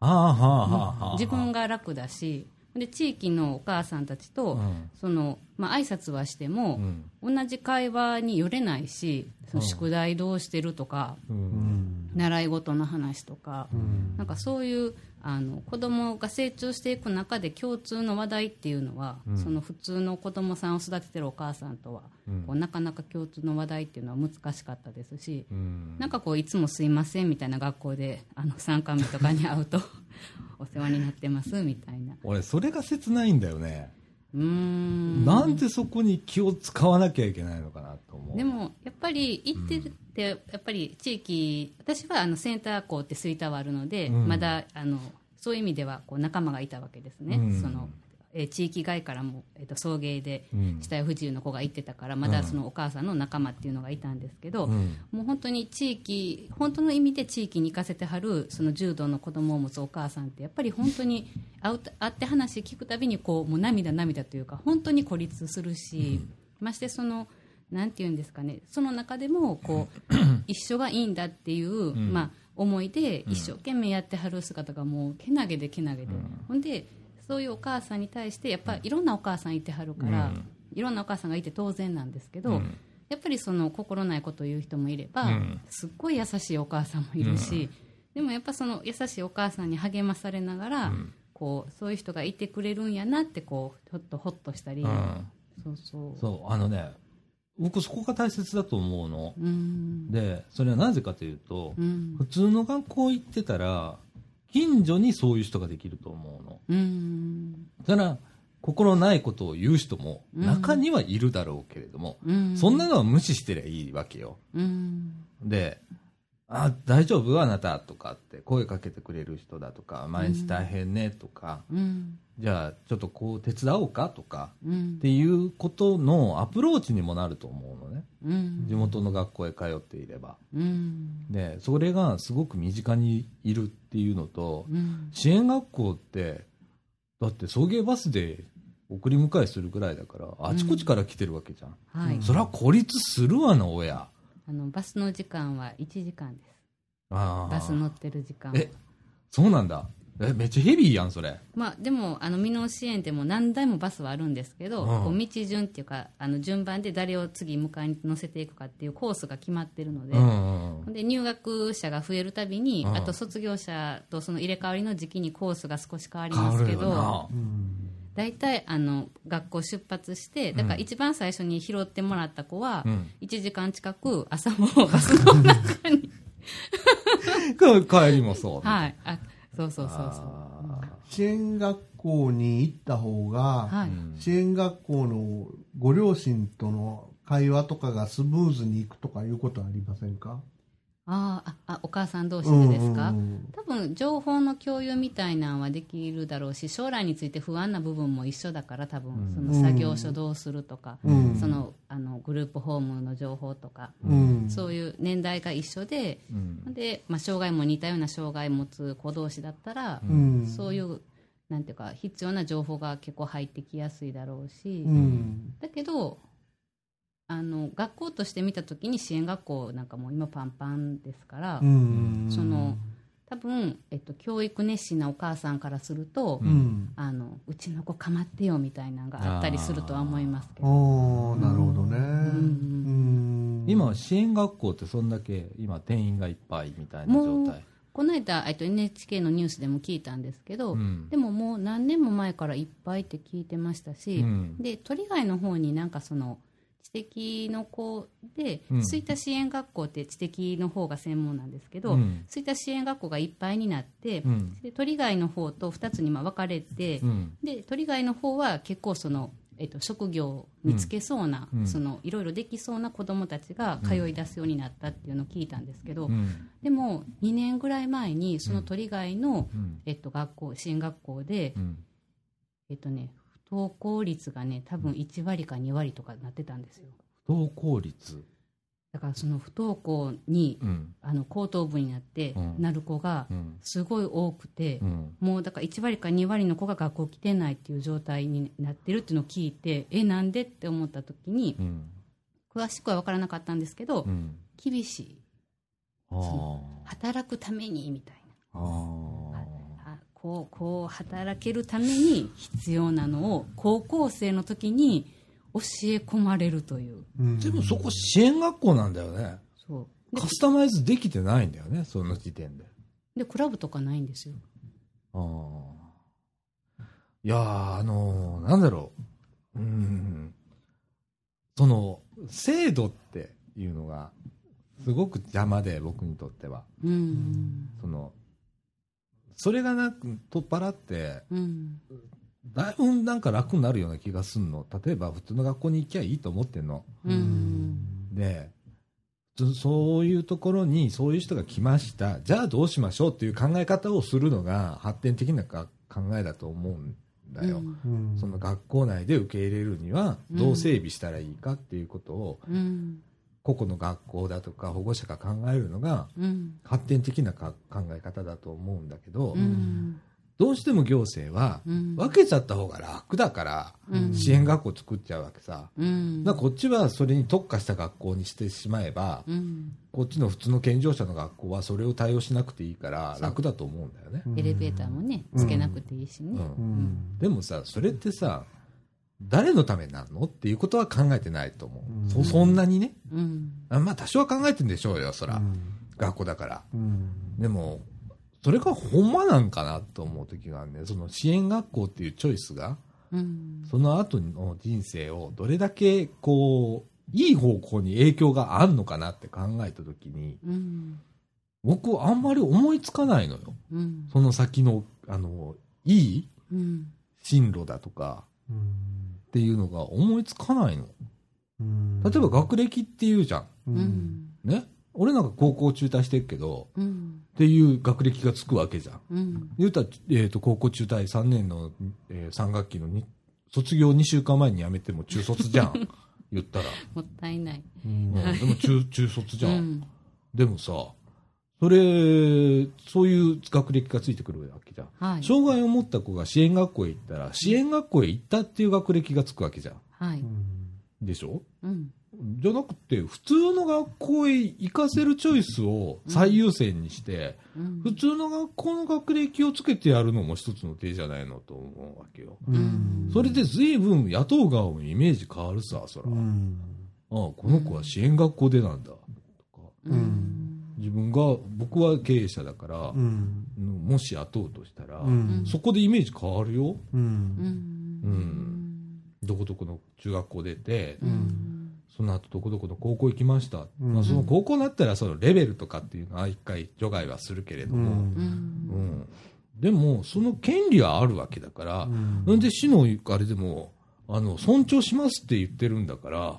Speaker 1: あはあはあはあはあ
Speaker 3: 自分が楽だしで地域のお母さんたちと、
Speaker 1: うん
Speaker 3: そのまあ挨拶はしても、
Speaker 1: うん
Speaker 3: 同じ会話に寄れないしその宿題どうしてるとか、
Speaker 1: うん
Speaker 3: 習い事の話とか、
Speaker 2: うん
Speaker 3: なんかそういうあの子供が成長していく中で共通の話題っていうのは、その普通の子供さんを育ててるお母さんとは、こうなかなか共通の話題っていうのは難しかったですし、
Speaker 1: うん
Speaker 3: なんかこういつも「すいません」みたいな学校であの参観日とかに会うと お世話になってますみたいな
Speaker 1: 俺それが切ないんだよね、
Speaker 3: うーん
Speaker 1: なんでそこに気を使わなきゃいけないのかなと思う
Speaker 3: でもやっぱり行ってるってやっぱり地域、私はあのセンター校ってスイタはあるので、
Speaker 1: うん
Speaker 3: まだあのそういう意味ではこう仲間がいたわけですね、
Speaker 1: うん
Speaker 3: そのえー地域外からも、えー、と送迎で
Speaker 1: うん
Speaker 3: 死体不自由の子が行ってたからまだそのお母さんの仲間っていうのがいたんですけど、
Speaker 1: うん
Speaker 3: もう本当に地域本当の意味で地域に行かせてはるその柔道の子供を持つお母さんってやっぱり本当 に会うた会って話聞くたびにこうもう涙涙というか本当に孤立するし、ましてそのなんていうんですかねその中でもこ う一緒がいいんだっていう、まあ、思いで一生懸命やってはる姿がもうけなげでけなげで、ほんでそういうお母さんに対してやっぱいろんなお母さんいてはるから、いろんなお母さんがいて当然なんですけど、やっぱりその心ないことを言う人もいれば、すっごい優しいお母さんもいるし、でもやっぱその優しいお母さんに励まされながら、こうそういう人がいてくれるんやなってこうちょっとホッとしたり、
Speaker 1: うん
Speaker 3: そうそう
Speaker 1: そうあのね僕そこが大切だと思うの
Speaker 3: うん
Speaker 1: でそれはなぜかというと、
Speaker 3: うん
Speaker 1: 普通の学校行ってたら近所にそういう人ができると思うの
Speaker 3: うん
Speaker 1: だから心ないことを言う人も
Speaker 3: うん
Speaker 1: 中にはいるだろうけれども、
Speaker 3: うん
Speaker 1: そんなのは無視してりゃいいわけよ
Speaker 3: うん
Speaker 1: で「あ大丈夫あなた」とかって声かけてくれる人だとか「毎日大変ね」とか、
Speaker 3: うん
Speaker 1: じゃあちょっとこう手伝おうか」とか
Speaker 3: うん
Speaker 1: っていうことのアプローチにもなると思うのね
Speaker 3: うん
Speaker 1: 地元の学校へ通っていれば
Speaker 3: うん
Speaker 1: でそれがすごく身近にいるっていうのと
Speaker 3: うん
Speaker 1: 支援学校ってだって送迎バスで送り迎えするぐらいだからあちこちから来てるわけじゃん、
Speaker 3: はい、
Speaker 1: そりゃ孤立するわな親
Speaker 3: あのバスの時間は1時間です
Speaker 1: あー
Speaker 3: バス乗ってる時間は
Speaker 1: えそうなんだえ、めっちゃヘビーやん、それ。
Speaker 3: まあ、でもあの未納支援でも何台もバスはあるんですけど、こう道順っていうかあの順番で誰を次迎えに乗せていくかっていうコースが決まってるので,、
Speaker 1: うん。
Speaker 3: で入学者が増えるたびに、あと卒業者とその入れ替わりの時期にコースが少し変わり
Speaker 1: 変
Speaker 3: ま
Speaker 1: わ
Speaker 3: す
Speaker 1: る
Speaker 3: け
Speaker 1: よ
Speaker 3: ど
Speaker 1: な。
Speaker 3: 大体あの学校出発してだから一番最初に拾ってもらった子は、1時間近く朝もバスの中に、
Speaker 1: か 帰りもそう。
Speaker 3: はい、あそうそうそうそう。
Speaker 1: あ
Speaker 2: 支援学校に行った方が、
Speaker 3: はい
Speaker 2: 支援学校のご両親との会話とかがスムーズにいくとかいうことはありませんか
Speaker 3: あーああお母さん同士でですか、
Speaker 2: うんうんうん
Speaker 3: 多分情報の共有みたいなんはできるだろうし将来について不安な部分も一緒だから多分、その作業所どうするとか、
Speaker 2: うん
Speaker 3: そのあのグループホームの情報とか、
Speaker 2: うん
Speaker 3: そういう年代が一緒で,、でまあ、障害も似たような障害を持つ子同士だったら、
Speaker 2: うん
Speaker 3: そういうなんていうか必要な情報が結構入ってきやすいだろうし。
Speaker 2: うん
Speaker 3: だけどあの学校として見た時に支援学校なんかもう今パンパンですから、
Speaker 2: うん
Speaker 3: その多分、えっと、教育熱心なお母さんからすると、う
Speaker 2: うん
Speaker 3: あのうちの子かまってよみたいなのがあったりするとは思いますけ
Speaker 2: あ
Speaker 3: ど
Speaker 2: あなるほどねうん
Speaker 1: 今は支援学校ってそんだけ今定員がいっぱいみたいな
Speaker 3: も
Speaker 1: 状
Speaker 3: う
Speaker 1: 態
Speaker 3: この間、えっと、NHK のニュースでも聞いたんですけど、
Speaker 1: ん
Speaker 3: でももう何年も前からいっぱいって聞いてましたし、
Speaker 1: うん
Speaker 3: で鳥貝の方になんかその知的の子で
Speaker 1: うん
Speaker 3: 吹田支援学校って知的の方が専門なんですけど、
Speaker 1: うん
Speaker 3: 吹田支援学校がいっぱいになって、
Speaker 1: うん
Speaker 3: で鳥貝の方と2つにまあ分かれて、
Speaker 1: うん
Speaker 3: で鳥貝の方は結構その、えっと、職業につけそうな、
Speaker 1: うん
Speaker 3: そのいろいろできそうな子どもたちが通い出すようになったっていうのを聞いたんですけど、
Speaker 1: うん
Speaker 3: でも2年ぐらい前にその鳥貝の、
Speaker 1: うん
Speaker 3: えっと、学校支援学校で、
Speaker 1: うん
Speaker 3: えっとね、不登校率がね多分1割か2割とかなってたんですよ
Speaker 1: 不登校率
Speaker 3: だからその不登校に、
Speaker 1: うん
Speaker 3: あの高等部になって
Speaker 1: うん
Speaker 3: なる子が
Speaker 1: うん
Speaker 3: すごい多くて、
Speaker 1: うん
Speaker 3: もうだから1割か2割の子が学校来てないっていう状態になってるっていうのを聞いてえなんでって思った時に
Speaker 1: うん
Speaker 3: 詳しくは分からなかったんですけど、
Speaker 1: うん
Speaker 3: 厳しい
Speaker 1: あー
Speaker 3: 働くためにみたい
Speaker 1: あ
Speaker 3: な
Speaker 1: ー
Speaker 3: あこうこう働けるために必要なのを高校生の時に教え込まれるという
Speaker 2: うん
Speaker 1: でもそこ支援学校なんだよね
Speaker 3: そうで
Speaker 1: カスタマイズできてないんだよねその時点で
Speaker 3: でクラブとかないんですよ
Speaker 1: あーいやーあのーなんだろううんその制度っていうのがすごく邪魔で僕にとっては
Speaker 3: うん
Speaker 1: そのそれがなく取っ払って
Speaker 3: うん
Speaker 1: だいぶなんか楽になるような気がすんの例えば普通の学校に行きゃいいと思ってんの
Speaker 3: うん
Speaker 1: でそそういうところにそういう人が来ましたじゃあどうしましょうっていう考え方をするのが発展的なか考えだと思うんだよ、
Speaker 2: うん
Speaker 1: その学校内で受け入れるには
Speaker 3: うん
Speaker 1: どう整備したらいいかっていうことを
Speaker 3: うん
Speaker 1: 個々の学校だとか保護者が考えるのが
Speaker 3: うん
Speaker 1: 発展的なか考え方だと思うんだけど、
Speaker 3: うん
Speaker 1: どうしても行政は
Speaker 3: うん
Speaker 1: 分けちゃった方が楽だから
Speaker 3: うん
Speaker 1: 支援学校作っちゃうわけさ。
Speaker 3: うん
Speaker 1: だからこっちはそれに特化した学校にしてしまえば、
Speaker 3: うん
Speaker 1: こっちの普通の健常者の学校はそれを対応しなくていいから楽だと思うんだよね。
Speaker 3: エレベーターもねつけなくていいし
Speaker 1: う
Speaker 3: ね
Speaker 1: ん
Speaker 2: うん
Speaker 1: でもさ、それってさ、誰のためになるのっていうことは考えてないと思う。
Speaker 2: うん
Speaker 1: そそんなにね。
Speaker 3: うん
Speaker 1: あまあ多少は考えてんでしょうよ、そら。
Speaker 2: うん
Speaker 1: 学校だから。
Speaker 2: うん
Speaker 1: でも、それがほんまなんかなと思う時があるね。その支援学校っていうチョイスが、
Speaker 3: うん
Speaker 1: その後の人生をどれだけこう、いい方向に影響があるのかなって考えた時に、
Speaker 3: うん
Speaker 1: 僕あんまり思いつかないのよ。
Speaker 3: うん
Speaker 1: その先の、あの、いい
Speaker 3: うん
Speaker 1: 進路だとか
Speaker 2: うん
Speaker 1: っていうのが思いつかないの。
Speaker 2: うん
Speaker 1: 例えば学歴っていうじゃん。
Speaker 2: う
Speaker 3: うんん
Speaker 1: ね。俺なんか高校中退してるけど、
Speaker 3: うん
Speaker 1: っていう学歴がつくわけじゃん。
Speaker 3: うん
Speaker 1: 言うたら、えーと、高校中退3年の、え3学期のに卒業2週間前に辞めても中卒じゃん。言ったら。
Speaker 3: もったいない
Speaker 1: うんでも中、中卒じゃん。
Speaker 3: うん
Speaker 1: でもさ、それ、そういう学歴がついてくるわけじゃん。
Speaker 3: はい
Speaker 1: 障害を持った子が支援学校へ行ったら、支援学校へ行ったっていう学歴がつくわけじゃん。
Speaker 3: はい
Speaker 2: うん
Speaker 1: でしょ
Speaker 3: うん
Speaker 1: じゃなくて、普通の学校へ行かせるチョイスを最優先にして、
Speaker 3: うん
Speaker 1: 普通の学校の学歴をつけてやるのも一つの手じゃないのと思うわけよ。
Speaker 2: うん
Speaker 1: それで随分野党側もイメージ変わるさ、そら。
Speaker 2: う
Speaker 1: ああ
Speaker 2: ん
Speaker 1: この子は支援学校でなんだ。とか
Speaker 2: うん
Speaker 1: 自分が、僕は経営者だから、
Speaker 2: うん
Speaker 1: もし野党としたら、
Speaker 2: うん
Speaker 1: そこでイメージ変わるよ。
Speaker 2: うん
Speaker 1: うんどこどこの中学校出て、
Speaker 2: うん
Speaker 1: その後どこどこの高校行きました。
Speaker 2: うん
Speaker 1: まあその高校になったらそのレベルとかっていうのは一回除外はするけれど
Speaker 2: う
Speaker 1: も、
Speaker 2: ん
Speaker 1: うんでもその権利はあるわけだから、なんで市のあれでも、あの、尊重しますって言ってるんだから、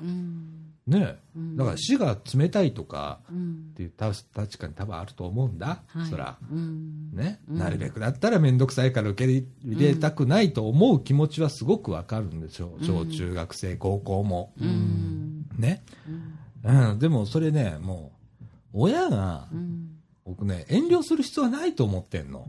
Speaker 1: ねえだから市が冷たいとかっていうた確かに多分あると思うんだ、そら。ね、
Speaker 3: うん
Speaker 1: なるべくだったら面倒くさいから受け入れ入れたくないと思う気持ちはすごくわかるんでしょう、小中学生、高校も。ね、うん、でもそれね、もう、親が、僕ね、遠慮する必要はないと思ってんの。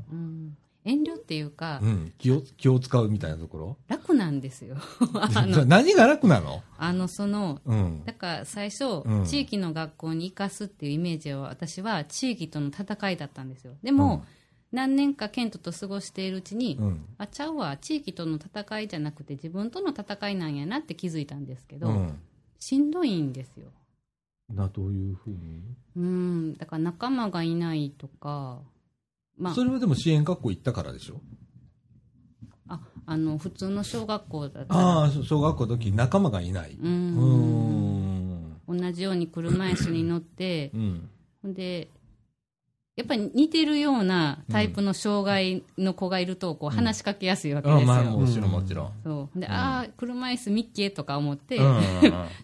Speaker 3: 遠慮っていうか
Speaker 1: うん、気を、気を使うみたいなところ。
Speaker 3: 楽なんですよ あの
Speaker 1: 何が楽なの
Speaker 3: あのその
Speaker 1: うん。
Speaker 3: だから最初、
Speaker 1: うん
Speaker 3: 地域の学校に生かすっていうイメージは私は地域との戦いだったんですよでも、何年か県都と過ごしているうちに、
Speaker 1: うん。
Speaker 3: あちゃうわ地域との戦いじゃなくて自分との戦いなんやなって気づいたんですけど、
Speaker 1: うん。
Speaker 3: しんどいんですよ
Speaker 1: な、どういうふうに
Speaker 3: うんだから仲間がいないとかまあ
Speaker 1: それはでも支援学校行ったからでしょ
Speaker 3: ああの普通の小学校だったら
Speaker 1: ああ、そう小学校の時仲間がいない。
Speaker 3: う
Speaker 1: うんん。
Speaker 3: 同じように車椅子に乗って
Speaker 1: うん。
Speaker 3: ほんで、やっぱり似てるようなタイプの障害の子がいると、こう話しかけやすいわけ
Speaker 1: あ
Speaker 3: ですよ。
Speaker 1: まあ、もちろんもちろん。
Speaker 3: そう。ほんで、ああ、車椅子ミッキーとか思って、
Speaker 1: うん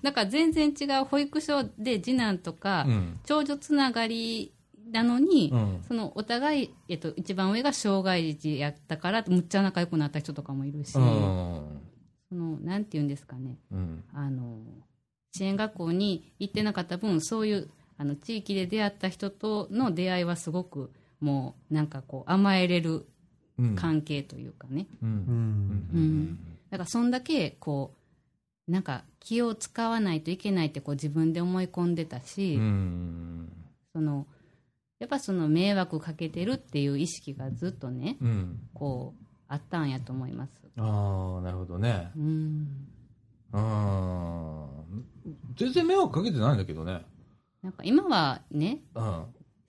Speaker 3: なんか全然違う保育所で次男とか、
Speaker 1: うん
Speaker 3: 長女つながりなのに、
Speaker 1: うん
Speaker 3: そのお互い、えっと、一番上が障害児やったから、むっちゃ仲良くなった人とかもいるし、
Speaker 1: うん
Speaker 3: その、なんて言うんですかね。
Speaker 1: うん
Speaker 3: あの支援学校に行ってなかった分そういうあの地域で出会った人との出会いはすごくもうなんかこう甘えれる
Speaker 1: うん
Speaker 3: 関係というかね、
Speaker 1: うん
Speaker 2: うん
Speaker 3: だからそんだけこうなんか気を使わないといけないってこう自分で思い込んでたし、
Speaker 1: うん
Speaker 3: そのやっぱその迷惑かけてるっていう意識がずっとね
Speaker 1: うん
Speaker 3: こうあったんやと思います。
Speaker 1: ああなるほどね
Speaker 3: うん
Speaker 1: うん全然迷惑かけてないんだけどね
Speaker 3: なんか今はね
Speaker 1: うん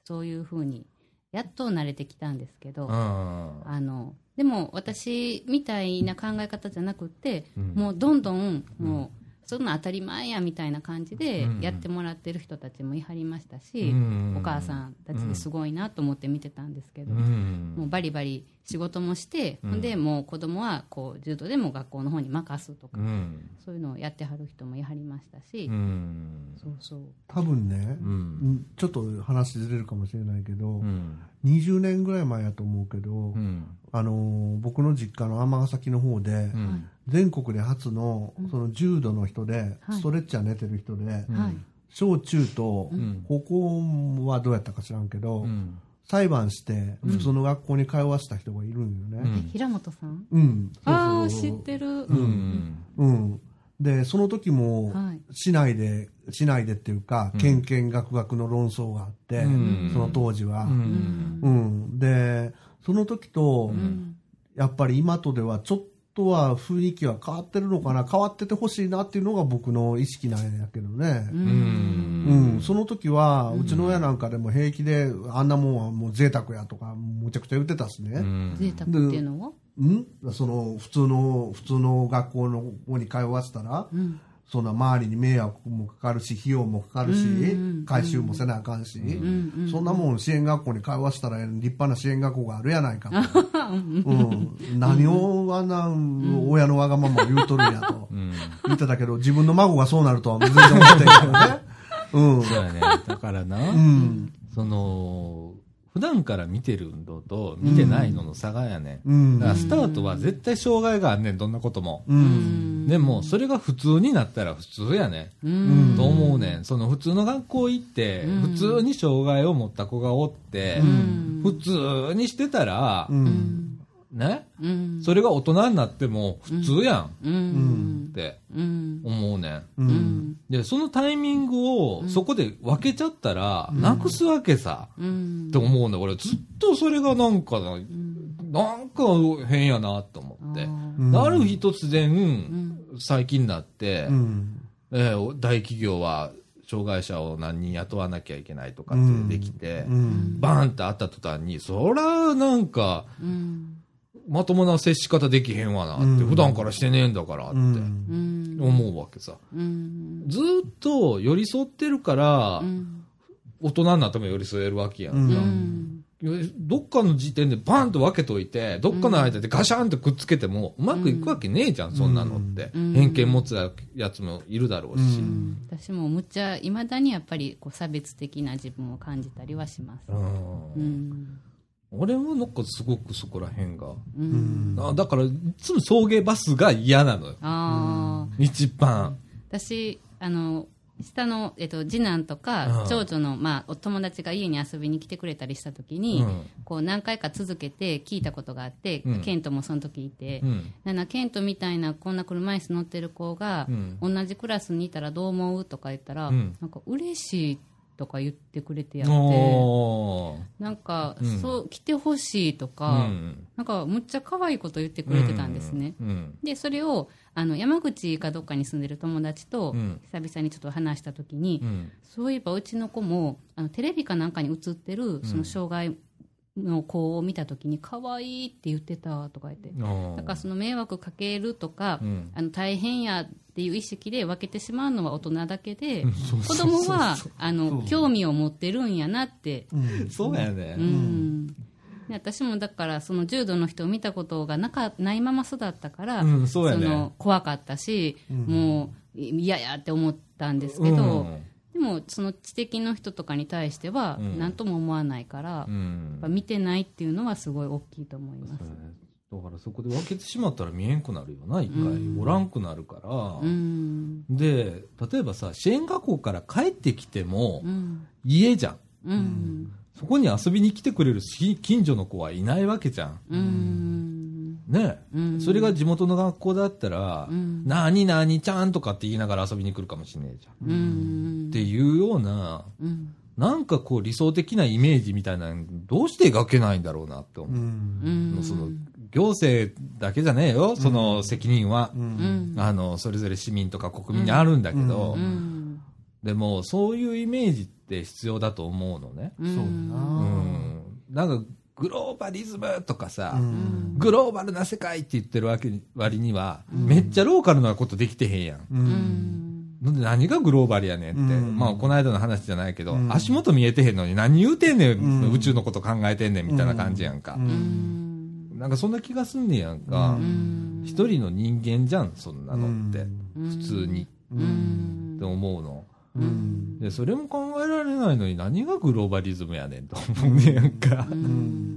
Speaker 3: そういうふうにやっと慣れてきたんですけ
Speaker 1: う
Speaker 3: ど、
Speaker 1: ん
Speaker 3: あのでも私みたいな考え方じゃなくて、
Speaker 1: うん
Speaker 3: もうどんどんもうそんな当たり前やみたいな感じで
Speaker 1: うん
Speaker 3: やってもらってる人たちもいはりましたし、
Speaker 1: うん
Speaker 3: お母さんたちですごいなと思って見てたんですけど、
Speaker 1: う
Speaker 3: もうんバリバリ仕事もして、
Speaker 1: うん
Speaker 3: ほんでもう子供はこう柔道でも学校の方に任すとか、
Speaker 1: うん
Speaker 3: そういうのをやってはる人もいはりましたし、
Speaker 1: うん
Speaker 3: そうそう
Speaker 2: 多分ね
Speaker 1: う、ん
Speaker 2: うんちょっと話ずれるかもしれないけど、
Speaker 1: うん
Speaker 2: 20年ぐらい前やと思うけど、
Speaker 1: うん
Speaker 2: あのー僕の実家の尼崎の方で、
Speaker 1: うん
Speaker 2: 全国で初のその重度の人で、
Speaker 3: はい
Speaker 2: ストレッチャー寝てる人で、
Speaker 1: うん
Speaker 3: はい
Speaker 2: 小中と、
Speaker 1: ん
Speaker 2: 高校はどうやったか知らんけど、
Speaker 1: うん
Speaker 2: 裁判して普通の学校に通わせた人がいるんよ
Speaker 1: う
Speaker 2: ね。
Speaker 1: ん
Speaker 3: え平本さん
Speaker 2: うん、そうそう
Speaker 3: ああ知ってる、
Speaker 1: うん
Speaker 2: うん、でその時も、
Speaker 3: はい
Speaker 2: 市内で市内でっていうか、
Speaker 1: うん
Speaker 2: 県県学学の論争があって、
Speaker 1: うん
Speaker 2: その当時は
Speaker 1: う、ん
Speaker 2: うんでその時と、
Speaker 3: うん
Speaker 2: やっぱり今とではちょっとは雰囲気は変わってるのかな変わっててほしいなっていうのが僕の意識なんやけどね、
Speaker 3: う
Speaker 1: うん
Speaker 2: うんんその時はうちの親なんかでも平気であんなもんはもう贅沢やとかむちゃくちゃ言ってたし
Speaker 1: う
Speaker 2: ね、
Speaker 1: ん
Speaker 3: 贅沢っていうのを、
Speaker 2: うん、その普通の普通の学校の方に通わせたら、
Speaker 3: うん
Speaker 2: そんな周りに迷惑もかかるし費用もかかるし、
Speaker 3: うんうん
Speaker 2: 回収もせなあかんし、
Speaker 3: んうん
Speaker 2: そんなもん支援学校に通わせたら立派な支援学校があるやないかと。 うん、何をあんな、親のわがままを言うとるんやと
Speaker 1: うん
Speaker 2: 言ってたけど、自分の孫がそうなるとは全然思ってんからね。 うん。
Speaker 1: そうやねだからな
Speaker 2: うん。
Speaker 1: その普段から見てるのと見てないのの差がやね、、
Speaker 2: うんん
Speaker 1: だからスタートは絶対障害があんねんどんなことも、
Speaker 2: うん。
Speaker 1: でもそれが普通になったら普通やね、
Speaker 3: うん
Speaker 1: と思うねんその普通の学校行って
Speaker 3: うん
Speaker 1: 普通に障害を持った子がおって、
Speaker 2: うん
Speaker 1: 普通にしてたら、
Speaker 2: うん。
Speaker 1: ね、
Speaker 3: うん
Speaker 1: それが大人になっても普通やん
Speaker 3: う
Speaker 1: っ
Speaker 3: ん
Speaker 1: て
Speaker 3: うん
Speaker 1: 思うねん。
Speaker 2: う
Speaker 3: うんん
Speaker 1: で、そのタイミングをそこで分けちゃったら、なくすわけさ、
Speaker 3: うん
Speaker 1: って思うんだ。俺ずっとそれがなんかな、なんか変やなと思って。
Speaker 2: あー
Speaker 1: ある日突然、
Speaker 3: ん
Speaker 1: 最近になって、
Speaker 2: うん
Speaker 1: えー大企業は障害者を何人雇わなきゃいけないとかってできて、
Speaker 2: うん
Speaker 1: バーンってあった途端に、そらなんか、
Speaker 3: うん
Speaker 1: まともな接し方できへんわなって、
Speaker 2: うん
Speaker 1: 普段からしてねえんだからって
Speaker 2: うん
Speaker 3: うん
Speaker 1: 思うわけさ。
Speaker 3: うん
Speaker 1: ずーっと寄り添ってるから
Speaker 3: う、ん
Speaker 1: 大人になっても寄り添えるわけや。
Speaker 2: うん
Speaker 3: うん
Speaker 1: どっかの時点でバーンと分けといて、どっかの間でガシャンってくっつけても、うまくいくわけねえじゃん、そんなのって。
Speaker 3: うん
Speaker 1: 偏見持つやつもいるだろうし。
Speaker 2: うん
Speaker 3: 私もむっちゃいまだにやっぱりこう差別的な自分を感じたりはします。
Speaker 1: うん
Speaker 3: うん
Speaker 1: 俺もなんかすごくそこら辺が。
Speaker 3: う
Speaker 2: うんん
Speaker 1: あだから、いつも送迎バスが嫌なのよ。
Speaker 3: ああ
Speaker 1: 一番。
Speaker 3: 私あの下の、えっと、次男と
Speaker 1: う
Speaker 3: か
Speaker 1: ん
Speaker 3: 長女の、まあ、お友達が家に遊びに来てくれたりした時
Speaker 1: う
Speaker 3: に、
Speaker 1: ん。
Speaker 3: こう何回か続けて聞いたことがあって、
Speaker 1: うん
Speaker 3: ケントもその時いて、
Speaker 1: うん。
Speaker 3: なんだケントみたいなこんな車椅子乗ってる子が、
Speaker 1: うん
Speaker 3: 同じクラスにいたらどう思うとか言ったら、
Speaker 1: うん
Speaker 3: なんか嬉しいとか言ってくれてやって
Speaker 1: おー
Speaker 3: なんか、
Speaker 1: うん
Speaker 3: そう来てほしいと
Speaker 1: う
Speaker 3: か、
Speaker 1: ん。
Speaker 3: なんかむっちゃ可愛いこと言ってくれてたんですね、
Speaker 1: うん。
Speaker 3: でそれをあの山口かどっかに住んでる友達と、
Speaker 1: うん
Speaker 3: 久々にちょっと話した時に、
Speaker 1: うん。
Speaker 3: そういえばうちの子もあのテレビかなんかに映ってるその障害の子を見た時に可愛いって言ってたとか言って、
Speaker 1: うん
Speaker 3: だからその迷惑かけるとか、
Speaker 1: うん
Speaker 3: あの大変やっていう意識で分けてしまうのは大人だけで、
Speaker 1: そう
Speaker 3: 子
Speaker 1: そう
Speaker 3: 供はあの興味を持ってるんやなって、
Speaker 2: うん
Speaker 1: そうやね。
Speaker 3: うんで私もだからその重度の人を見たことがなかないまま育ったから、
Speaker 1: うんそうやね
Speaker 3: の怖かったし、もう嫌やって思ったんですけど、
Speaker 1: うん
Speaker 3: でもその知的の人とかに対しては
Speaker 1: うん
Speaker 3: 何とも思わないから、
Speaker 1: う
Speaker 3: や
Speaker 1: ん
Speaker 3: っぱ見てないっていうのはすごい大きいと思います。
Speaker 1: だからそこで分けてしまったら見えんくなるよな一回、
Speaker 3: うん
Speaker 1: おらんくなるから、
Speaker 3: うん
Speaker 1: で例えばさ支援学校から帰ってきても
Speaker 3: うん
Speaker 1: 家じゃん
Speaker 3: うん
Speaker 1: そこに遊びに来てくれるし近所の子はいないわけじゃん
Speaker 3: うん
Speaker 1: ねえ、
Speaker 3: うん
Speaker 1: それが地元の学校だったら
Speaker 3: う
Speaker 1: 「
Speaker 3: ん
Speaker 1: なになにちゃん」とかって言いながら遊びに来るかもしれないじゃん、
Speaker 3: うんうん
Speaker 1: っていうような
Speaker 3: うん
Speaker 1: なんかこう理想的なイメージみたいなのどうして描けないんだろうなって思う、
Speaker 2: うん
Speaker 3: うん
Speaker 1: その行政だけじゃねえよ、その責任は、
Speaker 3: うん
Speaker 1: あのそれぞれ市民とか国民にあるんだけど、
Speaker 3: うん
Speaker 1: でもそういうイメージって必要だと思うのね、
Speaker 3: うん
Speaker 2: そうや
Speaker 1: う、
Speaker 2: なん
Speaker 1: なんかグローバリズムとかさ、
Speaker 2: うん
Speaker 1: グローバルな世界って言ってるわけ割には、めっちゃローカルなことできてへんやん。
Speaker 2: う
Speaker 3: うんん
Speaker 1: なんで何がグローバルやねんって、
Speaker 2: うん
Speaker 1: まあこの間の話じゃないけど、
Speaker 2: うん
Speaker 1: 足元見えてへんのに何言うてんねん、
Speaker 2: うん
Speaker 1: 宇宙のこと考えてんねんみたいな感じやんか、
Speaker 2: うん
Speaker 3: うん
Speaker 1: なんかそんな気がすんねやんか、
Speaker 3: うん
Speaker 1: 一人の人間じゃんそんなのって、
Speaker 3: うん
Speaker 1: 普通に
Speaker 3: うん
Speaker 1: って思うの
Speaker 2: うん
Speaker 1: でそれも考えられないのに何がグローバリズムやねんと思うねやんか
Speaker 3: うん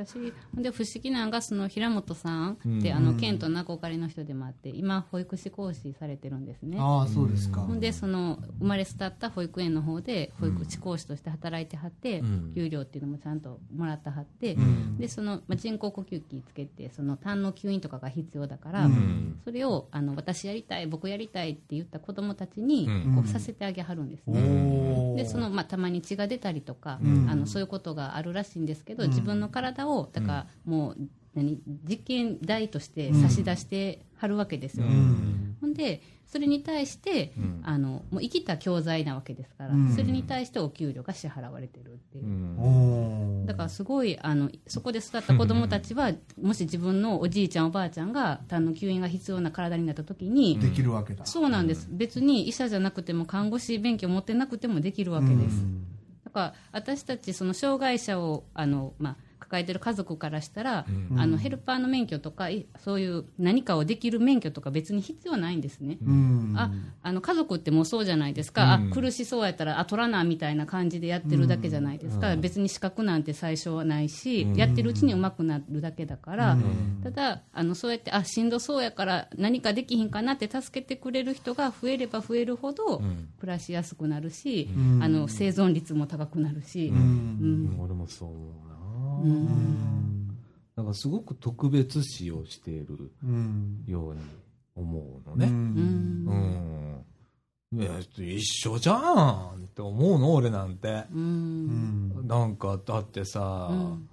Speaker 3: 私で不思議なんがその平本さんって、
Speaker 1: うん
Speaker 3: あの県との憧れの人でもあって今保育士講師されてるんですね
Speaker 2: ああそうですか
Speaker 3: ほんでその生まれ育った保育園の方で保育士講師として働いてはって、
Speaker 1: うん
Speaker 3: 給料っていうのもちゃんともらってはって、
Speaker 2: ん
Speaker 3: でその、まあ、人工呼吸器つけてその痰の吸引とかが必要だから、
Speaker 1: うん
Speaker 3: それをあの私やりたい僕やりたいって言った子どもたちに
Speaker 1: うん
Speaker 3: こうさせてあげはるんですね。
Speaker 2: おー
Speaker 3: でそのまあ、たまに血が出たりとか、
Speaker 2: ん
Speaker 3: あのそういうことがあるらしいんですけど、自分の体をだからもう何実験台として差し出してはるわけですよ、
Speaker 2: うん
Speaker 3: ほんでそれに対して、
Speaker 1: ん
Speaker 3: あのもう生きた教材なわけですから、
Speaker 2: うん
Speaker 3: それに対してお給料が支払われてるっていうう、
Speaker 1: ん
Speaker 2: おー
Speaker 3: だからすごいあのそこで育った子どもたちは、もし自分のおじいちゃんおばあちゃんが痰の吸引が必要な体になった時に、
Speaker 2: できるわけだ
Speaker 3: そうなんです、別に医者じゃなくても看護師免許持ってなくてもできるわけです、だから私たちその障害者をあの、まあ、抱えてる家族からしたら、あのヘルパーの免許とかいそういう何かをできる免許とか別に必要ないんですね、
Speaker 2: うん
Speaker 3: ああの家族ってもうそうじゃないですか、
Speaker 1: うん
Speaker 3: あ苦しそうやったらあ取らなみたいな感じでやってるだけじゃないですか、別に資格なんて最初はないし、やってるうちにうまくなるだけだから、ただあのそうやってあしんどそうやから何かできひんかなって助けてくれる人が増えれば増えるほど、
Speaker 1: ん
Speaker 3: 暮らしやすくなるし、
Speaker 2: うん
Speaker 3: あの生存率も高くなるし、
Speaker 2: うん
Speaker 3: うん
Speaker 1: 俺もそう思うな
Speaker 3: うん
Speaker 1: なんかすごく特別視をしている
Speaker 2: うん
Speaker 1: ように思うの
Speaker 2: う
Speaker 1: ね。
Speaker 3: うん
Speaker 1: うんん。いや一緒じゃんって思うの、俺なんて。
Speaker 3: う
Speaker 2: うんん
Speaker 1: なんか、だってさ、
Speaker 3: うん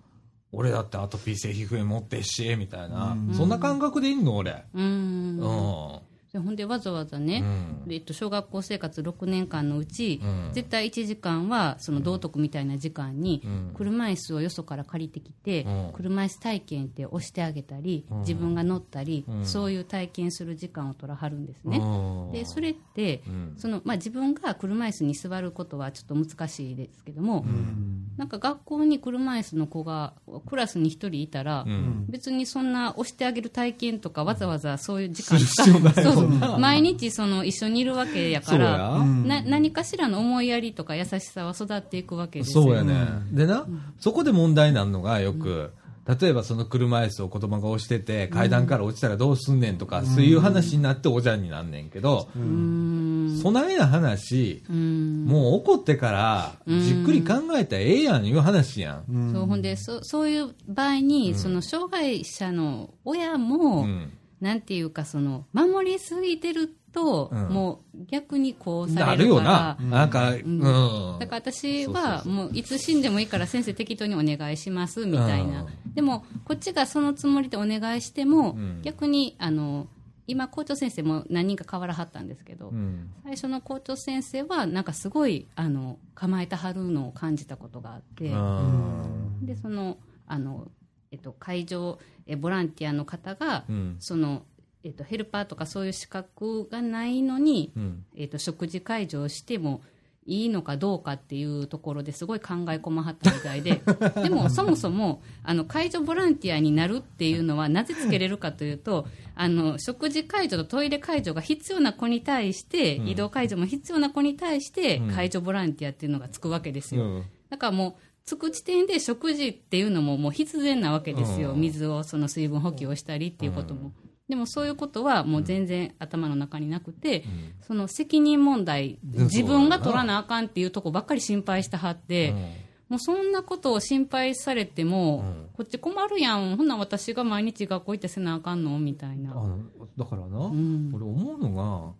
Speaker 1: 俺だってアトピー性皮膚炎持ってるし、みたいな。
Speaker 2: うん
Speaker 1: そんな感覚でいいの、俺。う
Speaker 3: う
Speaker 1: んん。
Speaker 3: でほんでわざわざ
Speaker 1: う
Speaker 3: ね、
Speaker 1: ん
Speaker 3: えっと、小学校生活6年間のうち、
Speaker 1: うん
Speaker 3: 絶対1時間はその道徳みたいな時間に、
Speaker 1: うん
Speaker 3: 車椅子をよそから借りてきて、
Speaker 1: うん
Speaker 3: 車椅子体験って押してあげたり、
Speaker 1: うん
Speaker 3: 自分が乗ったり、
Speaker 1: うん
Speaker 3: そういう体験する時間を取らはるんですね。
Speaker 1: うん
Speaker 3: でそれって、
Speaker 1: うん
Speaker 3: そのまあ、自分が車椅子に座ることはちょっと難しいですけども、
Speaker 2: うん
Speaker 3: なんか学校に車椅子の子がクラスに1人いたら、
Speaker 1: うん
Speaker 3: 別にそんな押してあげる体験とかわざわざそういう時間使
Speaker 1: する必要ない
Speaker 3: そう
Speaker 1: も
Speaker 3: そうん 毎日その一緒にいるわけや
Speaker 1: そ
Speaker 3: か
Speaker 1: う
Speaker 3: ら
Speaker 1: や。
Speaker 3: な何かしらの思いやりとか優しさは育っていくわけですよ
Speaker 1: そうやね。でな、そこで問題になるのがよく、例えばその車椅子を子供が押してて、階段から落ちたらどうすんねんとか、そういう話になっておじゃんになんねんけど、そないな話、
Speaker 3: うん
Speaker 1: もう怒ってから、じっくり考えたらええやんいう話やん。
Speaker 2: うん
Speaker 3: そうほんでそそういう場合に、その障害者の親
Speaker 1: う
Speaker 3: も、
Speaker 1: ん。
Speaker 3: なんていうかその守りすぎてると、
Speaker 1: うん
Speaker 3: もう逆にこうさ
Speaker 1: な
Speaker 3: れ
Speaker 1: る
Speaker 3: る
Speaker 1: よ
Speaker 3: から
Speaker 1: な。なんか、うんん。
Speaker 3: だから私はもういつ死んでもいいから先生適当にお願いしますみたいな、でもこっちがそのつもりでお願いしても、
Speaker 1: うん
Speaker 3: 逆にあの今校長先生も何人か変わらはったんですけど、
Speaker 1: うん
Speaker 3: 最初の校長先生はなんかすごいあの構えてはるのを感じたことがあって、
Speaker 1: うん
Speaker 3: でそのあの、えっと、会場えボランティアの方が、
Speaker 1: うん
Speaker 3: そのえっと、ヘルパーとかそういう資格がないのに、
Speaker 1: うん
Speaker 3: えっと、食事会場をしてもいいのかどうかっていうところですごい考え込まはったみた いででもそもそもあの介助ボランティアになるっていうのはなぜつけれるかというとあの食事介助とトイレ介助が必要な子に対して、移動介助も必要な子に対して、
Speaker 1: うん
Speaker 3: 介助ボランティアっていうのがつくわけです
Speaker 1: う
Speaker 3: よ。
Speaker 1: ん
Speaker 3: だからもうつく時点で食事っていうのももう必然なわけですよ、
Speaker 1: うん
Speaker 3: 水をその水分補給をしたりっていうことも、でもそういうことはもう全然頭の中になくて、その責任問題、
Speaker 1: うん
Speaker 3: 自分が取らなあかんっていうとこばっかり心配してはって、もうそんなことを心配されても、
Speaker 1: うん
Speaker 3: こっち困るやん、ほんなん私が毎日学校行ってせなあかんのみたいな。
Speaker 1: あのだからな、
Speaker 3: ん
Speaker 1: 俺思うの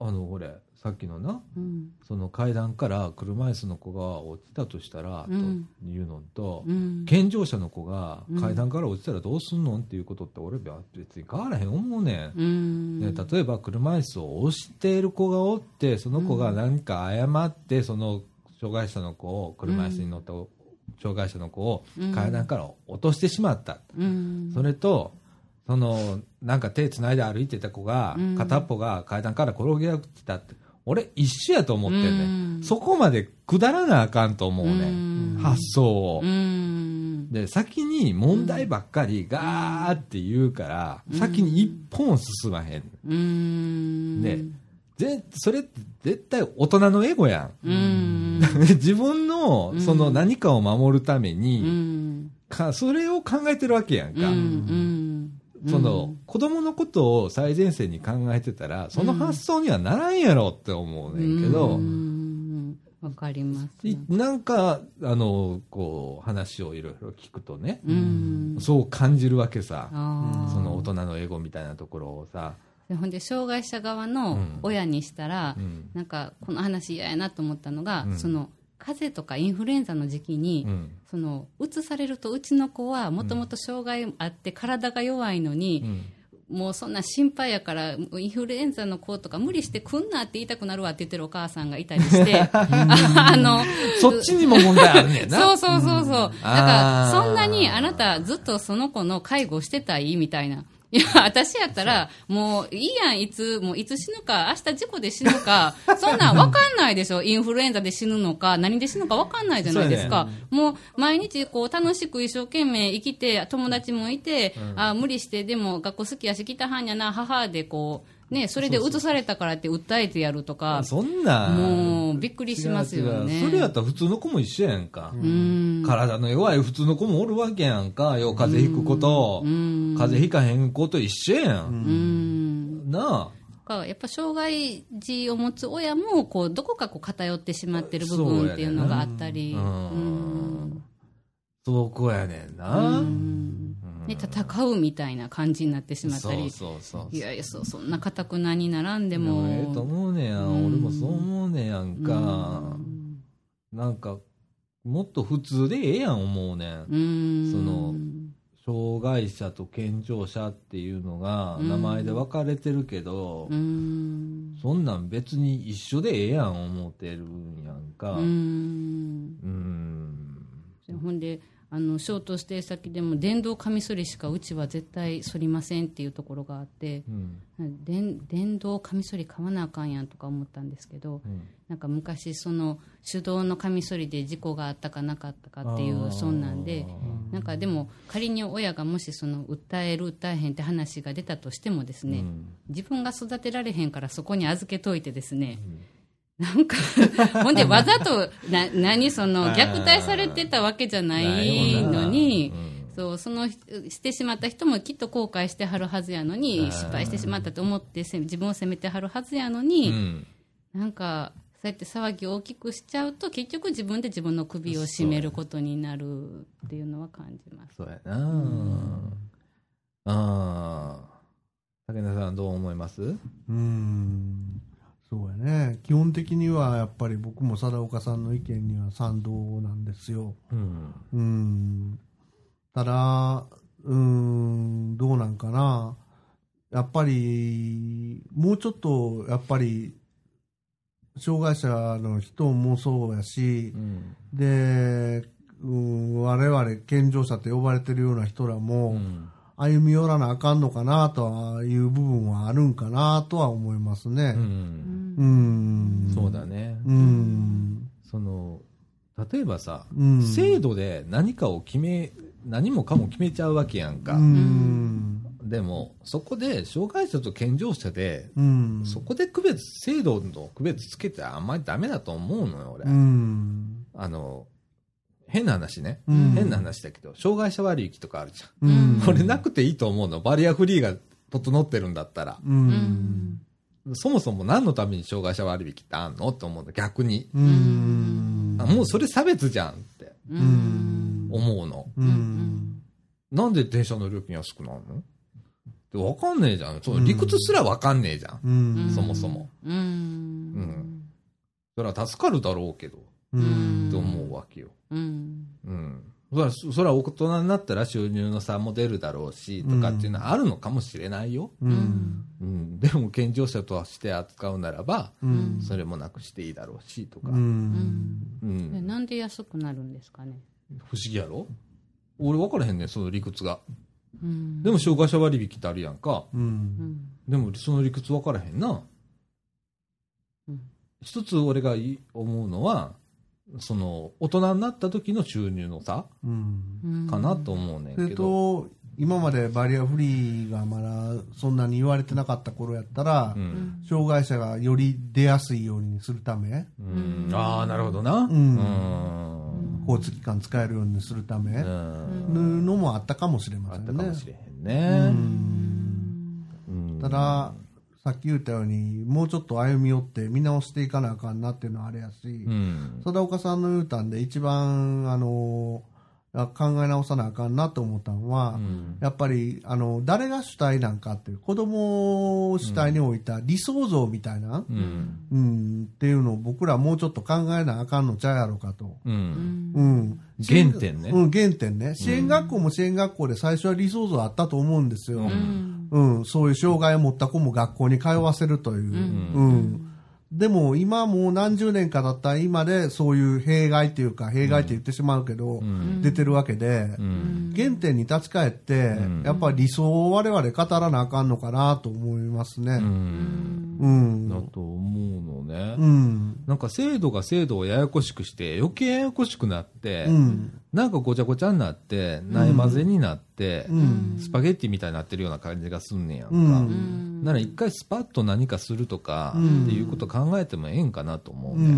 Speaker 1: が、あの、俺、さっきのな、
Speaker 3: うん
Speaker 1: その階段から車椅子の子が落ちたとしたら、
Speaker 3: うん
Speaker 1: というのと、
Speaker 3: うん
Speaker 1: 健常者の子が
Speaker 3: うん
Speaker 1: 階段から落ちたらどうすんのっていうことって俺別に変わらへん思うねん。
Speaker 3: うん
Speaker 1: ね、例えば車椅子を押している子がおってその子が何か謝って、その障害者の子を車椅子に乗った障害者の子を
Speaker 3: うん
Speaker 1: 階段から落としてしまった、
Speaker 3: うん
Speaker 1: それとそのなんか手つないで歩いてた子が、
Speaker 3: うん
Speaker 1: 片っぽが階段から転げ落ちたって俺一緒やと思ってんね、
Speaker 3: うん
Speaker 1: ん、そこまでくだらなあかんと思うね、
Speaker 3: うん
Speaker 1: ん、発想を、
Speaker 3: うん
Speaker 1: で先に問題ばっかりガーって言うから、先に一本進まへん、
Speaker 3: うん
Speaker 1: ねぜそれって絶対大人のエゴやん。
Speaker 3: うん
Speaker 1: 自分の
Speaker 3: うん
Speaker 1: その何かを守るため
Speaker 3: う
Speaker 1: に、
Speaker 3: ん
Speaker 1: かそれを考えてるわけやん
Speaker 3: うんう
Speaker 1: か。
Speaker 3: ん
Speaker 1: その子供のことを最前線に考えてたら、その発想にはならんやろって思うねんけ
Speaker 3: う
Speaker 1: ど、
Speaker 3: んわかります
Speaker 1: いなんか、あの、こう、話をいろいろ聞くとね、
Speaker 3: うん
Speaker 1: そう感じるわけさ。
Speaker 3: あー
Speaker 1: その大人のエゴみたいなところをさ。
Speaker 3: でほんで障害者側の親にしたら、
Speaker 1: うん
Speaker 3: なんかこの話嫌やなと思ったのが、
Speaker 1: うん
Speaker 3: その風邪とかインフルエンザの時期に、
Speaker 1: うん
Speaker 3: そのうつされるとうちの子はもともと障害あって体が弱いの
Speaker 1: う
Speaker 3: に、
Speaker 1: ん
Speaker 3: もうそんな心配やからインフルエンザの子とか無理して来んなって言いたくなるわって言ってるお母さんがいたりして あの
Speaker 1: そっちにも問題あるねんな。
Speaker 3: そうそうそうそう。だか
Speaker 1: あ、
Speaker 3: ら
Speaker 1: ー
Speaker 3: そんなにあなたずっとその子の介護してたいみたいな。いや、私やったら、もういいやん、いつ、もういつ死ぬか、明日事故で死ぬか、そんなんわかんないで しょ。インフルエンザで死ぬのか、何で死ぬかわかんないじゃないですか。もう毎日こう楽しく一生懸命生きて、友達もいて、あー無理して、でも学校好きやし、来たはんやな、母でこう、ね、それでうつされたからって訴えてやるとか、
Speaker 1: そんな。
Speaker 3: もうびっくりしますよね。
Speaker 1: 違う違うそれやったら普通の子も一緒やんか。
Speaker 3: うん
Speaker 1: 体の弱い普通の子もおるわけやんか。よう風邪ひく子と、
Speaker 3: うん
Speaker 1: 風邪ひかへん子と一緒やん。
Speaker 3: うん
Speaker 1: な
Speaker 3: かやっぱ障害児を持つ親もこうどこかこう偏ってしまってる部分っていうのがあったり
Speaker 1: そうやねんなうん
Speaker 3: うんね、戦うみたいな感じになってしまったり
Speaker 1: そうそうそう
Speaker 3: いやいやそうそんなかたくなにならんでも
Speaker 1: いやええと思うねやん、
Speaker 3: うん
Speaker 1: 俺もそう思うねやんか、なんかもっと普通でええやん思うねん、
Speaker 3: うん
Speaker 1: その障害者と健常者っていうのが
Speaker 3: うん
Speaker 1: 名前で分かれてるけど、
Speaker 3: うん
Speaker 1: そんなん別に一緒でええやん思ってるんやんか
Speaker 3: う
Speaker 1: うん
Speaker 3: んほんであのショート指定先でも電動カミソリしかうちは絶対剃りませんっていうところがあって
Speaker 1: うん
Speaker 3: 電電動カミソリ買わなあかんやんとか思ったんですけど
Speaker 1: うん
Speaker 3: なんか昔その手動のカミソリで事故があったかなかったかってい
Speaker 1: あー
Speaker 3: うそんなんで
Speaker 1: うん
Speaker 3: なんかでも仮に親がもしその訴える訴えへんって話が出たとしてもですね、
Speaker 1: うん
Speaker 3: 自分が育てられへんからそこに預けといてですね、なんかほんでわざとな何その
Speaker 1: あー
Speaker 3: 虐待されてたわけじゃないのに。そうそのしてしまった人もきっと後悔してはるはずやの
Speaker 1: あー
Speaker 3: に失敗してしまったと思ってせ自分を責めてはるはずやの
Speaker 1: う
Speaker 3: に、
Speaker 1: ん
Speaker 3: なんかそうやって騒ぎを大きくしちゃうと結局自分で自分の首を絞めることになるっていうのは感じます。
Speaker 1: そうやなああ竹田さんどう思います
Speaker 2: うんそうやね基本的にはやっぱり僕も貞岡さんの意見には賛同なんですよ
Speaker 1: うん
Speaker 2: うんただうんどうなんかなやっぱりもうちょっとやっぱり障害者の人もそうやし、
Speaker 1: うん
Speaker 2: で、うん、我々健常者って呼ばれてるような人らも、
Speaker 1: うん
Speaker 2: 歩み寄らなあかんのかなという部分はあるんかなとは思います
Speaker 1: う
Speaker 2: ね。
Speaker 1: ん
Speaker 2: うん。
Speaker 1: そうだね
Speaker 2: うん。
Speaker 1: その例えばさ
Speaker 2: うん。
Speaker 1: 制度で何かを決め何もかも決めちゃうわけやんか、
Speaker 2: うん。
Speaker 1: でもそこで障害者と健常者で、
Speaker 2: うん。
Speaker 1: そこで区別制度の区別つけてあんまりダメだと思うのよ俺、
Speaker 2: うん。
Speaker 1: あの変な話ね、
Speaker 2: うん
Speaker 1: 変な話だけど障害者割引とかあるじゃん、
Speaker 2: うん。
Speaker 1: これなくていいと思うのバリアフリーが整ってるんだったら
Speaker 2: う。
Speaker 3: うんん
Speaker 1: そもそも何のために障害者割引ってあんのと思うの逆に、
Speaker 2: うん。
Speaker 1: あもうそれ差別じゃんって
Speaker 2: うん
Speaker 1: 思うの、
Speaker 2: うん。
Speaker 1: なんで電車の料金安くなるのってわかんねえじゃん。その理屈すらわかんねえじゃん。
Speaker 2: う
Speaker 3: うん
Speaker 2: ん。
Speaker 1: そもそも。
Speaker 3: うんうん
Speaker 1: それは助かるだろうけど、
Speaker 2: うん
Speaker 1: と思うわけよ。
Speaker 3: うん
Speaker 1: うん。そら、そら大人になったら収入の差も出るだろうし、とかっていうのはあるのかもしれないよ。
Speaker 2: うん。
Speaker 1: うん。でも健常者として扱うならば、
Speaker 2: うん。
Speaker 1: それもなくしていいだろうし、とか。
Speaker 2: う
Speaker 1: うん。
Speaker 2: ん。
Speaker 3: でなんで安くなるんですかね。
Speaker 1: 不思議やろ俺分からへんねん、その理屈が。
Speaker 3: うん
Speaker 1: でも障害者割引ってあるやんか。
Speaker 2: うん。
Speaker 1: でもその理屈分からへんな、
Speaker 3: うん
Speaker 1: 一つ俺がい思うのはその大人になった時の収入の差
Speaker 2: うん。
Speaker 1: かなと思うね
Speaker 2: そ
Speaker 1: ん
Speaker 2: れ
Speaker 1: けど、
Speaker 2: と、今までバリアフリーがまだそんなに言われてなかった頃やったら、
Speaker 1: うん
Speaker 2: 障害者がより出やすいようにするため、
Speaker 1: うんああなるほどなうんん
Speaker 2: 交通機関使えるようにするため、
Speaker 1: うん
Speaker 2: のもあったかもしれま
Speaker 1: あ
Speaker 2: せ
Speaker 1: っ
Speaker 2: ん
Speaker 1: たか
Speaker 2: ね
Speaker 1: も。しれへんねうん
Speaker 2: ただ、さっき言ったように、もうちょっと歩み寄って見直していかなあかんなっていうのはあれやし
Speaker 1: う、ん
Speaker 2: 貞岡さんの言うたんで一番、あの、あ考え直さなあかんなと思ったのは、
Speaker 1: うん
Speaker 2: やっぱり、あの、誰が主体なんかっていう、子供を主体に置いた理想像みたいな、
Speaker 1: うん
Speaker 2: うん、っていうのを僕らもうちょっと考えなあかんのちゃうやろかと。
Speaker 1: うん
Speaker 2: うん。
Speaker 1: 原点ね
Speaker 2: うん、原点ね。支援学校も支援学校で最初は理想像あったと思うんですよ。
Speaker 1: う
Speaker 2: うん、そういう障害を持った子も学校に通わせるという。うん。でも今もう何十年かだった今でそういう弊害というか、弊害って言ってしまうけど、出てるわけで、
Speaker 1: うん
Speaker 2: 原点に立ち返って、
Speaker 1: ん
Speaker 2: やっぱり理想を我々語らなあかんのかなと思います
Speaker 1: う
Speaker 2: ね。
Speaker 1: ん
Speaker 2: うん。う
Speaker 1: だ
Speaker 2: ん。
Speaker 1: と思うのね、
Speaker 2: うん。
Speaker 1: なんか制度が制度をややこしくして余計ややこしくなって、
Speaker 2: うん。
Speaker 1: なんかごちゃごちゃになって、ない混ぜになって、
Speaker 2: うん。
Speaker 1: スパゲッティみたいになってるような感じがすんねやんか。
Speaker 2: うん。
Speaker 1: なら一回スパッと何かするとか、
Speaker 2: うん
Speaker 1: っていうこと考えてもええんかなと思う
Speaker 2: う
Speaker 1: ね。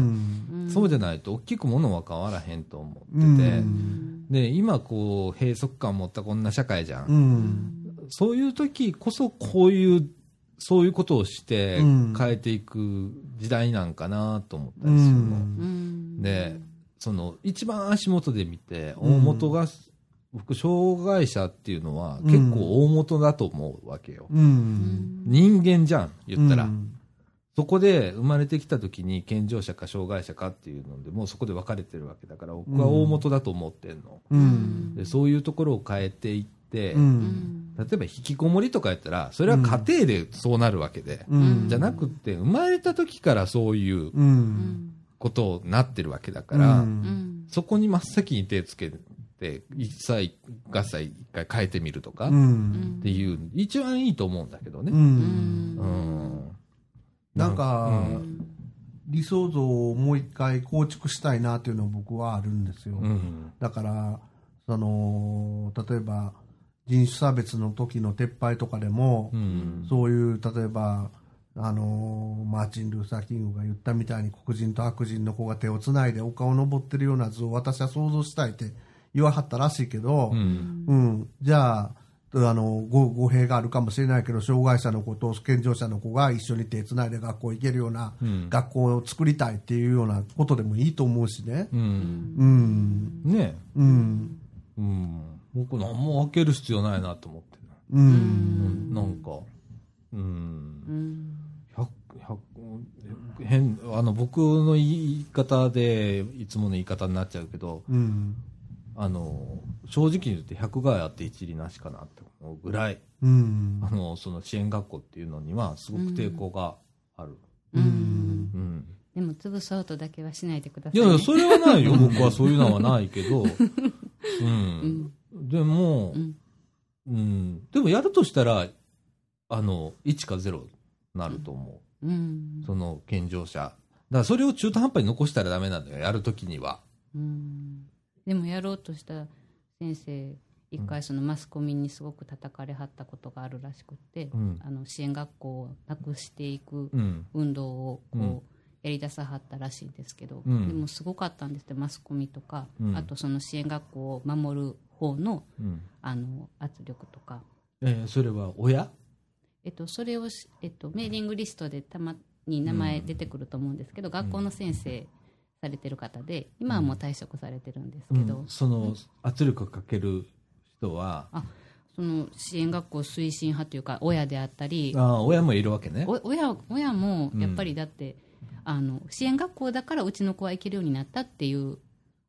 Speaker 2: ん。
Speaker 1: そうじゃないと大きくものは変わらへんと思ってて、
Speaker 2: うん
Speaker 1: で、今こう閉塞感を持ったこんな社会じゃん。
Speaker 2: うん。
Speaker 1: そういう時こそこういう、そういうことをして
Speaker 2: うん
Speaker 1: 変えていく時代なんかなと思った
Speaker 2: う
Speaker 1: りするの。
Speaker 2: ん。
Speaker 1: で、その一番足元で見て、
Speaker 2: うん
Speaker 1: 大元が僕、障害者っていうのは結構大元だと思うわけよ。
Speaker 2: うん。
Speaker 1: 人間じゃん、言ったら。
Speaker 2: うん
Speaker 1: そこで生まれてきた時に健常者か障害者かっていうので、もうそこで分かれてるわけだから、僕は大元だと思ってんの。
Speaker 2: うん。
Speaker 1: でそういうところを変えていって、
Speaker 2: う
Speaker 1: 例
Speaker 2: ん。
Speaker 1: えば引きこもりとかやったら、それは家庭でそうなるわけで、
Speaker 2: うん
Speaker 1: じゃなくって、生まれた時からそういう
Speaker 2: うん。
Speaker 1: ことになってるわけだから、
Speaker 2: うん
Speaker 1: そこに真っ先に手つけて、一歳、合歳一回変えてみるとか、
Speaker 2: う
Speaker 1: っ
Speaker 2: ん。
Speaker 1: ていう、一番いいと思うんだけど
Speaker 2: う
Speaker 1: ね。
Speaker 2: ん。
Speaker 1: うん。
Speaker 2: なんか
Speaker 1: う、
Speaker 2: 理想像をもう一回構築したいなっていうのは僕はあるんですよ。
Speaker 1: うん。
Speaker 2: だから、その、例えば、人種差別の時の撤廃とかでも
Speaker 1: う、ん。
Speaker 2: そういう、例えば、あのーマーチン・ルーサー・キングが言ったみたいに黒人と白人の子が手をつないで丘を登ってるような図を私は想像したいって言わはったらしいけど、
Speaker 1: うん。
Speaker 2: うん、じゃあ、あのご語弊があるかもしれないけど、障害者の子と健常者の子が一緒に手つないで学校行けるような、
Speaker 1: うん
Speaker 2: 学校を作りたいっていうようなことでもいいと思うしね。
Speaker 1: うん。
Speaker 2: うん、
Speaker 1: ね
Speaker 2: うん、
Speaker 1: うん。僕何も分ける必要ないなと思ってる。
Speaker 2: うん、
Speaker 1: なんか、うん。百百変、あの、僕の言い方で、いつもの言い方になっちゃうけど、
Speaker 2: うん、
Speaker 1: あの、正直に言って100害あって一理なしかなって思うぐらい、
Speaker 2: うん
Speaker 1: あ、の、その支援学校っていうのには、すごく抵抗がある。
Speaker 2: うん、
Speaker 1: うん。
Speaker 3: でも潰そうとだけはしないでくださ
Speaker 1: い
Speaker 3: い、
Speaker 1: や
Speaker 3: ね。
Speaker 1: いや、それはないよ。僕はそういうのはないけど。うん。でも、
Speaker 3: うん
Speaker 1: うん。でもやるとしたら、あの、1か0になると思
Speaker 3: うん
Speaker 1: う。その、健常者。だからそれを中途半端に残したらダメなんだよ。やるときには。
Speaker 3: うんでもやろうとした先生一回そのマスコミにすごく叩かれはったことがあるらしくって、
Speaker 1: うん
Speaker 3: あの支援学校をなくしていく
Speaker 1: うん。
Speaker 3: 運動をこう、
Speaker 1: うん
Speaker 3: やりださはったらしいんですけど、
Speaker 1: うん
Speaker 3: でもすごかったんですってマスコミとか、
Speaker 1: うん
Speaker 3: あとその支援学校を守る方の
Speaker 1: うん。
Speaker 3: あの圧力とか、
Speaker 1: えーそれは親
Speaker 3: えっと、それをし、えっと、メーリングリストでたまに名前出てくると思うんですけど、学校の先生されてる方で今はもう退職されてるんですけど、
Speaker 1: うんその、圧力かける人は、
Speaker 3: あその支援学校推進派というか親であったり
Speaker 1: ああ、親もいるわけね。
Speaker 3: お親親も
Speaker 1: うん
Speaker 3: やっぱりだって、あの支援学校だからうちの子は行けるようになったっていう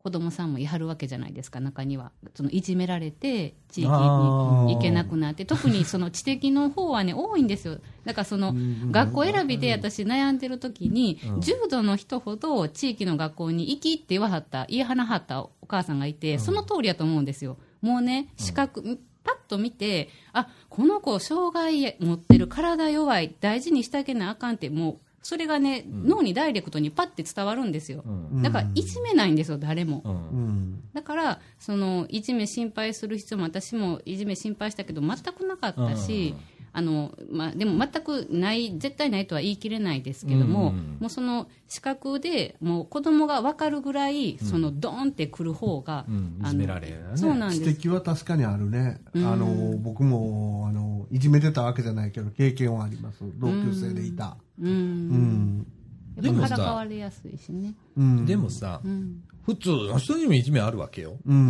Speaker 3: 子供さんもいはるわけじゃないですか中にはそのいじめられて地域に行けなくなって特にその知的の方はね多いんですよだからその学校選びで私悩んでる時に、重度の人ほど地域の学校に行きって言わはった言い放はったお母さんがいて、その通りやと思うんですよもうね視覚、パッと見てあこの子障害持ってる体弱い大事にしてあげなあかんってもうそれがね、脳にダイレクトにパッて伝わるんですよ、
Speaker 1: うん。
Speaker 3: だからいじめないんですよ誰も、
Speaker 1: うん
Speaker 2: う。ん、
Speaker 3: だからそのいじめ心配する必要も私もいじめ心配したけど全くなかったし、あのまあ、でも全くない絶対ないとは言い切れないですけど
Speaker 1: うんうん
Speaker 3: も、
Speaker 1: うん
Speaker 3: もうその視覚でもう子供が分かるぐらいそのドーンってくる方が、
Speaker 1: うんいじめられるよね
Speaker 3: あのそうなん
Speaker 2: 指
Speaker 3: です
Speaker 2: 摘は確かにあるね、あの僕もあのいじめてたわけじゃないけど、経験はあります、同級生でいた。
Speaker 3: う
Speaker 2: うんん
Speaker 3: やっ
Speaker 1: で
Speaker 3: ぱから
Speaker 1: もさ
Speaker 3: かわれやすいしね
Speaker 2: うん
Speaker 1: でもさ、
Speaker 3: うん
Speaker 1: 普通の人にもいじめあるわけよ。
Speaker 2: う
Speaker 3: うん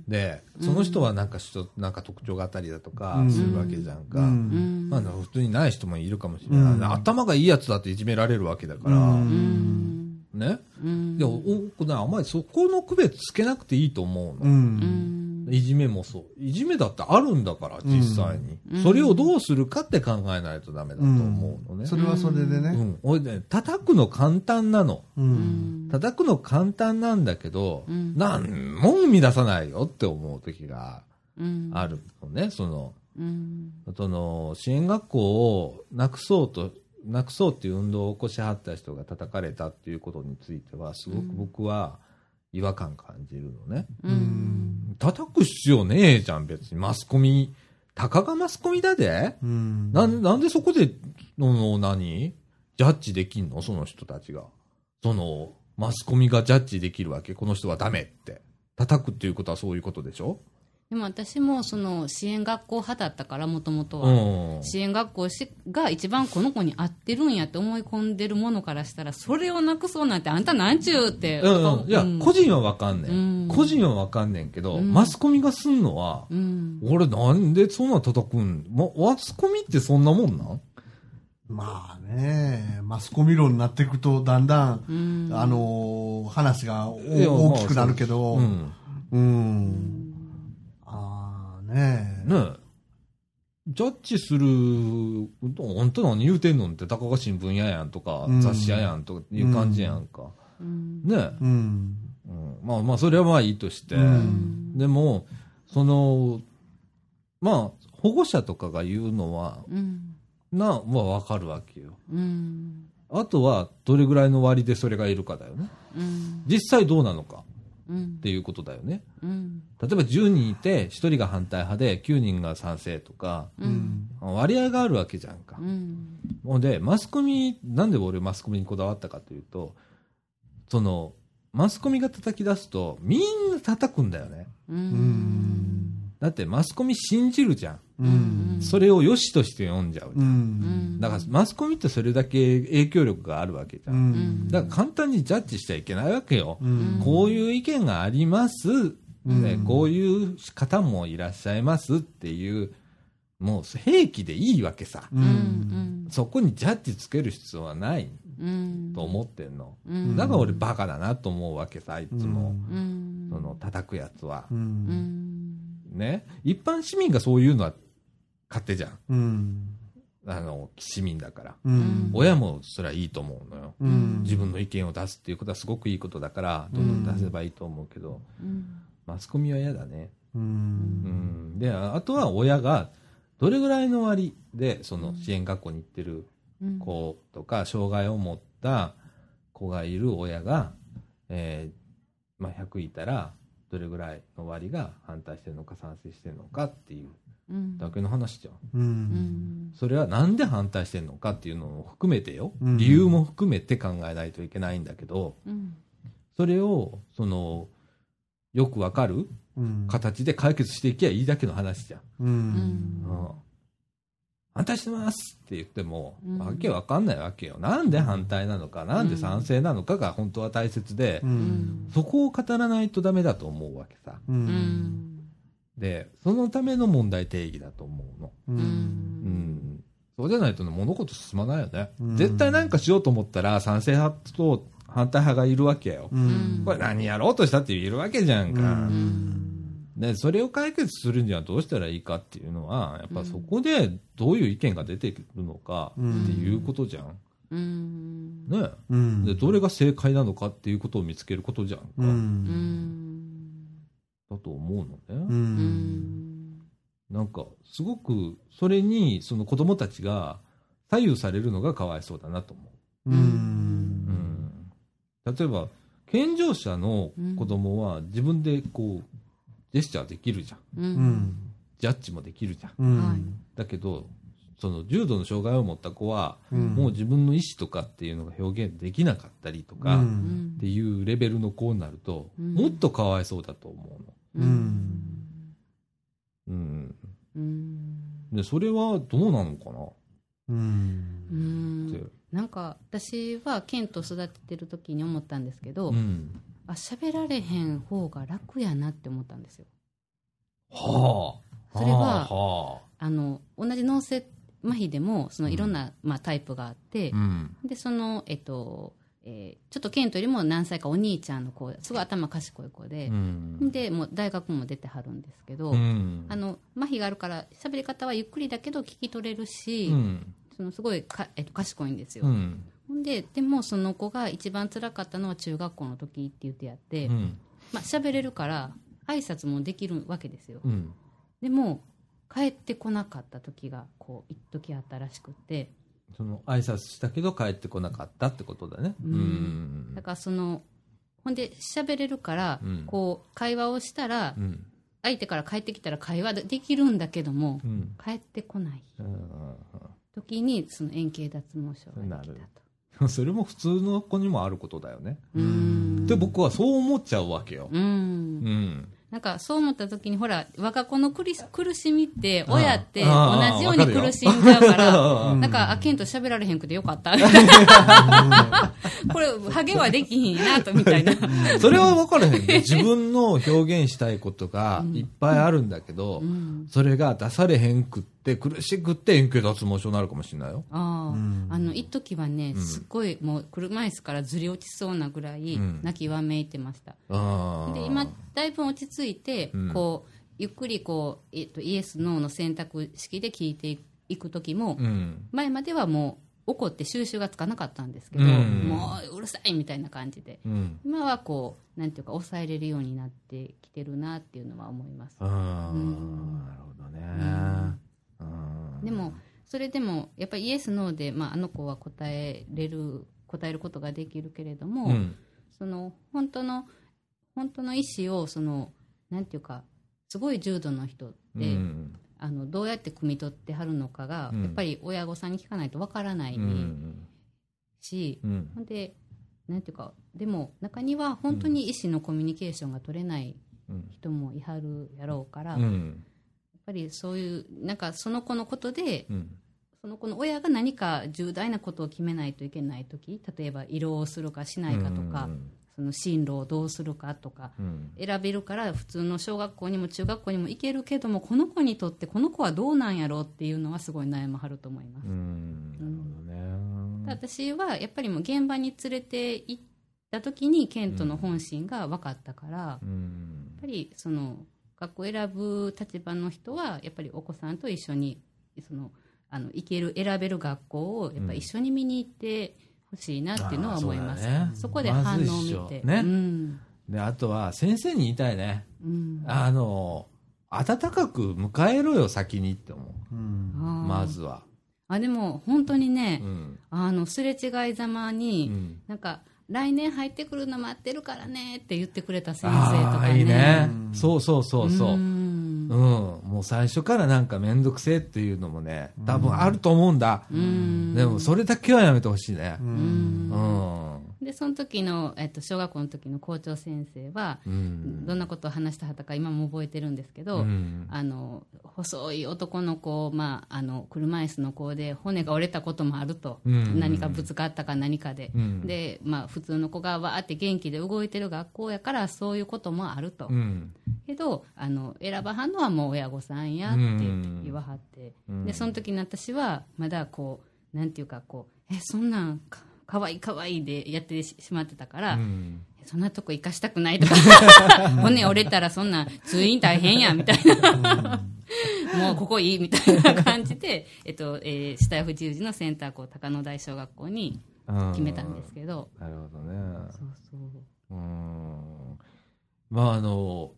Speaker 3: ん
Speaker 1: で、その人はなんか人、なんか特徴があったりだとかするわけじゃんか。
Speaker 2: うん
Speaker 3: うん
Speaker 1: まあ、普通にない人もいるかもしれない、頭がいいやつだっていじめられるわけだから、
Speaker 3: うん
Speaker 1: ね。
Speaker 3: うん
Speaker 1: でも、多くない。あんまりそこの区別つけなくていいと思う
Speaker 2: う
Speaker 1: の。
Speaker 3: うんん
Speaker 1: いじめもそう。いじめだってあるんだから、実際に。それをどうするかって考えないとダメだと思うのね。
Speaker 2: それはそれで
Speaker 1: う
Speaker 2: ね。
Speaker 1: ん。俺ね、叩くの簡単なの。
Speaker 2: うん
Speaker 1: 叩くの簡単なんだけど、
Speaker 3: うん
Speaker 1: なんも生み出さないよって思う時が
Speaker 3: うん
Speaker 1: あるのね、その、
Speaker 3: うん
Speaker 1: その、支援学校をなくそうと、なくそうっていう運動を起こしはった人が叩かれたっていうことについては、すごく僕は違和感感じるのね。
Speaker 3: うん
Speaker 1: 叩く必要ねえじゃん、別に。マスコミ、たかがマスコミだで、
Speaker 2: うん
Speaker 1: なんなんでそこで、のの何ジャッジできんのその人たちが。その、マスコミがジャッジできるわけこの人はダメって。叩くっていうことはそういうことでしょ
Speaker 3: でも私もその支援学校派だったからもともとは、
Speaker 1: うん
Speaker 3: 支援学校しが一番この子に合ってるんやって思い込んでるものからしたらそれをなくそうなんてあんたなんちゅうって、
Speaker 1: うんうん、いや、
Speaker 3: うん
Speaker 1: 個人はわかんねん,、
Speaker 3: うん
Speaker 1: 個人はわかんねんけど、
Speaker 3: うん
Speaker 1: マスコミがすんのは、
Speaker 3: うん
Speaker 1: 俺なんでそんな叩くん、ま、マスコミってそんなもんなん
Speaker 2: まあね、マスコミ論になっていくと、だんだん、
Speaker 3: うん
Speaker 2: あのー話がお
Speaker 1: いやまあ
Speaker 2: 大きくなるけど、
Speaker 1: う
Speaker 2: うん。
Speaker 1: ん。
Speaker 2: ああ、ね
Speaker 1: ねえ。ジャッジする、本当何言うてんのって、たかが新聞屋やんとか、
Speaker 2: うん
Speaker 1: 雑誌屋やんとかいう感じやんか。
Speaker 3: うん
Speaker 1: ねえ、
Speaker 2: うん。
Speaker 1: うん。まあまあ、それはまあいいとして。
Speaker 2: うん
Speaker 1: でも、その、まあ、保護者とかが言うのは、
Speaker 3: うん
Speaker 1: な、まあわかるわけよ。
Speaker 3: うん
Speaker 1: あとは、どれぐらいの割でそれがいるかだよね。
Speaker 3: うん
Speaker 1: 実際どうなのか
Speaker 3: うん
Speaker 1: っていうことだよね。
Speaker 3: うん
Speaker 1: 例えば10人いて、1人が反対派で、9人が賛成とか、
Speaker 2: う
Speaker 3: うんん。
Speaker 1: 割合があるわけじゃんか
Speaker 3: う。ん
Speaker 1: ほんで、マスコミ、なんで俺マスコミにこだわったかというと、その、マスコミが叩き出すと、みんな叩くんだよね。
Speaker 3: う
Speaker 2: うんん。
Speaker 1: だってマスコミ信じるじゃん。
Speaker 2: うん。
Speaker 1: それを良しとして読んじゃう。
Speaker 2: うん。
Speaker 1: だからマスコミってそれだけ影響力があるわけじ
Speaker 2: う
Speaker 1: ゃん。
Speaker 2: ん。
Speaker 1: だから簡単にジャッジしちゃいけないわけよ。
Speaker 2: うん。
Speaker 1: こういう意見があります、ね
Speaker 2: うん
Speaker 1: こういう方もいらっしゃいますっていう、もう兵器でいいわけさ。
Speaker 2: う
Speaker 3: うん
Speaker 2: ん。
Speaker 1: そこにジャッジつける必要はない
Speaker 3: うん
Speaker 1: と思ってんの。
Speaker 3: うん
Speaker 1: だから俺バカだなと思うわけさ、いつも。
Speaker 3: うん
Speaker 1: その叩くやつは
Speaker 2: う。。
Speaker 3: うんん
Speaker 1: ね。一般市民がそういうのは勝手じゃん。
Speaker 2: うん。
Speaker 1: あの、市民だから。
Speaker 2: うん。
Speaker 1: 親もそれはいいと思うのよ。
Speaker 2: うん。
Speaker 1: 自分の意見を出すっていうことはすごくいいことだから、どんどん出せばいいと思うけど、
Speaker 3: うん
Speaker 1: マスコミは嫌だね。
Speaker 2: う。
Speaker 1: うんん。で、ああとは親が、どれぐらいの割で、その支援学校に行ってる
Speaker 3: うん
Speaker 1: 子とか、障害を持った子がいる親が、えーまあ、100いたら、どれぐらいの割が反対してるのか賛成してるのかっていう
Speaker 3: うん
Speaker 1: だけの話じゃん。
Speaker 2: う。
Speaker 3: うんん
Speaker 1: それはなんで反対してるのかっていうのも含めてよ。
Speaker 2: うん
Speaker 1: 理由も含めて考えないといけないんだけど、
Speaker 3: うん
Speaker 1: それを、その、よくわかる
Speaker 2: うん。
Speaker 1: 形で解決していけばいいだけの話じゃん。
Speaker 2: う。
Speaker 3: うんん
Speaker 1: うん反対してますって言っても、
Speaker 3: うん
Speaker 1: わけわかんないわけよ。なんで反対なのか、なんで賛成なのかが本当は大切で、
Speaker 2: う。
Speaker 3: うんん
Speaker 1: そこを語らないとダメだと思うわけさ。
Speaker 2: う。
Speaker 3: うんん
Speaker 1: で、そのための問題定義だと思うの。
Speaker 2: う。
Speaker 3: うん
Speaker 1: うんん。そうじゃないとね、物事進まないよね。
Speaker 2: うん
Speaker 1: 絶対なんかしようと思ったら、賛成派と反対派がいるわけよ。
Speaker 2: うん。
Speaker 1: これ何やろうとしたっているわけじゃんか。
Speaker 2: うん
Speaker 1: で、それを解決するにはどうしたらいいかっていうのは、やっぱそこでどういう意見が出てくるのか
Speaker 2: うん
Speaker 1: っていうことじゃん。
Speaker 3: うん
Speaker 1: ね。
Speaker 2: うん。
Speaker 1: で、どれが正解なのかっていうことを見つけることじゃんか。
Speaker 2: うん。
Speaker 3: うん
Speaker 1: だと思うの
Speaker 2: う。
Speaker 1: ね。
Speaker 3: うんん
Speaker 1: なんか、すごく、それに、その子供たちが左右されるのがかわいそうだなと思
Speaker 2: う。
Speaker 1: う。うんん。例えば、健常者の子供は自分でこう、ジェスチャーできるじゃん。
Speaker 2: う
Speaker 3: う
Speaker 2: んん。
Speaker 1: ジャッジもできるじゃん。
Speaker 2: うん。
Speaker 1: だけど、その重度の障害を持った子は、
Speaker 2: うん
Speaker 1: もう自分の意思とかっていうのが表現できなかったりと
Speaker 2: う
Speaker 1: か、っ
Speaker 2: ん。
Speaker 1: ていうレベルの子になると、
Speaker 3: うん
Speaker 1: もっとかわいそうだと思うの。
Speaker 2: うん
Speaker 1: うん。
Speaker 3: うん
Speaker 1: で、それはどうなのかな
Speaker 2: うん
Speaker 3: う
Speaker 1: って
Speaker 3: ん。なんか私はケント育ててる時に思ったんですけ
Speaker 1: う
Speaker 3: ど、
Speaker 1: ん。
Speaker 3: あ喋られへん方が楽やなって思ったんですよ
Speaker 1: はあ。
Speaker 3: それは
Speaker 1: はあ。
Speaker 3: あの同じ脳性麻痺でもそのいろんな、まあ、タイプがあって、
Speaker 1: うん。
Speaker 3: でそのえっと、えーちょっとケントよりも何歳かお兄ちゃんの子すごい頭賢い子
Speaker 1: う
Speaker 3: で、
Speaker 1: ん。
Speaker 3: でもう大学も出てはるんですけど、
Speaker 1: うん
Speaker 3: あの麻痺があるから喋り方はゆっくりだけど聞き取れるし、
Speaker 1: うん。
Speaker 3: そのすごいか、えっと、賢いんですよ、
Speaker 1: うん。
Speaker 3: ほんででもその子が一番辛かったのは中学校の時って言ってやって、
Speaker 1: うん。
Speaker 3: まあ喋れるから挨拶もできるわけですよ、
Speaker 1: うん。
Speaker 3: でも帰ってこなかった時がこう一時あったらしくて
Speaker 1: その挨拶したけど帰ってこなかったってことだね。
Speaker 3: うんだからそのほんで喋れるから、
Speaker 1: うん
Speaker 3: こう会話をしたら、
Speaker 1: うん。
Speaker 3: 相手から帰ってきたら会話できるんだけども、
Speaker 1: うん。
Speaker 3: 帰ってこない
Speaker 1: うん。
Speaker 3: 時にその円形脱毛症ができたと
Speaker 1: なる それも普通の子にもあることだよね。
Speaker 3: うーん
Speaker 1: で僕はそう思っちゃうわけよ。
Speaker 3: うーん
Speaker 1: うん。
Speaker 3: なんかそう思った時にほら我が子の苦し苦しみって
Speaker 1: ん
Speaker 3: 親って同
Speaker 1: ああ
Speaker 3: じように
Speaker 1: わかるよ
Speaker 3: 苦しんじゃうから
Speaker 1: う
Speaker 3: なんかあけんと喋られへんくてよ かったみたいなこれハゲはできひんなとみた いな
Speaker 1: それは分から へんね。自分の表現したいことがいっぱいあるんだけど、それが出されへんくって、苦しくって円形脱毛症になるかもしれないよ。
Speaker 3: ああ、あの一時はね、すっごいもう車椅子からずり落ちそうなぐらい
Speaker 1: うん
Speaker 3: 泣きわめいてました、
Speaker 1: あー
Speaker 3: で今だいぶ落ち着いて、
Speaker 1: うん
Speaker 3: こうゆっくりこう、えっと、イエス・ノーの選択式で聞いていく時も、
Speaker 1: うん。
Speaker 3: 前まではもう怒って収拾がつかなかったんですけど、
Speaker 1: うん
Speaker 3: もううるさいみたいな感じで
Speaker 1: うん。
Speaker 3: 今はこうなんていうか抑えれるようになってきてるなっていうのは思います
Speaker 1: ああ、
Speaker 3: うん
Speaker 1: なるほどね。うん
Speaker 3: でも、それでもやっぱりイエス・ノーで、まあ、あの子は答えれる答えることができるけれども、
Speaker 1: うん。
Speaker 3: その本当の本当の意思をそのなんていうかすごい重度の人って、
Speaker 1: うん
Speaker 3: あのどうやって汲み取ってはるのかが、
Speaker 1: うん
Speaker 3: やっぱり親御さんに聞かないとわからな
Speaker 1: う
Speaker 3: い
Speaker 1: ん。
Speaker 3: し、
Speaker 1: うん
Speaker 3: ほんでなんていうかでも中には本当に意思のコミュニケーションが取れない
Speaker 1: うん
Speaker 3: 人もいはるやろうから、
Speaker 1: う
Speaker 3: やっ
Speaker 1: ん
Speaker 3: ぱりそういうなんかその子のことで
Speaker 1: うん
Speaker 3: その子の親が何か重大なことを決めないといけない時例えば移動をするかしないかとか、その進路をどうするかとか
Speaker 1: うん
Speaker 3: 選べるから普通の小学校にも中学校にも行けるけどもこの子にとってこの子はどうなんやろうっていうのはすごい悩まはると思います、
Speaker 1: うんなるほどね。
Speaker 3: 私はやっぱりもう現場に連れて行った時にケントの本心が分かったから、や
Speaker 1: う
Speaker 3: っ
Speaker 1: ん
Speaker 3: ぱりその学校選ぶ立場の人はやっぱりお子さんと一緒にそのあの行ける選べる学校をやっぱり一緒に見に行ってほしいなっていうのは思います、
Speaker 1: あーそうだね
Speaker 3: そこで反応を見
Speaker 1: まず
Speaker 3: て、
Speaker 1: 一緒ね
Speaker 3: うん
Speaker 1: で、あとは、先生に言いたいね。
Speaker 3: うん、
Speaker 1: あの、暖かく迎えろよ、先にって思
Speaker 2: うん
Speaker 1: う。
Speaker 3: あー
Speaker 1: まずは。
Speaker 3: あでも本当にね、
Speaker 1: うん。
Speaker 3: あのすれ違いざま
Speaker 1: う
Speaker 3: に、
Speaker 1: ん
Speaker 3: なんか来年入ってくるの待ってるからねって言ってくれた先生と
Speaker 1: あ
Speaker 3: か
Speaker 1: あ
Speaker 3: ね。
Speaker 1: ー、いいね
Speaker 2: う。ん
Speaker 1: そうそうそうそうう。
Speaker 3: ん
Speaker 1: うん、もう最初からなんか面倒くせえっていうのもね、多分あると思うんだ。
Speaker 3: うん
Speaker 1: でもそれだけはやめてほしいね
Speaker 2: う。
Speaker 3: うん
Speaker 1: うんん。うん。
Speaker 3: でその時の、えっと、小学校の時の校長先生は、どんなことを話したはったか今も覚えてるんですけ
Speaker 1: う
Speaker 3: ど、
Speaker 1: ん
Speaker 3: あの細い男の子、まあ、あの車椅子の子で骨が折れたこともあると、
Speaker 1: うん
Speaker 3: 何かぶつかったか何かで、
Speaker 1: うん
Speaker 3: でまあ、普通の子がわーって元気で動いてる学校やからそういうこともあると、
Speaker 1: うん。
Speaker 3: けどあの選ばはんのはもう親御さんやって
Speaker 1: うん
Speaker 3: 言わはって、
Speaker 1: うん
Speaker 3: でその時に私はまだこうなんていうかこうえそんなんかかわいいかわいいでやってしまってたから、
Speaker 1: うん。
Speaker 3: そんなとこ行かしたくないとか 骨折れたらそんなん通院大変やみたいなもうここいいみたいな感じで、えっとえー、死体不自由児のセンター校高野台小学校に決めたんですけど、
Speaker 1: なるほどね。
Speaker 3: そうそう
Speaker 1: うん。まああの、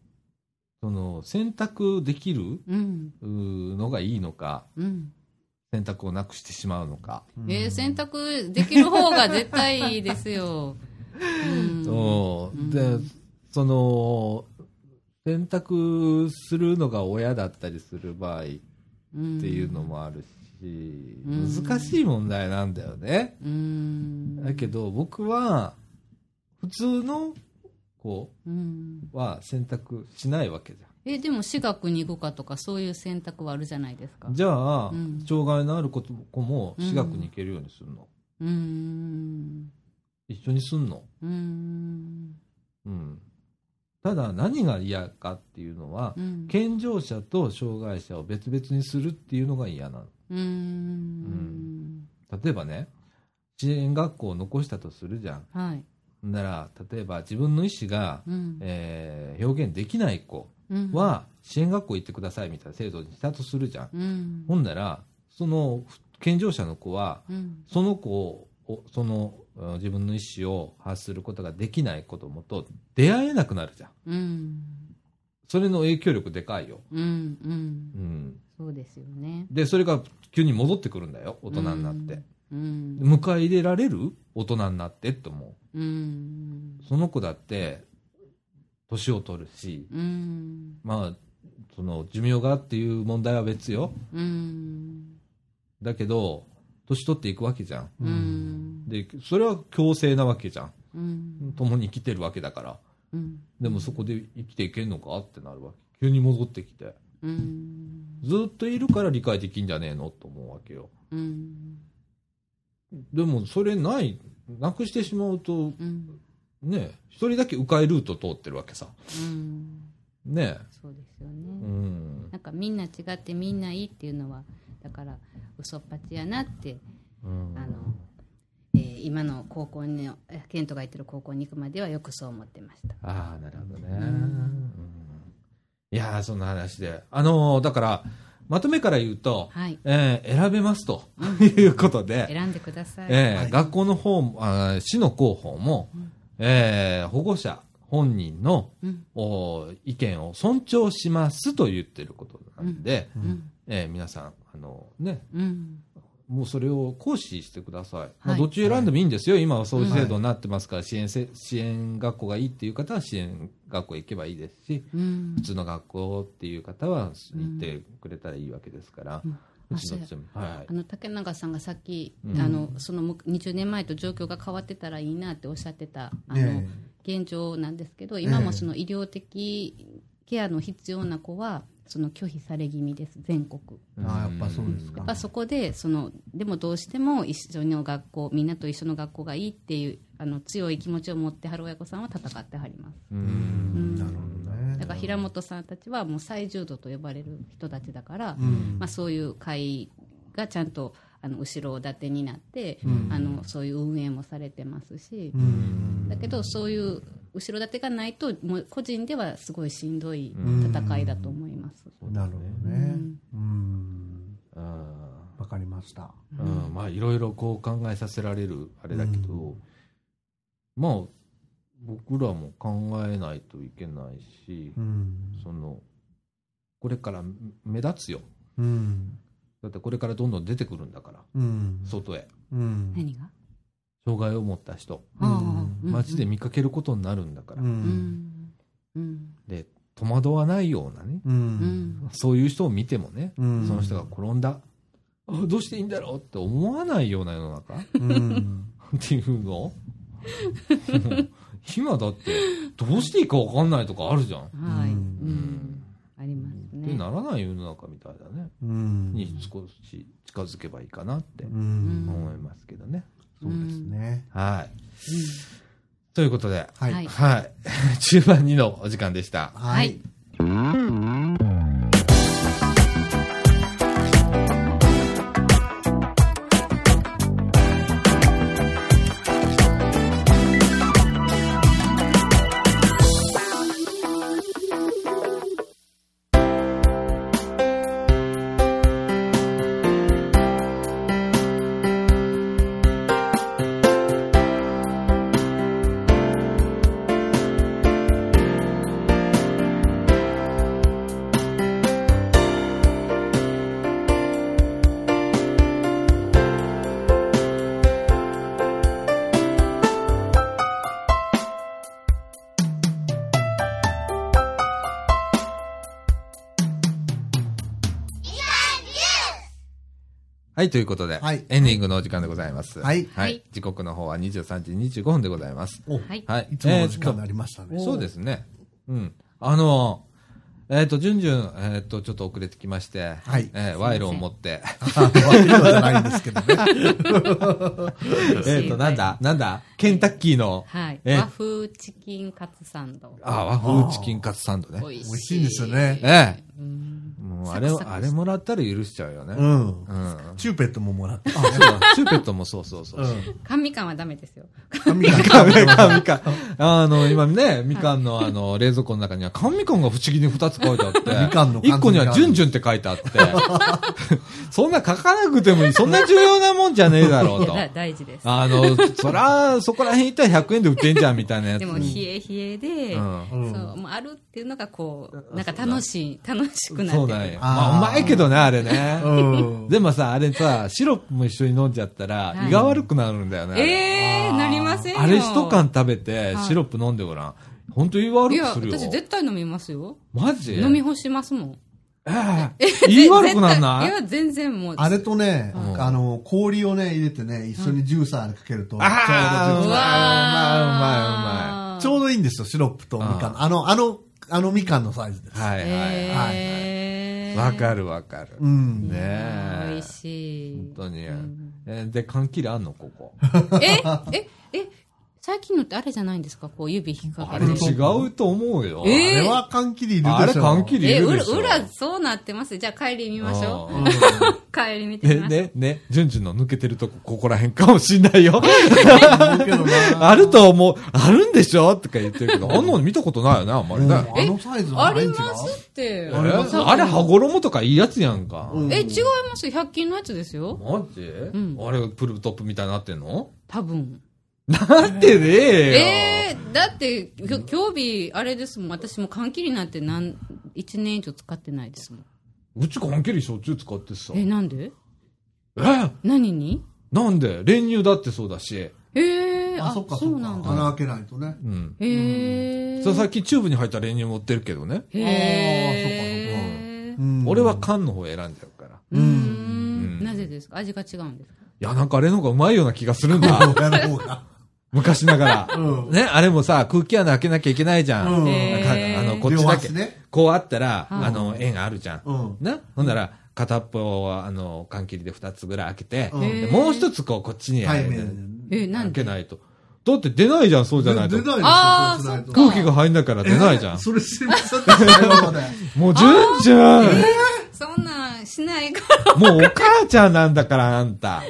Speaker 1: その、選択できる
Speaker 3: うん
Speaker 1: うーのがいいのか、
Speaker 3: うん
Speaker 1: 選択をなくしてしまうのか。
Speaker 3: えー、選択できる方が絶対いいですよ。うん
Speaker 1: うん、
Speaker 3: う
Speaker 1: で
Speaker 3: ん、
Speaker 1: その、選択するのが親だったりする場合って
Speaker 3: うん
Speaker 1: いうのもあるし、
Speaker 3: うん
Speaker 1: 難しい問題なんだよね。
Speaker 3: うん
Speaker 1: だけど僕は、普通の子
Speaker 3: うん
Speaker 1: は選択しないわけじ
Speaker 3: えでも私学に行くかとかそういう選択はあるじゃないです
Speaker 1: ゃ
Speaker 3: か
Speaker 1: ん。じゃあ、
Speaker 3: うん
Speaker 1: 障害のある子と子も私学に行けるようにするの。
Speaker 3: うん
Speaker 1: 一緒にすんの。
Speaker 3: うん
Speaker 1: うん。ただ何が嫌かっていうのは、
Speaker 3: うん
Speaker 1: 健常者と障害者を別々にするっていうのが嫌なの。
Speaker 3: うんうん
Speaker 1: 例えばね、支援学校を残したとするじゃん。
Speaker 3: はい
Speaker 1: なら、例えば自分の意思が、
Speaker 3: うん
Speaker 1: えー表現できない子
Speaker 3: うん
Speaker 1: は、支援学校行ってくださいみたいな制度にしたとするじゃん。
Speaker 3: うん
Speaker 1: ほんなら、その健常者の子は、
Speaker 3: うん
Speaker 1: その子を、そのうん自分の意思を発することができない子供と出会えなくなるじゃん。
Speaker 3: うん
Speaker 1: それの影響力でかいよ。
Speaker 3: うんうん
Speaker 1: うん。
Speaker 3: そうですよね
Speaker 1: で、それが急に戻ってくるんだよ、大人になって。
Speaker 3: うん
Speaker 1: 迎え入れられる大人になってって思
Speaker 3: うんうん
Speaker 1: う。その子だって、年を取るし、
Speaker 3: うん
Speaker 1: まあ、その寿命がっていう問題は別よ。
Speaker 3: うん
Speaker 1: だけど、年取っていくわけじゃん。
Speaker 3: うん
Speaker 1: で、それは強制なわけじゃん。
Speaker 3: うん
Speaker 1: 共に生きてるわけだから。
Speaker 3: うん
Speaker 1: でもそこで生きていけんのかってなるわけ急に戻ってきて
Speaker 3: うん
Speaker 1: ずっといるから理解できんじゃねえのと思うわけよ
Speaker 3: うん
Speaker 1: でもそれないなくしてしまうと
Speaker 3: うん
Speaker 1: ね一人だけ迂回ルート通ってるわけさ
Speaker 3: うん
Speaker 1: ね
Speaker 3: そうです
Speaker 1: えう
Speaker 3: よね、
Speaker 1: ん
Speaker 3: なんかみんな違ってみんないいっていうのはだから嘘っぱちやなって
Speaker 1: うん
Speaker 3: あの、えー今の高校にえーケントが行ってる高校に行くまではよくそう思ってました
Speaker 1: ああなるほどね、
Speaker 3: ん
Speaker 1: うんいやーそんな話であのーだからまとめから言うと、
Speaker 3: はい
Speaker 1: えー選べますということで、
Speaker 3: 選んでください、
Speaker 1: えー
Speaker 2: はい
Speaker 1: 学校の方もあー市の広報も、えー保護者本人の
Speaker 3: うん
Speaker 1: おー意見を尊重しますと言ってることなんで、
Speaker 3: うん
Speaker 1: えー皆さんあのね
Speaker 3: うん
Speaker 1: もうそれを行使してください、ま
Speaker 3: は
Speaker 1: あ、
Speaker 3: い
Speaker 1: どっち選んでもいいんですよ、今はそういう制度になってますから、支援せ支援学校がいいっていう方は支援学校へ行けばいいですし、
Speaker 3: うん
Speaker 1: 普通の学校っていう方は行ってくれたらいいわけですから、
Speaker 3: うん
Speaker 1: う
Speaker 3: あ
Speaker 1: ち
Speaker 3: そ
Speaker 1: の
Speaker 3: うや
Speaker 1: チームはい
Speaker 3: あの竹永さんがさっき、
Speaker 1: うん
Speaker 3: あのそのむ20年前と状況が変わってたらいいなっておっしゃってたあの、
Speaker 2: ね
Speaker 3: 現状なんですけど今も
Speaker 2: ええ
Speaker 3: その医療的ケアの必要な子はその拒否され気味です全国
Speaker 2: ああやっぱそうですか
Speaker 3: やっぱそこでそのでもどうしても一緒の学校みんなと一緒の学校がいいっていうあの強い気持ちを持ってはる親子さんは戦ってはります
Speaker 1: う
Speaker 2: うんんなるほどね
Speaker 3: だから平本さんたちはもう最重度と呼ばれる人たちだから、
Speaker 2: うん
Speaker 3: まあ、そういう会がちゃんとあの後ろ盾になって、
Speaker 2: うん
Speaker 3: あのそういう運営もされてますし、
Speaker 2: うん
Speaker 3: だけどそういう後ろ盾がないともう個人ではすごいしんどい
Speaker 2: うん
Speaker 3: 戦いだと思います。
Speaker 2: なるほどねうんわかりました
Speaker 1: うんまあいろいろこう考えさせられるあれだけど、
Speaker 2: う
Speaker 1: まあ僕らも考えないといけないし、
Speaker 2: うん
Speaker 1: そのこれから目立つよ
Speaker 2: うん
Speaker 1: だってこれからどんどん出てくるんだから
Speaker 2: うん
Speaker 1: 外へ
Speaker 2: うん
Speaker 3: 何が、
Speaker 1: 障害を持った人
Speaker 2: うん
Speaker 3: ああ
Speaker 1: 街で見かけることになるんだから、
Speaker 2: う
Speaker 3: うんんうん
Speaker 1: で戸惑わないようなね
Speaker 2: う
Speaker 3: うんん
Speaker 1: そういう人を見てもね、
Speaker 2: うん
Speaker 1: その人が転んだあどうしていいんだろうって思わないような世の 中っ
Speaker 2: うん
Speaker 1: ていうの 今だってどうしていいか分かんないとかあるじゃん、
Speaker 3: はい、う
Speaker 2: うん
Speaker 1: うん
Speaker 3: ん、あります
Speaker 1: って
Speaker 3: ね。
Speaker 1: ならない世の中みたいだね
Speaker 2: うん
Speaker 1: に少し近づけばいいかなって
Speaker 2: うん
Speaker 1: 思いますけどね、
Speaker 2: そうですね
Speaker 1: はいということで
Speaker 2: は
Speaker 3: はいい
Speaker 1: はい 中盤2のお時間でした
Speaker 2: はい
Speaker 1: はい、ということで、
Speaker 2: はい
Speaker 1: エンディングのお時間でございます。
Speaker 2: はい
Speaker 3: はい
Speaker 1: 時刻の方は23時25分でございます。
Speaker 2: お
Speaker 3: はい
Speaker 1: はい。
Speaker 2: いつもの時間になりました
Speaker 1: えー
Speaker 2: ね
Speaker 1: とそうですね。うん。あの、えっ、と、じゅんじゅん、えっ、と、ちょっと遅れてきまして、
Speaker 2: はい
Speaker 1: えー賄賂を持って、
Speaker 2: 悪いのじゃないんですけどね
Speaker 1: えっと、なんだ、なんだ、ケンタッキーの、
Speaker 3: はい、
Speaker 1: えー
Speaker 3: 和風チキンカツサンド。
Speaker 1: あ、和風チキンカツサンドね。
Speaker 3: 美味しい。
Speaker 2: 美味しいんですよね
Speaker 1: ええ
Speaker 3: うん。
Speaker 1: もう、あれを、
Speaker 3: サクサク
Speaker 1: あれもらったら許しちゃうよね。
Speaker 2: う。ん
Speaker 1: うん。
Speaker 2: チューペットももらって
Speaker 1: あ、そうだ、チューペットもそうそうそう
Speaker 2: う
Speaker 1: そうん
Speaker 3: 甘味感はダメですよ。
Speaker 2: 髪が
Speaker 1: みかん、みかん。 あの、今ね、みかんのあの、冷蔵庫の中には、缶みかんが不思議に二つ書いてあって、
Speaker 2: みかんの缶
Speaker 1: 一個には、じゅんじゅんって書いてあって、 そんな書かなくてもいい、そんな重要なもんじゃねえだろう
Speaker 3: い
Speaker 1: と
Speaker 3: や。だ大事です。
Speaker 1: あの、そら、そこら辺行ったら100円で売ってんじゃん、みたいなやつ
Speaker 3: でも冷え冷えで、
Speaker 1: うん
Speaker 2: うん
Speaker 3: そうもうあるっていうのがこうなんか楽しい楽しくなって
Speaker 1: そう
Speaker 3: く
Speaker 1: なん
Speaker 3: る
Speaker 1: や。まあ、うまいけどね、あれね。
Speaker 2: うん
Speaker 1: でもさ、あれさ、シロップも一緒に飲んじゃったら、
Speaker 3: はい
Speaker 1: 胃が悪くなるんだよね。
Speaker 3: ええー、なりませんよ
Speaker 1: あれ一缶食べて、
Speaker 3: はい
Speaker 1: シロップ飲んでごらん。本当胃悪
Speaker 3: い
Speaker 1: く
Speaker 3: や
Speaker 1: するよ。
Speaker 3: 私絶対飲みますよ
Speaker 1: マジ
Speaker 3: 飲み干しますもん
Speaker 1: ええ 言い悪くなんない
Speaker 3: いや全然もう
Speaker 2: あれとね、
Speaker 1: ん
Speaker 2: あの、氷をね、入れてね、一緒にジューサーにかけると、ちょうどジュー
Speaker 1: あ
Speaker 2: サ
Speaker 1: あうまいうまいうまいうまい
Speaker 2: ー
Speaker 3: あー
Speaker 2: ちょうどいいんですよ、シロップとみかん。あの、あの、あのみかんのサイズです。
Speaker 1: はいはいはい。
Speaker 3: えー
Speaker 1: わかるわかる。
Speaker 2: うん。
Speaker 1: ねえ
Speaker 3: 美味しい
Speaker 1: 本。当に。えで、缶切りあんのここ。
Speaker 3: え、え、え、最近のってあれじゃないんですかこう指引っ掛
Speaker 1: あ
Speaker 3: け
Speaker 1: れ
Speaker 3: て。
Speaker 1: 違うと思うよ。
Speaker 3: え
Speaker 2: あれ
Speaker 3: ー
Speaker 2: は缶切りいるでしょ。
Speaker 1: あれ缶切りい
Speaker 3: え、
Speaker 1: る
Speaker 3: 裏
Speaker 1: でしょ。
Speaker 3: 裏、そうなってます。じゃあ帰り見ましょ
Speaker 1: あ
Speaker 3: う。 帰り見て
Speaker 1: ね
Speaker 3: み、ます。
Speaker 1: ね、ね、じゅんじゅんの抜けてるとこ、ここら辺かもしんないよ。
Speaker 2: あるけどな。
Speaker 1: あると思う、あるんでしょとか言ってるけど、 あんなの見たことないよね、あんまり
Speaker 2: うん
Speaker 1: ね。
Speaker 2: あのサイズは
Speaker 3: あ
Speaker 2: ない
Speaker 3: り
Speaker 2: ん違う
Speaker 3: ますって。
Speaker 1: え
Speaker 2: あれ
Speaker 1: ーあれ、羽衣とかいいやつやんか。
Speaker 2: うん
Speaker 3: え、違います。100均のやつですよ。
Speaker 1: マジ
Speaker 3: ん
Speaker 1: あれ、プルトップみたいになってんの
Speaker 3: 多分。
Speaker 1: なんてねえよ。
Speaker 3: えー、だって、きょ今日日、あれですもん。私も缶切りなんてなん1年以上使ってないですもん。
Speaker 1: うち缶切りしょっちゅう使ってさ。
Speaker 3: え、なんで
Speaker 1: え
Speaker 3: 何に
Speaker 1: なんで練乳だってそうだし。
Speaker 3: えー、
Speaker 2: あ、
Speaker 3: あ、
Speaker 2: そっか
Speaker 3: そ
Speaker 2: そうっ
Speaker 3: なん
Speaker 2: か。
Speaker 3: だ。
Speaker 2: 穴開けないとね。
Speaker 1: うん。
Speaker 3: へえ
Speaker 1: それさっきチューブに入った練乳持ってるけどね。
Speaker 3: へえ
Speaker 2: うん
Speaker 1: 俺は缶の方選んじゃうから。
Speaker 3: うー
Speaker 1: うん
Speaker 3: んなぜですか味が違うんですか
Speaker 1: いや、なんかあれの方がうまいような気がするんだ。
Speaker 2: やる方が。
Speaker 1: 昔ながら。
Speaker 2: うん
Speaker 1: ね、あれもさ、空気穴開けなきゃいけないじゃん。
Speaker 2: うん
Speaker 1: なん
Speaker 3: へ
Speaker 1: か
Speaker 3: ー
Speaker 1: あの、こっちだけ
Speaker 2: 両足ね。
Speaker 1: こうあったら、
Speaker 3: うん
Speaker 1: あの、円があるじゃん。
Speaker 2: うん。
Speaker 1: なほんなら、片っぽは、あの、缶切りで二つぐらい開けて、
Speaker 2: うん
Speaker 1: でもう一つこう、こっちに
Speaker 2: 対
Speaker 1: て
Speaker 2: 面で。
Speaker 3: えなん
Speaker 1: 開
Speaker 3: で
Speaker 1: けないと。だって出ないじゃん、そうじゃ
Speaker 2: 出
Speaker 1: な
Speaker 2: ないい
Speaker 1: と。
Speaker 2: ですよ、
Speaker 3: あー
Speaker 2: そうしないと
Speaker 3: そっ
Speaker 1: 空
Speaker 3: か
Speaker 1: 気が入んないから出ないじゃん。
Speaker 2: それ知りませんでしたよ、今まで。
Speaker 1: もう、じゅんじゅん
Speaker 3: そんなんしないか
Speaker 1: もうお母ちゃんなんだから、あんた。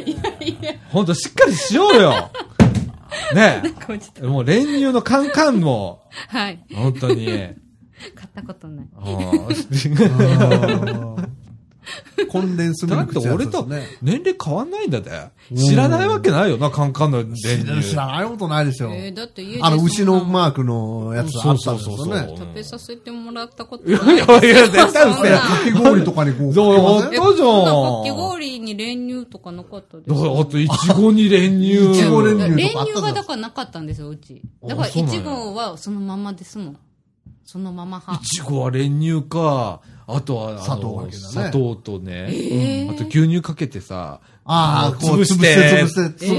Speaker 1: ほんと、しっかりしようよ。ね
Speaker 3: ら落ちた
Speaker 1: え。もう練乳のカンカンも、
Speaker 3: はい
Speaker 1: ほんとに。
Speaker 3: 買ったことない
Speaker 1: あー
Speaker 2: コンデンスミ
Speaker 1: だっ
Speaker 2: ルク
Speaker 1: て
Speaker 2: ってやつ
Speaker 1: 俺
Speaker 2: です
Speaker 1: と
Speaker 2: ね。
Speaker 1: 年齢変わんないんだで。知らないわけないよな、カンカンの練
Speaker 2: 知ら
Speaker 1: 乳。
Speaker 2: 知らないことないでしょ。
Speaker 3: えーだって家で
Speaker 2: あの、牛の
Speaker 3: あ
Speaker 2: マークのやつあったんです
Speaker 1: そうそう
Speaker 2: よ
Speaker 1: そうそう
Speaker 2: ね。
Speaker 3: 食べさせてもらったこと
Speaker 1: いや
Speaker 3: ない
Speaker 1: いや、いや絶対う
Speaker 3: そんな
Speaker 1: せ
Speaker 2: かき氷とかにこう。
Speaker 1: そう
Speaker 2: かけま
Speaker 1: 本当
Speaker 2: せ
Speaker 1: じゃん
Speaker 2: ん
Speaker 3: そなかき氷に練乳とかなかったです
Speaker 1: だからあと、いちごに練乳。
Speaker 2: いちご練乳とかあった
Speaker 3: 練
Speaker 2: じゃん
Speaker 3: 乳がだからなかったんですようちだから
Speaker 1: あそう
Speaker 3: い
Speaker 1: なんや
Speaker 3: ちごはそのままですもんそのまま
Speaker 1: い
Speaker 3: 派
Speaker 1: ちごは練乳か、あとは、あの
Speaker 2: 砂糖かけたね
Speaker 1: 砂糖とね、
Speaker 3: えー
Speaker 1: あと牛乳かけてさ、
Speaker 2: ああ、こう、
Speaker 1: 潰
Speaker 2: 潰
Speaker 1: し
Speaker 2: してて、潰して、潰す、潰す。
Speaker 3: え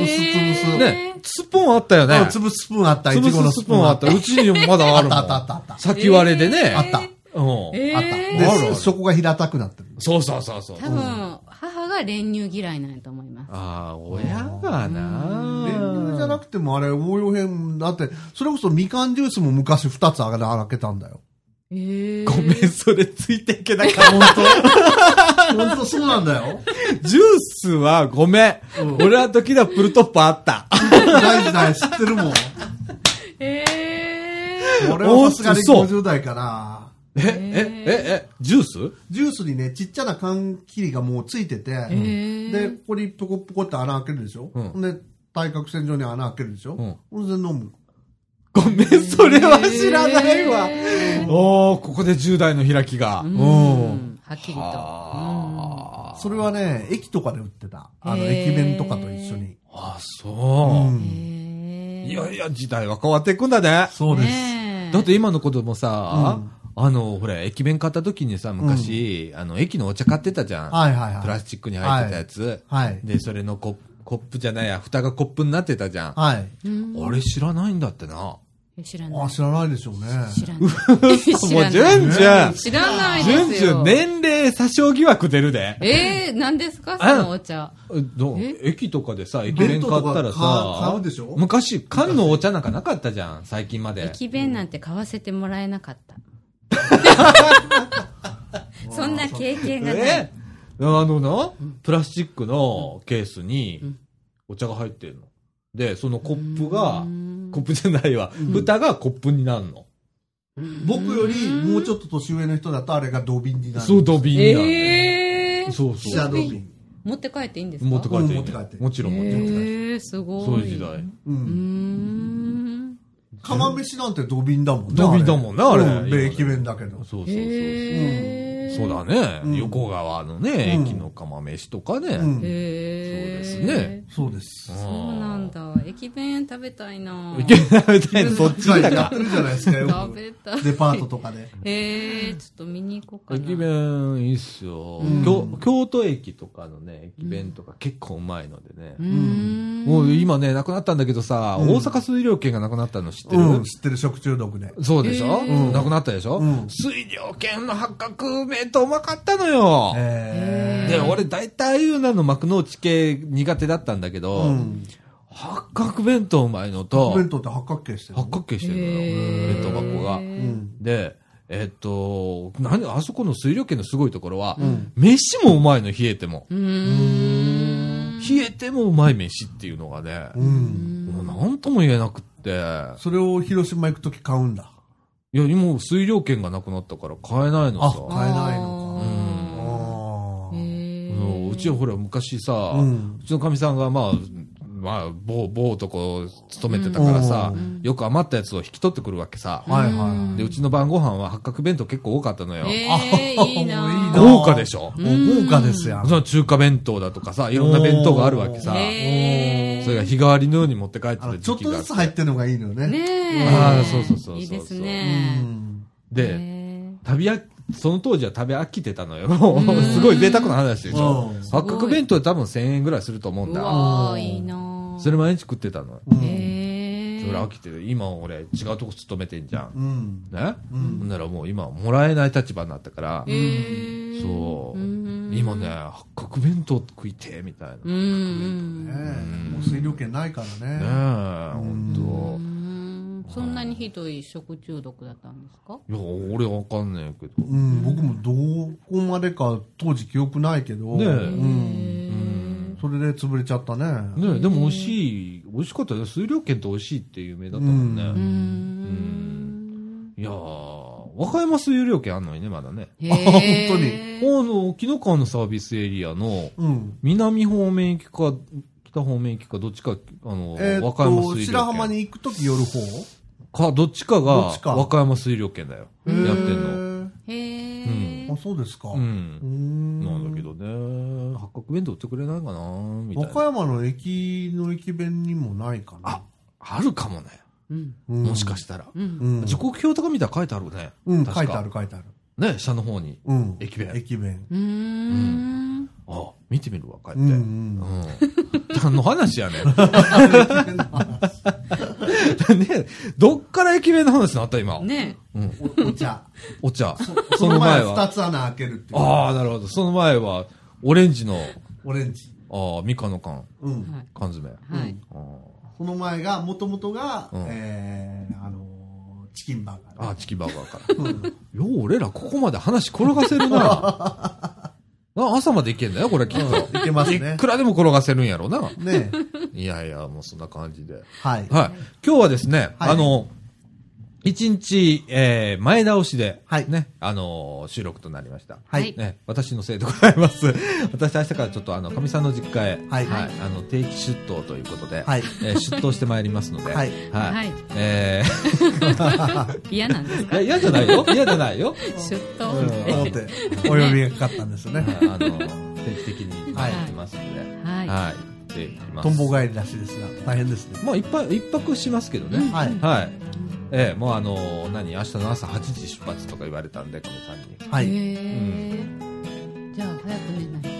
Speaker 3: ー
Speaker 1: ね、スプーンあったよね。
Speaker 2: あ潰すスプーンあった、いちご
Speaker 1: 潰
Speaker 2: の
Speaker 1: す
Speaker 2: ス
Speaker 1: スプ
Speaker 2: プ
Speaker 1: ー
Speaker 2: ー
Speaker 1: ン
Speaker 2: ン
Speaker 1: あ
Speaker 2: あ
Speaker 1: っ。
Speaker 2: ったた。
Speaker 1: うちにもまだあるもん。
Speaker 2: あったあったあった
Speaker 1: 先割れでね。
Speaker 2: あった。
Speaker 1: うん。
Speaker 3: えー
Speaker 2: あった。
Speaker 1: ある
Speaker 2: で、そこが平たくなってる。
Speaker 1: そうそうそうそう。
Speaker 3: 多分母が練乳嫌いなんやと思います
Speaker 1: ああ、親がな。
Speaker 2: 練乳じゃなくてもあれ、応用編、だって、それこそみかんジュースも昔二つあれ開けたんだよ。
Speaker 3: ええ
Speaker 1: ごめん、それついていけなかっ
Speaker 2: 本当本当そうなんだよ。
Speaker 1: た。ジュースはごめん。俺は時々プルトップあった。
Speaker 2: 大事だよ、知ってるもん。
Speaker 3: え
Speaker 2: 俺はさすがに
Speaker 1: そう
Speaker 2: 50代から、
Speaker 1: え、え、え、え、ジュース
Speaker 2: ジュースにね、ちっちゃな缶切りがもうついてて、
Speaker 3: ー
Speaker 2: で、ここにポコポコって穴開けるでしょ、
Speaker 1: うん
Speaker 2: で、対角線上に穴開けるでしょ、
Speaker 1: ん
Speaker 2: これで飲む。
Speaker 1: ごめん、それは知らないわ。おおここで10代の開きが。
Speaker 3: う
Speaker 1: おー
Speaker 3: んはっきりと
Speaker 1: あー
Speaker 2: それはね、駅とかで売ってた。あの、
Speaker 3: へー
Speaker 2: 駅弁とかと一緒に。
Speaker 1: あ、そうう。
Speaker 3: うん
Speaker 2: ん
Speaker 3: へえ
Speaker 1: いやいや、時代は変わっていくんだね。
Speaker 2: そうです。
Speaker 3: ねえ
Speaker 1: だって今の子供さ、あの、ほら、駅弁買った時にさ、昔、あの、駅のお茶買ってたじゃん。
Speaker 2: はいはいはい。
Speaker 1: プラスチックに入ってたやつ。
Speaker 2: はい
Speaker 1: で、それのココップじゃないや、蓋がコップになってたじゃん。あ
Speaker 2: はい。
Speaker 3: うん
Speaker 1: れ知らないんだってな。
Speaker 3: 知らな
Speaker 2: あ、
Speaker 3: い
Speaker 2: 知らないでしょうね。
Speaker 3: 知らない知
Speaker 1: もう、
Speaker 3: ら
Speaker 1: じゅ
Speaker 3: ない
Speaker 1: んじゅん。
Speaker 3: 知らない
Speaker 1: じゅん
Speaker 3: です
Speaker 1: じゅ
Speaker 3: よ
Speaker 1: ん、年齢詐称疑惑出るで。
Speaker 3: ええ何ですか
Speaker 1: あ
Speaker 3: そのお茶
Speaker 1: どう駅とかでさ、駅
Speaker 2: 弁
Speaker 1: 弁
Speaker 2: 当
Speaker 1: 買
Speaker 2: とか
Speaker 1: ったらさ
Speaker 2: か、買うでしょ
Speaker 1: 昔、缶のお茶なんかなかったじゃん、最近まで。
Speaker 3: 駅弁なんて買わせてもらえなかった そんな経験がな
Speaker 1: え
Speaker 3: い
Speaker 1: あのな、プラスチックのケースにお茶が入ってるの。で、そのコップが、コップじゃないわ、蓋がコップになるの。
Speaker 2: 僕よりもうちょっと年上の人だとあれが土瓶になる。
Speaker 1: そう、土瓶になる。
Speaker 3: ええ
Speaker 1: そう
Speaker 2: 飛
Speaker 1: そう
Speaker 2: 車土瓶。
Speaker 3: 持って帰っていいんですか
Speaker 1: 持って帰っていい、ね、
Speaker 2: うん持って帰って
Speaker 1: もちろん持って帰って、
Speaker 3: ええすごい
Speaker 1: そういう時代
Speaker 2: う
Speaker 3: うー
Speaker 2: ん。
Speaker 3: ん
Speaker 2: 釜飯なんて土瓶だもんね。
Speaker 1: 土瓶だもんなあれ
Speaker 2: うんで駅弁だけど。
Speaker 1: そうそうそうそう、
Speaker 3: へえ
Speaker 1: そうだね、
Speaker 2: うん
Speaker 1: 横川のね
Speaker 2: うん
Speaker 1: 駅の釜飯とかね、
Speaker 2: うん
Speaker 1: そうですね
Speaker 2: そうです。
Speaker 3: そうなん だ。駅弁食べたいな。
Speaker 1: 食べたいのそっち
Speaker 2: はいやってるじゃないですか、よ
Speaker 3: 食
Speaker 2: く。
Speaker 3: べたい。
Speaker 2: デパートとかで。
Speaker 3: えー、ちょっと見に行こうかな。
Speaker 1: 駅弁いいっすよ、京京都駅とかのね駅弁とか結構うまいのでね、
Speaker 3: うーん。
Speaker 1: もう今ねなくなったんだけどさ、
Speaker 2: うん
Speaker 1: 大阪水料券がなくなったの知ってる、
Speaker 2: うん、知ってる食中毒で。
Speaker 1: そうでしょ、
Speaker 3: へ
Speaker 1: なくなったでしょ、
Speaker 2: うん
Speaker 1: 水料券の八角弁当うまかったのよ、
Speaker 2: え
Speaker 1: で俺大体ああいうなの幕の内系苦手だったんだけ
Speaker 2: ー
Speaker 1: ど、
Speaker 2: うん。
Speaker 1: 八角弁当うまいの
Speaker 2: お
Speaker 1: と
Speaker 2: 弁当って八角形してる。
Speaker 1: 八角形してるのよ、
Speaker 3: へー
Speaker 1: 弁当箱が。
Speaker 2: うん。
Speaker 1: で、えっと、何、あそこの水料券のすごいところは、
Speaker 2: うん
Speaker 1: 飯もうまいの、冷えても。
Speaker 3: うーん。
Speaker 1: 冷えてもうまい飯っていうのがね、
Speaker 2: うん。
Speaker 1: もうなんとも言えなくって、いや、
Speaker 2: それを広島行くとき買うんだ。
Speaker 1: 今水料券がなくなったから買えないのさ。
Speaker 2: あ買えないの
Speaker 1: か
Speaker 2: あ
Speaker 1: う
Speaker 2: ー
Speaker 3: うん。へ
Speaker 1: ん
Speaker 3: ー
Speaker 1: うちはほら、昔さ、う
Speaker 2: うん
Speaker 1: ちのかみさんが、まあ、まあ、某、某とこ勤めてたからさ、
Speaker 2: うん
Speaker 1: よく余ったやつを引き取ってくるわけさ。
Speaker 2: はいはいはい。
Speaker 1: で、うちの晩ご飯は八角弁当結構多かったのよ。
Speaker 3: えー、いい
Speaker 2: い
Speaker 3: な。
Speaker 2: いな
Speaker 1: 豪華でしょ
Speaker 2: 豪華ですやん。
Speaker 1: その中華弁当だとかさ、いろんな弁当があるわけさ。
Speaker 3: へー
Speaker 1: それが日替わりのように持って帰って
Speaker 2: あ
Speaker 1: た
Speaker 2: の
Speaker 1: 時
Speaker 2: ちょっ
Speaker 1: 期
Speaker 2: と
Speaker 1: があ
Speaker 2: ず
Speaker 1: って
Speaker 2: つ入ってるのがいいのよね。
Speaker 3: ねえ。
Speaker 1: あーそうそうそうそうそう
Speaker 3: いいです
Speaker 2: う
Speaker 3: ね。
Speaker 2: ん。
Speaker 1: で、
Speaker 3: へ
Speaker 1: 食べ飽きその当時は食べ飽きてたのよ。すごい贅沢な話でしょ
Speaker 2: うん。
Speaker 1: 八角弁当で多分1000円ぐらいすると思う
Speaker 3: ー
Speaker 1: ん
Speaker 3: う
Speaker 1: だ。
Speaker 3: わー、いいな。
Speaker 1: それ毎日食ってたの。
Speaker 2: うん
Speaker 3: へ
Speaker 1: そ
Speaker 3: ー
Speaker 1: れ飽きてる。今俺違うとこ勤めてんじゃ。
Speaker 2: うんん。
Speaker 1: ねほんならもう今はもらえない立場になったから
Speaker 3: へ、ー
Speaker 1: そう。
Speaker 3: ん
Speaker 1: 今ね、八角弁当食いてえみたいな。
Speaker 3: う
Speaker 1: ね
Speaker 2: ね
Speaker 3: ん。
Speaker 2: えもう水料券ないから
Speaker 1: え、
Speaker 2: ね。
Speaker 1: ほ
Speaker 3: うんんそんなにひどい食中毒だったんですか
Speaker 1: と。いや、俺わかんねえけど。
Speaker 2: うん、僕もどこまでか当時記憶ないけど、
Speaker 1: ねえ
Speaker 2: うん、
Speaker 1: うん
Speaker 2: それで潰れちゃったね。
Speaker 1: ねえでも美味しい、美味しかったよ。水料券って美味しいって有名だったもんね。
Speaker 2: う
Speaker 3: うー
Speaker 2: ん
Speaker 3: ん。
Speaker 1: いやー、和歌山水料券あんのにね、まだね。
Speaker 3: へ
Speaker 2: 本当に
Speaker 1: あ
Speaker 3: に。
Speaker 1: の、紀の川のサービスエリアの、
Speaker 2: うん。
Speaker 1: 南方面行きか、北方面行きか、どっちか、あの、
Speaker 2: え
Speaker 1: 和
Speaker 2: ーっ
Speaker 1: 歌山
Speaker 2: と、
Speaker 1: 水
Speaker 2: 白
Speaker 1: 料
Speaker 2: 浜
Speaker 1: 券。
Speaker 2: に行くとき寄る方
Speaker 1: か、どっちか
Speaker 2: ど
Speaker 1: が
Speaker 2: っち、か
Speaker 1: 和歌山水料券だよ。やってんの。
Speaker 2: の。
Speaker 3: へ
Speaker 2: あ、
Speaker 3: ー
Speaker 2: そうですか。
Speaker 1: う
Speaker 2: うんー。ん
Speaker 1: なんだけ。どね、八角弁当売ってくれないかなみたい
Speaker 2: 和歌
Speaker 1: な。
Speaker 2: 山の駅の駅弁にもないかな。
Speaker 1: あ、あるかもね。
Speaker 3: うん。
Speaker 2: うん、
Speaker 1: もしか
Speaker 2: し
Speaker 1: したら。
Speaker 3: うん
Speaker 2: うん、
Speaker 1: 時刻表とか見たら書いてあるね。
Speaker 2: うん、
Speaker 1: 確か
Speaker 2: 書いてある書いてある。
Speaker 1: ね、下の方に。
Speaker 2: うん。
Speaker 1: 駅弁
Speaker 2: 駅弁。
Speaker 3: うーん。
Speaker 1: あ、見てみるわ、帰って。
Speaker 2: う
Speaker 1: うん。
Speaker 2: うん ん。
Speaker 1: 何の話やねん。 ね、どっから駅弁の話になった今。
Speaker 3: ね
Speaker 1: うん。
Speaker 2: お茶。
Speaker 1: お茶。
Speaker 2: そ
Speaker 1: そ
Speaker 2: の
Speaker 1: の
Speaker 2: 前
Speaker 1: 前
Speaker 2: 二
Speaker 1: は。
Speaker 2: つ穴開けるっていう。
Speaker 1: ああ、なるほど。その前は、オレンジの、
Speaker 2: オレンジ。
Speaker 1: ああ、ミカの缶、
Speaker 2: う
Speaker 3: え。
Speaker 2: ん。
Speaker 3: はい。
Speaker 1: 缶詰。
Speaker 3: はい。
Speaker 1: あ
Speaker 2: その前が、もともとが、
Speaker 1: うん
Speaker 2: えー、あのーチキンバーガー
Speaker 1: あ、あチキバーガーから。よう、俺らここまで話転がせるな。 な朝までいけんだよ、これきっと。
Speaker 2: ね。いけます
Speaker 1: い
Speaker 2: ね。
Speaker 1: くらでも転がせるんやろな。
Speaker 2: ね
Speaker 1: いやいや、もうそんな感じで。
Speaker 2: はい。
Speaker 1: はい。今日はですね、
Speaker 2: はい
Speaker 1: あの、一日、えー、前倒しで、
Speaker 2: はい
Speaker 1: ね、あのー収録となりました。
Speaker 2: はい。
Speaker 1: ね、私のせいでございます。 私明日からちょっとあの、かみさんの実家へ、
Speaker 2: はい
Speaker 1: あの、定期出頭ということで、
Speaker 2: はい。
Speaker 1: えー出頭してまいりますので、
Speaker 2: はい
Speaker 1: はい。
Speaker 3: はい
Speaker 1: え
Speaker 3: 嫌なんで
Speaker 1: ー
Speaker 3: す
Speaker 1: い
Speaker 3: か
Speaker 1: や、嫌じゃないよ。嫌じゃないよ。
Speaker 3: シュッと。
Speaker 2: うん思って、お呼びがかかったんです
Speaker 1: はい
Speaker 2: ね。
Speaker 1: あの、定期的に
Speaker 2: はい
Speaker 1: 行きますので、
Speaker 3: はい
Speaker 1: はい。で、行きます。
Speaker 2: とんぼ返りらしいですが、大変ですね。
Speaker 1: まあ、一泊、一泊しますけどね。
Speaker 3: うん
Speaker 2: はい。
Speaker 1: はい。ええもうあの何、明日の朝8時出発とか言われたんで、このさんに。
Speaker 2: はい。
Speaker 3: へーじゃあ、早く寝ない。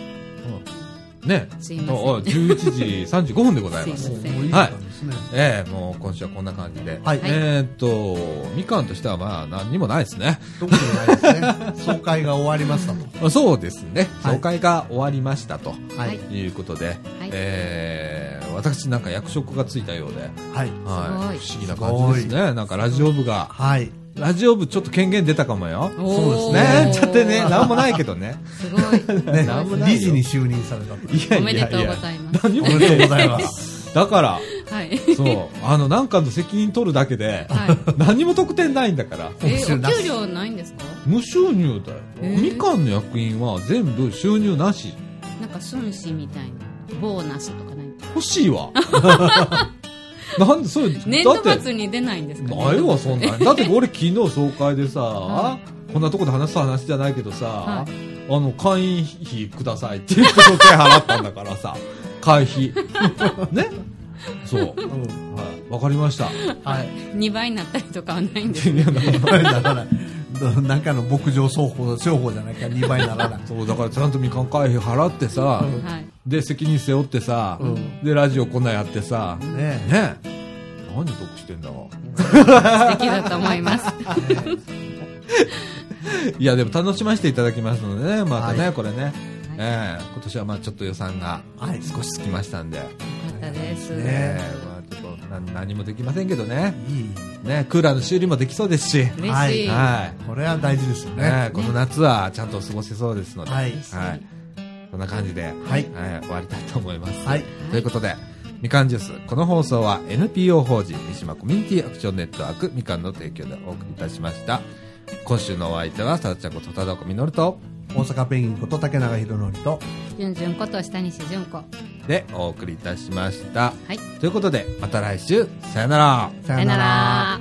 Speaker 1: ね。
Speaker 3: すいません
Speaker 1: おお11時35分でございま
Speaker 3: そ
Speaker 1: す
Speaker 3: すう。いません
Speaker 2: もういい時間ですね。
Speaker 1: ええもう今週はこんな感じで。
Speaker 2: はい。
Speaker 3: はい
Speaker 1: えーっと、みかんとしてはまあ何にもないですね。
Speaker 2: 特にないですね。総会が終わりましたと。
Speaker 1: あそうですね。
Speaker 2: はい
Speaker 1: 紹介が終わりましたと
Speaker 2: はい。
Speaker 1: いうことで、ええ私なんか役職がついたようで、
Speaker 2: はい。
Speaker 1: はい、不
Speaker 3: す
Speaker 1: 思議な感じですね。なんかラジオ部が、
Speaker 2: はい。
Speaker 1: ラジオ部ちょっと権限出たかもよ。
Speaker 2: そうで
Speaker 1: ねえ、ちゃってね、
Speaker 3: な
Speaker 1: なんもないけどね。
Speaker 3: すごい。
Speaker 2: ね
Speaker 1: なんも、ないよ
Speaker 2: 理事に就任されたと。
Speaker 1: いやい
Speaker 3: お
Speaker 1: や
Speaker 3: め
Speaker 1: い
Speaker 3: で
Speaker 1: や
Speaker 3: とうございます。
Speaker 1: 何
Speaker 2: お
Speaker 1: も
Speaker 2: めでとうございます。
Speaker 1: だから、
Speaker 3: はい。
Speaker 1: そう、あの、なんかの責任取るだけで、
Speaker 3: はい。
Speaker 1: 何も得点ないんだから。
Speaker 3: え、
Speaker 2: 報酬なし
Speaker 3: お給料ないんですか
Speaker 1: 無収入だよ。
Speaker 3: へー
Speaker 1: みかんの役員は全部収入なし。
Speaker 3: なんか寸志みたいなボーナスとかない
Speaker 1: 欲しい わ。なんで、それ、だって、
Speaker 3: 年度末に出ないんですかね
Speaker 1: ないわ、そん なん。だって俺昨日総会でさ、
Speaker 3: は
Speaker 1: こんなとこで話す話じゃないけどさ、あ
Speaker 3: は
Speaker 1: の、会員費くださいって言って5000円払ったんだからさ、 会 費ねそう
Speaker 2: うん
Speaker 1: はいわかりました
Speaker 2: はい。
Speaker 3: 2倍になったりとかはないんです
Speaker 1: いやだから
Speaker 2: だから、どなんかの牧場双方、商法じゃないから2倍にならない。
Speaker 1: そうだからちゃんとみかん会費払ってさ
Speaker 3: はい
Speaker 1: で責任背負ってさ
Speaker 2: うん
Speaker 1: でラジオ来ないやってさね
Speaker 2: ねえ。
Speaker 1: 何得してんだろ
Speaker 3: 素敵だと思います。
Speaker 1: ういやでも楽しませていただきますのでねまたね、
Speaker 2: は
Speaker 1: これね、ええ今年はまあちょっと予算が
Speaker 2: はい
Speaker 1: 少しつきましたんで、
Speaker 3: またです。
Speaker 2: ね
Speaker 1: ええまあちょっとな何もできませんけどね
Speaker 2: いい。
Speaker 1: ねクーラーの修理もできそうですし、
Speaker 3: 嬉しい。は
Speaker 1: は
Speaker 2: これは大事ですよ
Speaker 1: い
Speaker 2: ね。
Speaker 1: ね、この夏はちゃんと過ごせそうですので、
Speaker 2: は
Speaker 1: は
Speaker 2: い
Speaker 1: い、そんな感じで、はい
Speaker 2: はい。
Speaker 1: 終わりたいと思います。
Speaker 2: はい。
Speaker 1: ということで、みかんジュース、この放送は NPO 法人三島コミュニティアクションネットワークみかんの提供でお送りいたしました。今週のお相手は、さだちゃんことただこみのると、
Speaker 2: 大阪ペンギンこと竹永宏典と、
Speaker 3: じゅんじゅんこと下西じゅんこ。は
Speaker 1: でお送りいたしました。
Speaker 3: い。
Speaker 1: ということで、また来週、さよなら。
Speaker 2: さ
Speaker 3: さよなら。